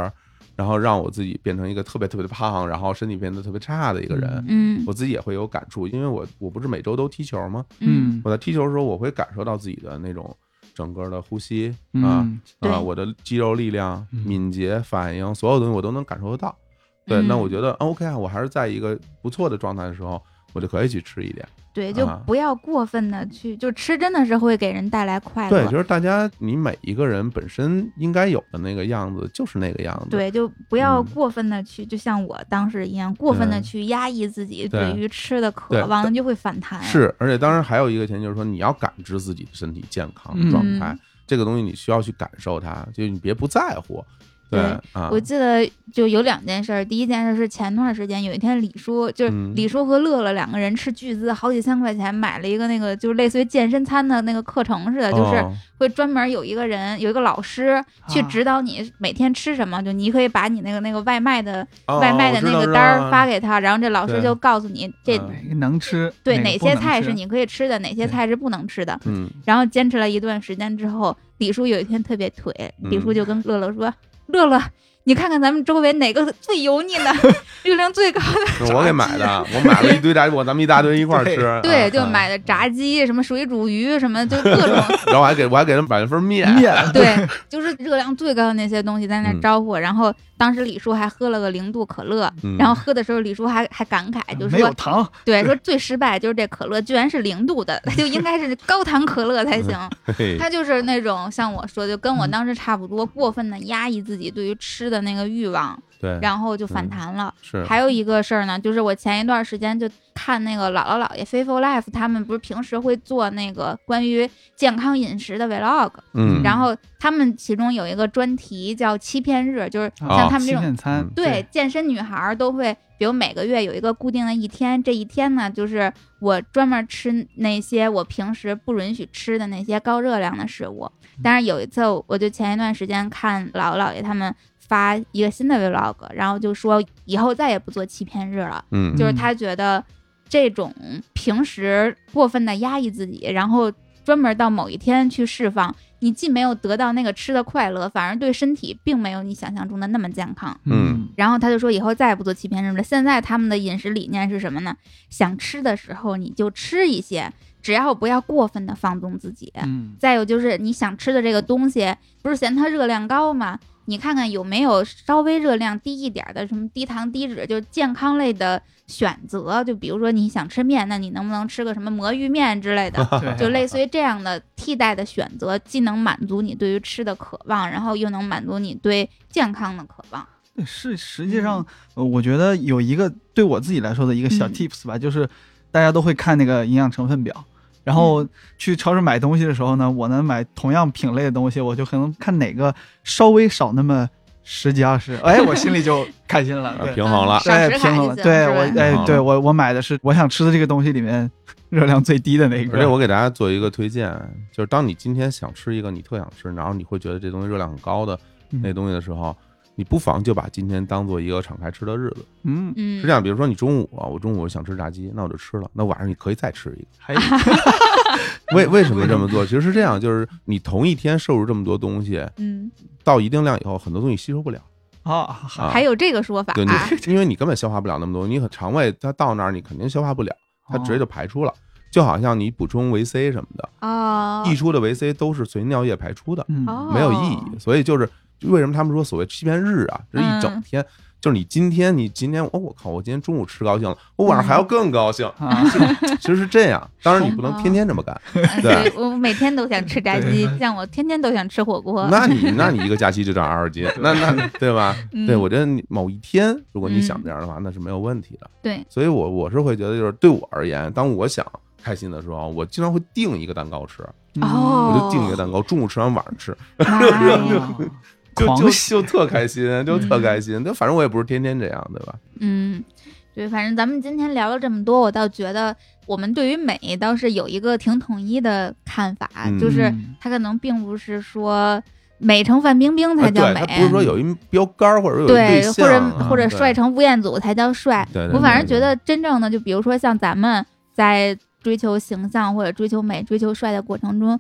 S1: 然后让我自己变成一个特别特别胖，然后身体变得特别差的一个人。
S2: 嗯
S1: 我自己也会有感触，因为我我不是每周都踢球吗？
S2: 嗯，
S1: 我在踢球的时候，我会感受到自己的那种整个的呼吸啊、
S5: 嗯
S2: 对
S1: 啊，我的肌肉力量、
S5: 嗯
S1: 敏捷、反应，所有东西我都能感受得到。对，那
S2: 嗯
S1: 我觉得啊 OK 啊，我还是在一个不错的状态的时候，我就可以去吃一点。
S2: 对，就
S1: 啊
S2: 不要过分的去，就吃真的是会给人带来快
S1: 对，
S2: 乐，
S1: 就是大家你每一个人本身应该有的那个样子，就是那个样子。
S2: 对，就不要
S1: 嗯
S2: 过分的去，就像我当时一样，过分的
S1: 对
S2: 去压抑自己
S1: 对
S2: 对于吃的
S1: 对
S2: 渴望，就会反弹。，
S1: 是，而且当然还有一个前提就是说，你要感知自己的身体健康的状态，
S2: 嗯
S1: 这个东西你需要去感受它，就你别不在乎。对
S2: 对
S1: 啊，
S2: 我记得就有两件事儿，第一件事是前段时间有一天李叔，就是
S1: 嗯
S2: 李叔和乐乐两个人斥巨资好几千块钱买了一个那个就是类似于健身餐的那个课程似的，就是
S1: 哦
S2: 会专门有一个人有一个老师去
S3: 啊
S2: 指导你每天吃什么，就你可以把你那个那个外卖的
S1: 哦
S2: 外卖的
S1: 我知
S2: 那
S1: 道
S2: 个
S1: 知
S2: 单
S1: 道
S2: 儿
S1: 啊
S2: 发给他，然后这老师
S1: 对
S2: 就告诉你这
S1: 嗯
S3: 哪个哎能吃，
S2: 对
S3: 哪
S2: 哪
S3: 个不
S2: 些
S3: 能
S2: 菜
S3: 吃
S2: 是你可以吃的，哪些
S3: 对
S2: 菜是不能吃的。
S1: 嗯，
S2: 然后坚持了一段时间之后，李叔有一天特别颓，李叔
S1: 嗯
S2: 就跟乐乐说：“乐乐，你看看咱们周围哪个最油腻 的，热量最高的？
S1: 那我给买的，我买了一堆炸鸡，我咱们一大堆一块儿吃。
S2: 对，
S1: 啊
S2: 就。买的炸鸡，什么水煮鱼，什么就各 种
S1: 然后我还给我还给他们买了份面，
S3: 面
S2: 对，就是热量最高的那些东西在那儿
S1: 嗯
S2: 招呼。然后当时李叔还喝了个零度可乐，
S1: 嗯
S2: 然后喝的时候李叔还还感慨，就
S3: 嗯没有
S2: 说
S3: 糖，
S2: 对，说最失败就是这可乐居然是零度的， 就应该是高糖可乐才行。
S1: 嘿
S2: 他就是那种像我说，就跟我
S3: 嗯
S2: 当时差不多，过分的压抑自己对于吃的那个欲望，
S1: 对，
S2: 然后就反
S1: 嗯
S2: 弹了。
S1: 是
S2: 还有一个事儿呢，就是我前一段时间就看那个姥姥姥爷 Faithful Life，他们不是平时会做那个关于健康饮食的 vlog，
S1: 嗯，
S2: 然后他们其中有一个专题叫欺骗日，就是
S1: 哦
S2: 像他们这
S3: 欺
S2: 种
S3: 骗啊餐
S1: 嗯，
S2: 对，健身女孩儿都会，比如每个月有一个固定的一天，这一天呢，就是我专门吃那些我平时不允许吃的那些高热量的食物。但是有一次，我就前一段时间看姥姥姥爷他们发一个新的 vlog，然后就说以后再也不做欺骗日了，
S1: 嗯
S2: 就是他觉得这种平时过分的压抑自己，然后专门到某一天去释放。你既没有得到那个吃的快乐，反而对身体并没有你想象中的那么健康。
S1: 嗯
S2: 然后他就说以后再也不做欺骗日了。现在他们的饮食理念是什么呢？想吃的时候你就吃一些，只要不要过分的放纵自己。
S3: 嗯
S2: 再有就是你想吃的这个东西，不是嫌它热量高吗？你看看有没有稍微热量低一点的，什么低糖低脂，就是健康类的选择。就比如说你想吃面，那你能不能吃个什么魔芋面之类
S1: 啊
S2: 的？
S3: 对，啊
S2: 就类似于这样的替代的选择，既能满足你对于吃的渴望，然后又能满足你对健康的渴望。
S3: 对，是实
S2: 嗯
S3: 际上，呃我觉得有一个对我自己来说的一个小
S2: 嗯
S3: tips 吧，就是大家都会看那个营养成分表，然
S2: 嗯
S3: 后去超市买东西的时候呢，我呢买同样品类的东西，我就可能看哪个稍微少那么十几二十，哎，我心 里就开心了，
S1: 啊
S3: 对。
S1: 平啊衡了，
S2: 赏
S3: 对，
S2: 识
S3: 平
S2: 卡
S3: 衡
S2: 就
S3: 了。
S2: 行
S3: 对
S2: 是
S3: 我
S2: 吧，
S1: 平
S3: 哎
S1: 衡，了
S3: 对我我买的是我想吃的这个东西里面 热量最低的那一个。
S1: 而且我给大家做一个推荐，就是当你今天想吃一个你特想吃，然后你会觉得这东西热量很高的
S3: 嗯
S1: 那东西的时候，你不妨就把今天当做一个敞开吃的日子。
S3: 嗯，
S2: 嗯，
S1: 是这样，比如说你中午啊，我中午想吃炸鸡，那我就吃了，那晚上你可以再吃一个。
S3: 还有
S1: 为为什么这么做？其实是这样，就是你同一天摄入这么多东西，
S2: 嗯，
S1: 到一定量以后，很多东西吸收不了
S3: 啊，
S1: 啊。
S2: 还有这个说法
S1: 对
S2: 啊，
S1: 你，因为你根本消化不了那么多，你很肠胃它到那儿你肯定消化不了，它直接就排出了。就好像你补充维 C 什么的，
S2: 哦
S1: 溢出的维 C 都是随尿液排出的，
S3: 嗯
S2: 哦，
S1: 没有意义。所以就是就为什么他们说所谓欺骗日啊，这一整
S2: 嗯
S1: 天，就是你今天你今天哦，我靠，我今天中午吃高兴了，我晚上还要更高兴。
S3: 啊，
S1: 其实是这样，当然你不能天天这么干，
S2: 嗯
S1: 对
S2: 对我每天都想吃炸鸡，像我天天都想吃火锅。
S1: 那你那你一个假期就长二十斤， 那那对吧？
S2: 嗯
S1: 对，我觉得你某一天如果你想
S2: 嗯
S1: 这样的话，那是没有问题的。
S2: 对，
S1: 所以我我是会觉得，就是对我而言，当我想开心的时候，我经常会订一个蛋糕吃，
S3: 嗯
S2: 哦，
S1: 我就订一个蛋糕，中午吃完晚上吃，
S2: 妈哎呀
S1: 哦
S3: 啊
S1: 就
S3: 狂
S1: 就
S3: 喜
S1: 就特开心，就特开心。就反正我也不是天天这样，对吧？
S2: 嗯，对，反正咱们今天聊了这么多，我倒觉得我们对于美倒是有一个挺统一的看法，
S1: 嗯
S2: 就是
S3: 嗯
S2: 它可能并不是说美成范冰冰才
S1: 哎
S2: 叫
S1: 对，
S2: 美，嗯
S1: 它不是说有一标杆儿或者有一
S2: 对，
S1: 象
S2: 或者
S1: 啊
S2: 或者
S1: 对
S2: 帅成吴彦祖才叫帅
S1: 对对。对
S2: 我反而
S1: 对
S2: 觉得真正的，就比如说像咱们在追求形象或者追求美、追求帅的过程中，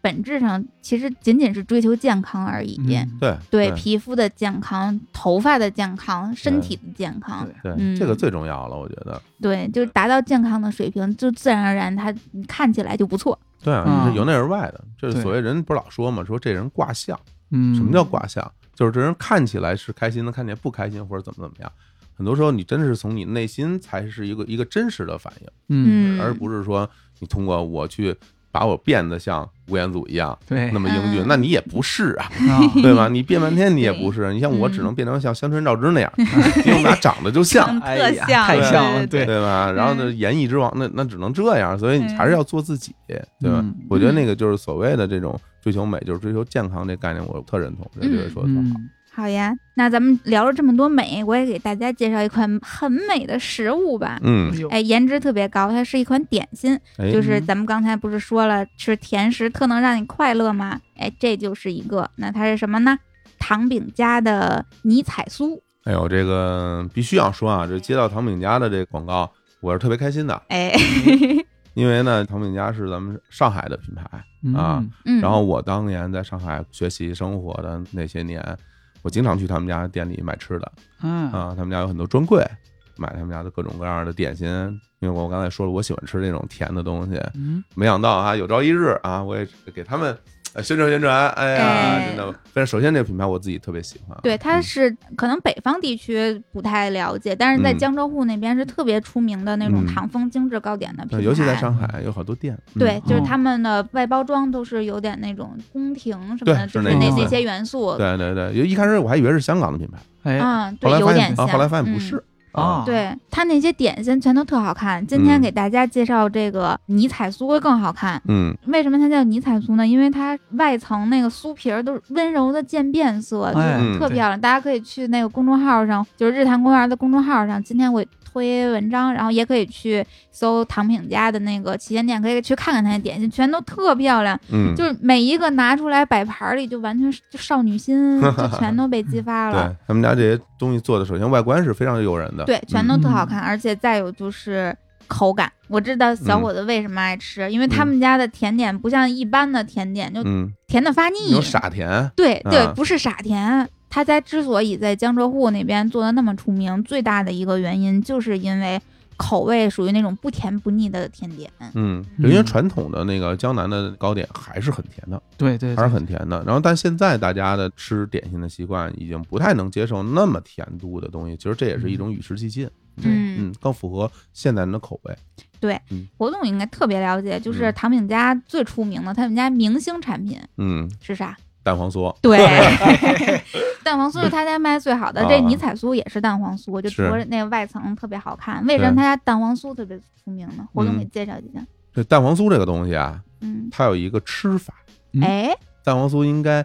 S2: 本质上其实仅仅是追求健康而已。
S3: 嗯
S1: 对
S2: 对皮肤的健康、头发的健康、身体的健康，
S1: 对
S2: 嗯
S1: 这个最重要了，我觉得。
S2: 对，就是达到健康的水平，就自然而然他看起来就不错。
S1: 对啊，
S3: 嗯
S1: 你是由内而外的，这是
S3: 对
S1: 所谓人不是老说嘛，说这人卦象，
S3: 嗯，
S1: 什么叫卦象？就是这人看起来是开心的，看起来不开心或者怎么怎么样。很多时候，你真的是从你内心才是一个一个真实的反应。
S3: 嗯，
S2: 嗯，
S1: 而不是说你通过我去把我变得像吴彦祖一样
S3: 对
S1: 那么英俊
S2: 嗯，
S1: 那你也不是啊，
S3: 啊，
S1: 对吧？你变半天你也不是，你像我只能变成像香川照之那样， 因为我们俩长得就像
S2: 嗯，
S3: 哎
S2: 特
S3: 呀
S2: 像
S3: 太
S1: 对
S3: 像了，
S2: 对
S1: 对吧？然后呢，演艺之王那那只能这样，所以你还是要做自己，对吧
S3: 嗯？
S1: 我觉得那个就是所谓的这种追求美，就是追求健康这概念，我特认同，这这位说的特好。
S3: 嗯，
S2: 好呀，那咱们聊了这么多美，我也给大家介绍一款很美的食物吧。
S1: 嗯，
S3: 哎呦
S2: 哎，颜值特别高，它是一款点心，
S1: 哎
S2: 就是咱们刚才不是说了吃甜食特能让你快乐吗？哎，这就是一个。那它是什么呢？糖饼家的泥彩酥。
S1: 哎呦，这个必须要说啊，这接到唐饼家的这广告，我是特别开心的，
S2: 哎，
S1: 嗯因为呢，唐饼家是咱们上海的品牌，啊
S3: 嗯
S2: 嗯，
S1: 然后我当年在上海学习生活的那些年，我经常去他们家店里买吃的
S3: 啊，
S1: 啊，他们家有很多专柜，买他们家的各种各样的点心。因为我刚才说了，我喜欢吃这种甜的东西，
S3: 嗯，
S1: 没想到啊，有朝一日啊，我也给他们呃宣传宣传。哎呀，
S2: 哎
S1: 真的，但是首先这个品牌我自己特别喜欢啊，
S2: 对，它
S1: 嗯
S2: 是可能北方地区不太了解，但是在
S1: 嗯
S2: 江浙沪那边是特别出名的那种
S1: 嗯
S2: 糖风精致糕点的品
S1: 呃
S2: 牌，
S1: 尤其在上海有好多店，嗯
S2: 对，就是
S3: 哦
S2: 他们的外包装都是有点那种宫廷什么
S1: 对
S2: 的，就是是
S1: 那
S2: 那
S3: 意思
S2: 那些元素。
S1: 对对对，因为一开始我还以为是香港的品牌，
S3: 哎，
S2: 啊，
S1: 后
S2: 对，
S1: 来
S2: 有
S1: 发现
S2: 点
S1: 啊，
S2: 像。
S1: 后来发现不
S2: 嗯
S1: 是
S3: 啊，，
S2: 对它那些点心全都特好看。今天
S1: 嗯
S2: 给大家介绍这个泥彩酥会更好看。
S1: 嗯，
S2: 为什么它叫泥彩酥呢？因为它外层那个酥皮儿都是温柔的渐变色，就
S3: 哎
S2: 是特漂亮。大家可以去那个公众号上，就是日坛公园的公众号上，今天我推文章，然后也可以去搜唐品家的那个旗舰店，可以去看看它的点心，全都特漂亮。
S1: 嗯，
S2: 就是每一个拿出来摆盘儿里，就完全是就少女心就全都被激发了。
S1: 对他们家这些东西做的，首先外观是非常诱人的，嗯
S2: 对，全都特好看，而且再有就是口感。我知道
S1: 嗯
S2: 小伙子为什么爱吃，因为他们家的甜点不像一般的甜点，就
S1: 嗯，
S2: 甜的发腻。
S1: 那种傻甜，
S2: 对对，
S1: 啊
S2: 不是傻甜。他家之所以在江浙沪那边做的那么出名，最大的一个原因就是因为口味属于那种不甜不腻的甜点。
S1: 嗯，
S3: 嗯
S1: 因为传统的那个江南的糕点还是很甜的，
S3: 对对，
S1: 还
S3: 对
S1: 是很甜的。然后，但现在大家的吃点心的习惯已经不太能接受那么甜度的东西，其实这也是一种与时俱进，
S2: 嗯
S1: 嗯，更符合现代人的口味。
S2: 活动应该特别了解，就是
S1: 嗯
S2: 唐饼家最出名的，他们家明星产品
S1: 嗯，
S2: 是啥？
S1: 蛋黄酥，
S2: 对，蛋黄酥是他家卖最好的，
S1: 啊
S2: 这泥彩酥也是蛋黄酥，就是除了那个外层特别好看，为什么他家蛋黄酥特别出名
S1: 嗯
S2: 呢？活动给介绍一下。
S1: 这蛋黄酥这个东西啊，
S2: 嗯，
S1: 它有一个吃法，
S3: 嗯
S2: 哎，
S1: 蛋黄酥应该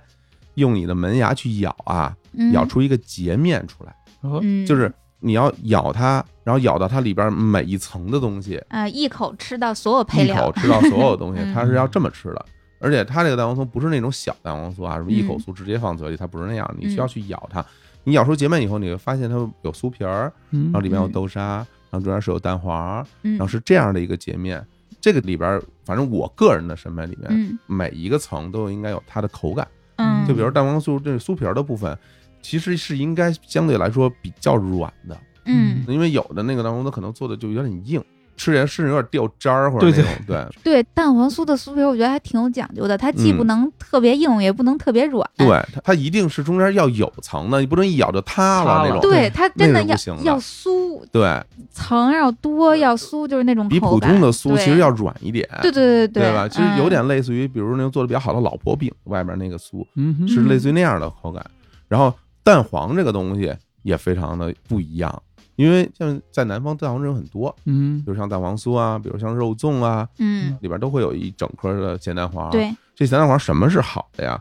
S1: 用你的门牙去咬啊，
S2: 嗯
S1: 咬，出一个截面出来，
S3: 哦
S2: 嗯，
S1: 就是你要咬它，然后咬到它里边每一层的东西。
S2: 呃，一口吃到所有配
S1: 一口
S2: 料，
S1: 吃到所有东西
S2: 嗯，
S1: 它是要这么吃的。而且它这个蛋黄酥不是那种小蛋黄
S2: 嗯
S1: 酥啊，什么一口酥直接放嘴里，它不是那样，你需要去咬它。你咬出截面以后，你会发现它有酥皮儿，
S3: 嗯
S1: 然后里面有豆沙，然后中间是有蛋黄，
S2: 嗯
S1: 然后是这样的一个截面。这个里边儿，反正我个人的审美里面，
S2: 嗯
S1: 每一个层都应该有它的口感。
S2: 嗯，
S1: 就比如蛋黄酥这酥皮儿的部分，其实是应该相对来说比较软的，
S2: 嗯，
S1: 因为有的那个蛋黄酥可能做的就有点硬，吃起来甚至有点掉渣儿或者那
S3: 对
S1: 种
S3: 对
S1: 对。
S2: 对，蛋黄酥的酥皮儿我觉得还挺有讲究的，它既
S1: 嗯
S2: 不能特别硬，也不能特别软。
S1: 对，它它一定是中间要有层的，你不能一咬就塌
S3: 塌
S1: 了
S3: 了
S1: 那种。
S2: 对，它真的
S1: 那是
S2: 要
S1: 不行的
S2: 要酥，
S1: 对，
S2: 层要多，要酥，就是那种
S1: 比
S2: 口
S1: 普
S2: 感
S1: 通的酥
S2: 对
S1: 其实要软一点，
S2: 对对对
S1: 对吧？其实有
S2: 嗯
S1: 点类似于，比如那种做的比较好的老婆饼外面那个酥，
S3: 嗯哼
S1: 是类似于那样的口感。然后蛋黄这个东西也非常的不一样，因为像在南方蛋黄这种很多，
S3: 嗯
S1: 比如像蛋黄酥啊，比如像肉粽啊，
S2: 嗯，
S1: 里边都会有一整颗的咸蛋黄。，
S2: 对，
S1: 这咸蛋黄什么是好的呀？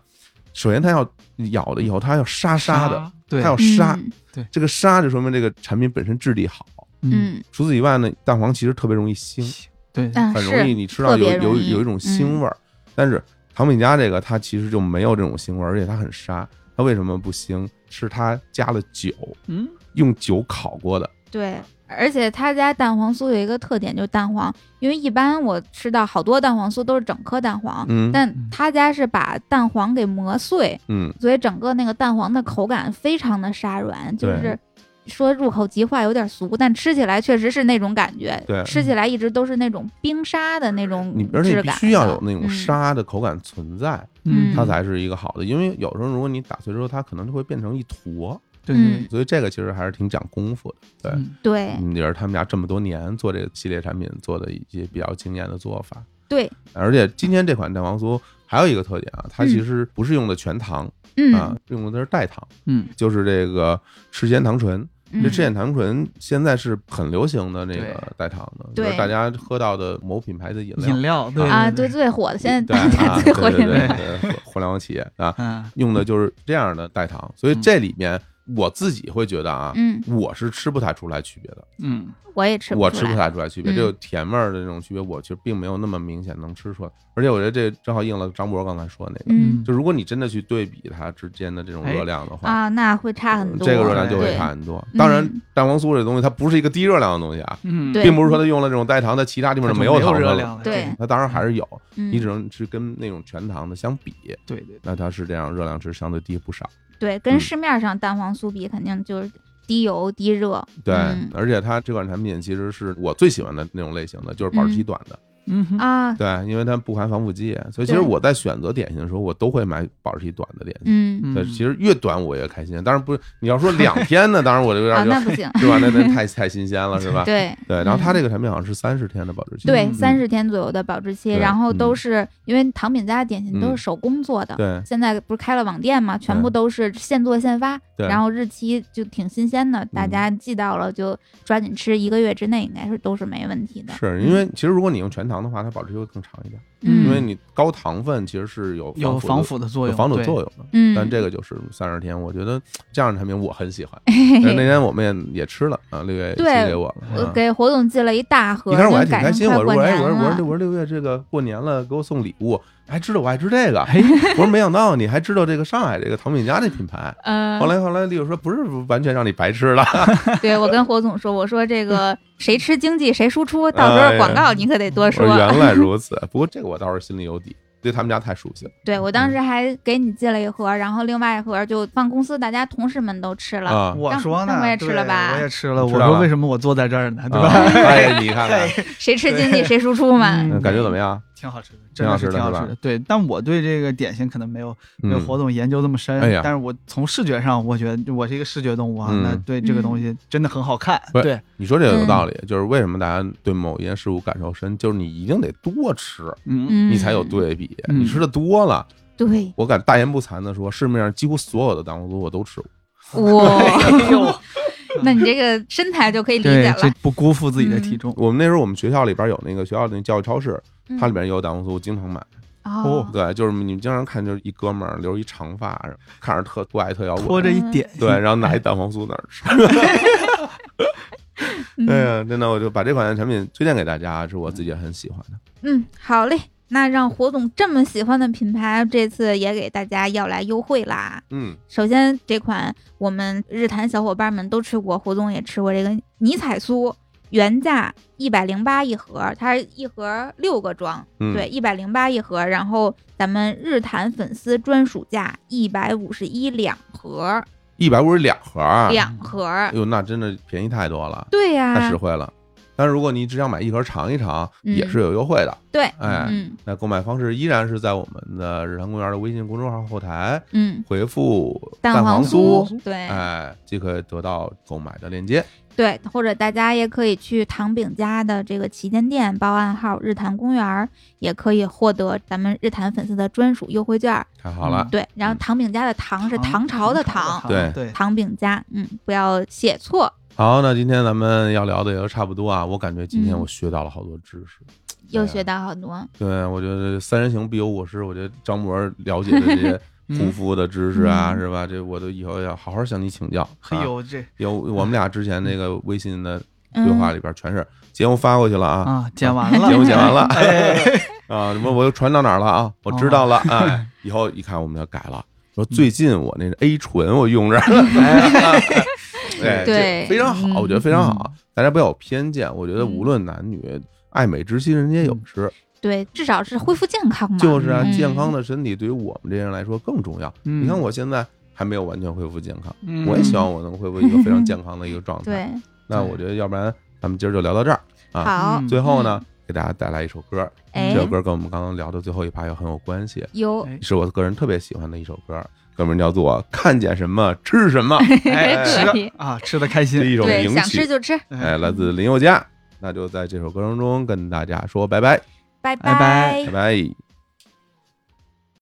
S1: 首先它要咬了以后，它要沙沙的，，
S3: 对，
S1: 它要沙。
S2: 嗯
S1: 这个沙就说明这个产品本身质地好。
S3: 嗯
S2: 嗯，
S1: 除此以外呢，蛋黄其实特别容易腥，
S3: 对，
S2: 啊
S1: 嗯很容易
S2: 是，
S1: 你吃到有
S2: 特别
S1: 有
S2: 容易嗯
S1: 有一种腥味儿。但是唐饼家这个它其实就没有这种腥味儿，而且它很沙。它为什么不腥？是它加了酒，
S3: 嗯
S1: 用酒烤过的，
S2: 对，而且他家蛋黄酥有一个特点，就是蛋黄，因为一般我吃到好多蛋黄酥都是整颗蛋黄，
S1: 嗯
S2: 但他家是把蛋黄给磨碎，
S1: 嗯，
S2: 所以整个那个蛋黄的口感非常的沙软，就
S1: 对
S2: 是说入口即化有点俗，但吃起来确实是那种感觉，
S1: 对
S2: 吃起来一直都是那种冰沙的那种
S1: 嗯你而且
S2: 质
S1: 你必
S2: 感的，
S1: 须要有那种
S2: 嗯，
S1: 沙的口感存在，
S2: 嗯
S1: 它才是一个好的。因为有时候如果你打碎之后，它可能就会变成一坨，
S3: 对
S2: 嗯
S1: 所以这个其实还是挺讲功夫的。对，
S3: 嗯
S2: 对
S1: 嗯，也是他们家这么多年做这个系列产品做的一些比较惊艳的做法。
S2: 对，
S1: 而且今天这款蛋黄酥还有一个特点啊，它
S2: 嗯
S1: 其实不是用的全糖、啊
S2: 嗯，，
S1: 用的都是代糖，
S3: 嗯，
S1: 就是这个赤藓糖醇。
S2: 嗯
S1: 这赤藓糖醇现在是很流行的那
S3: 对
S1: 个代糖的，
S2: 对
S1: 就是大家喝到的某品牌的饮料，
S3: 饮料对
S2: 啊，对，最火的现在
S1: 对
S2: 大家
S1: 啊，对
S2: 最火
S1: 对
S2: 饮
S1: 对
S2: 料，
S1: 对，互互联网企业啊，
S3: 嗯
S1: 用的就是这样的代糖，所以这里面我自己会觉得啊，
S2: 嗯，
S1: 我是吃不太出来区别的，
S3: 嗯
S2: 我也吃不出来，
S1: 我吃不太出来区别，
S2: 嗯
S1: 这个甜味儿的这种区别，我其实并没有那么明显能吃出来，而且我觉得这正好应了张博刚才说的那个，
S2: 嗯
S1: 就如果你真的去对比它之间的这种
S3: 哎
S1: 热量的话，
S2: 啊，那会差很
S1: 嗯
S2: 多，
S1: 这个热量就会
S2: 对
S1: 差很多
S2: 嗯。
S1: 当然，蛋黄酥这东西它不是一个低热量的东西啊，
S3: 嗯，
S2: 对
S1: 并不是说它用了这种代糖，它其他地
S3: 它
S1: 方
S3: 就
S1: 就
S3: 没
S1: 没有糖分
S3: 热
S1: 了。
S3: 量了，
S2: 对
S1: 它当然还是有，
S2: 嗯
S1: 你只能是跟那种全糖的相比，
S3: 对对，
S1: 那它是这样热量值相对低不少。
S2: 对，跟
S1: 嗯
S2: 市面上蛋黄酥比，肯定就是低油低热。
S1: 对
S2: 嗯，
S1: 而且它这款产品其实是我最喜欢的那种类型的，就是保质期
S2: 嗯
S1: 短的。
S3: 嗯哼
S2: 啊，
S1: 对，因为它不含防腐剂，所以其实
S2: 对
S1: 我在选择点心的时候，我都会买保质期短的点心。
S2: 嗯
S1: 对，其实越短我越开心。当然不是，你要说两天呢，当然我就有
S2: 啊，
S1: 点就
S2: 那不行，
S1: 是吧？那那太太新鲜了，是吧？
S2: 对
S1: 对，然后它
S2: 嗯
S1: 这个产品好像是三十天的保质期。
S2: 对，
S3: 嗯
S2: 三十天左右的保质期，
S1: 对
S2: 然后都
S1: 嗯
S2: 是因为糖饼家点心都
S1: 嗯
S2: 是手工做的，
S1: 对
S2: 现在不是开了网店嘛，全部
S1: 对
S2: 都是现做现发，
S1: 对嗯
S2: 然后日期就挺新鲜的，大家寄到了就抓紧吃，一个月之内应该是都是没问题的。
S1: 是因为其实如果你用全糖的话，它保质期会更长一点，
S2: 嗯，
S1: 因为你高糖分其实是有
S3: 有防
S1: 的
S3: 腐的作
S1: 有
S3: 用，
S1: 防腐
S3: 对
S1: 作用的。
S2: 嗯，
S1: 但这个就是三十天，我觉得这样的产品我很喜 欢。但是那天我们也也吃了啊，六月寄
S2: 对呃
S1: 给我了。
S2: 我
S1: 啊
S2: 给火总寄了一大盒，
S1: 一开始我还
S2: 就
S1: 挺
S2: 赶
S1: 开
S2: 上
S1: 心，
S2: 快
S1: 我说我
S2: 过
S1: 说哎
S2: 年
S1: 我说我
S2: 了
S1: 说这我说六月这个过年了，给我送礼物，还知道我爱吃这 个，
S3: 哎
S1: 我说没想到你还知道这个上海这个唐饼家这品牌。
S2: 嗯，
S1: 后来后来，丽友说不是完全让你白吃了，
S2: 对我跟火总说，我说这 个谁吃经济谁输出，到时候广告你可得多
S1: 哎我说
S2: 说。
S1: 原来如此。不过这个我倒是心里有底，对他们家太熟悉了。
S2: 对我当时还给你寄了一盒，然后另外一盒就放公司，大家同事们都吃了。
S1: 啊，
S3: 我
S2: 让
S3: 说呢，
S2: 让我也吃了
S3: 对
S2: 吧
S3: 我也吃了。
S1: 吃
S3: 我
S1: 了
S3: 说
S1: 吧
S3: 为什么我坐在这儿呢？对
S1: 啊
S3: 吧？
S1: 哎，你看看，
S2: 谁吃 经济谁输出嘛。
S3: 嗯
S1: 嗯感觉怎么样？
S3: 挺好吃的，
S1: 挺
S3: 真
S1: 好
S3: 的
S1: 吃的
S3: 是挺好
S1: 是吧
S3: 吃的。对，但我对这个点心可能没有 没有
S1: 嗯
S3: 火总研究那么深
S1: 哎呀，
S3: 但是我从视觉上，我觉得我是一个视觉动物啊，
S1: 嗯
S3: 那对这个东西真的很好看。
S1: 不是
S3: 对，
S1: 你说这
S2: 嗯
S1: 个有道理，就是为什么大家对某一件事物感受深，就是你一定得多吃，
S3: 嗯
S2: 嗯，
S1: 你才有对比。
S3: 嗯
S1: 你吃的多了，
S2: 对，
S1: 我敢大言不惭的说，市面上几乎所有的蛋黄酥我都吃过。
S2: 哇，
S3: 哎呦，
S2: 那你这个身材就可以理解
S3: 对，这
S2: 了。
S3: 不辜负自己的体重。
S1: 我们那时候我们学校里边有那个学校那教育超市，
S2: 嗯
S1: 它里边也有蛋黄酥，我经常买。
S2: 哦，
S1: 对，就是你们经常看，就是一哥们儿留一长发，看着特怪特摇
S3: 拖
S1: 滚，
S3: 着一
S2: 嗯
S3: 点心，
S1: 对，然后拿一蛋黄酥那儿吃。
S2: 嗯
S1: 哎呀，真的，我就把这款产品推荐给大家，是我自己也很喜欢的。
S2: 嗯，好嘞。那让火总这么喜欢的品牌，这次也给大家要来优惠啦。
S1: 嗯，
S2: 首先，这款我们日坛小伙伴们都吃过，胡总也吃过这个尼彩酥，原价一百零八一盒，它是一盒六个装，
S1: 嗯
S2: 对，一百零八一盒。然后咱们日坛粉丝专属价一百五十一两盒，
S1: 一百五十两盒儿，
S2: 两盒
S1: 哎，呦，那真的便宜太多了，
S2: 对啊呀、
S1: 太实惠了。但是如果你只想买一盒尝一尝，
S2: 嗯
S1: 也是有优惠的。
S2: 对，
S1: 哎，
S2: 嗯
S1: 那购买方式依然是在我们的日常公园的微信公众号后台
S2: 嗯，
S1: 回复
S2: 蛋
S1: 黄
S2: 酥，对、
S1: 哎，即可得到购买的链接。
S2: 对，或者大家也可以去唐饼家的这个旗舰店报暗号“日坛公园儿”，也可以获得咱们日坛粉丝的专属优惠券儿。
S1: 太好了，
S2: 对，然后
S1: 嗯
S2: 唐饼家的唐是唐朝的唐，
S1: 对
S3: 对，
S2: 唐饼家，嗯，不要写错，
S1: 好，那今天咱们要聊的也就差不多啊。我感觉今天
S2: 嗯
S1: 我学到了好多知识。
S2: 又
S1: 啊
S2: 学到好多。
S1: 对，我觉得三人行必有我师。我觉得张博了解的这些护肤的知识啊，
S2: 嗯
S1: 是吧？这我都以后要好好向你请教。
S3: 嘿
S1: 啊
S3: 呦这
S1: 有我们俩之前那个微信的对话
S2: 嗯，
S1: 里边全是节目发过去了啊，
S3: 啊，剪完了，
S1: 节目剪 完了
S3: 哎，
S1: 啊，什么我又传到哪儿了啊？我知道了，哎，以后一看我们要改了，说最近我那个 A 醇我用着了，哎，这
S2: 对
S1: 非常好，
S2: 嗯
S1: 我觉得非常好。大家不要有偏见，我觉得
S2: 嗯
S1: 无论男女，爱美之心人皆有之，
S2: 对，至少是恢复健康嘛。
S1: 就是啊，
S2: 嗯
S1: 健康的身体对于我们这些人来说更重要。
S5: 嗯
S1: 你看我现在还没有完全恢复健康，
S5: 嗯
S1: 我也 希望我能恢复一个非常健康的一个状态。
S2: 对，
S1: 那我觉得，要不然咱们今儿就聊到这儿。啊
S2: 好
S5: 嗯，
S1: 最后呢，给大家带来一首歌，
S2: 哎
S1: 这首歌跟我们刚刚聊的最后一趴又很有关系，
S2: 有
S3: 哎
S1: 是我个人特别喜欢的一首歌，歌名叫做《看见什么吃什么》， 哎，
S2: 可
S1: 是
S2: 以
S3: 啊，吃的开心
S1: 是，一首
S2: 对，
S1: 名
S2: 想吃
S1: 曲，
S2: 就吃，
S1: 哎，来自林宥嘉。那就在这首歌声中跟大家说拜拜，
S2: 拜
S3: 拜拜
S1: 拜拜。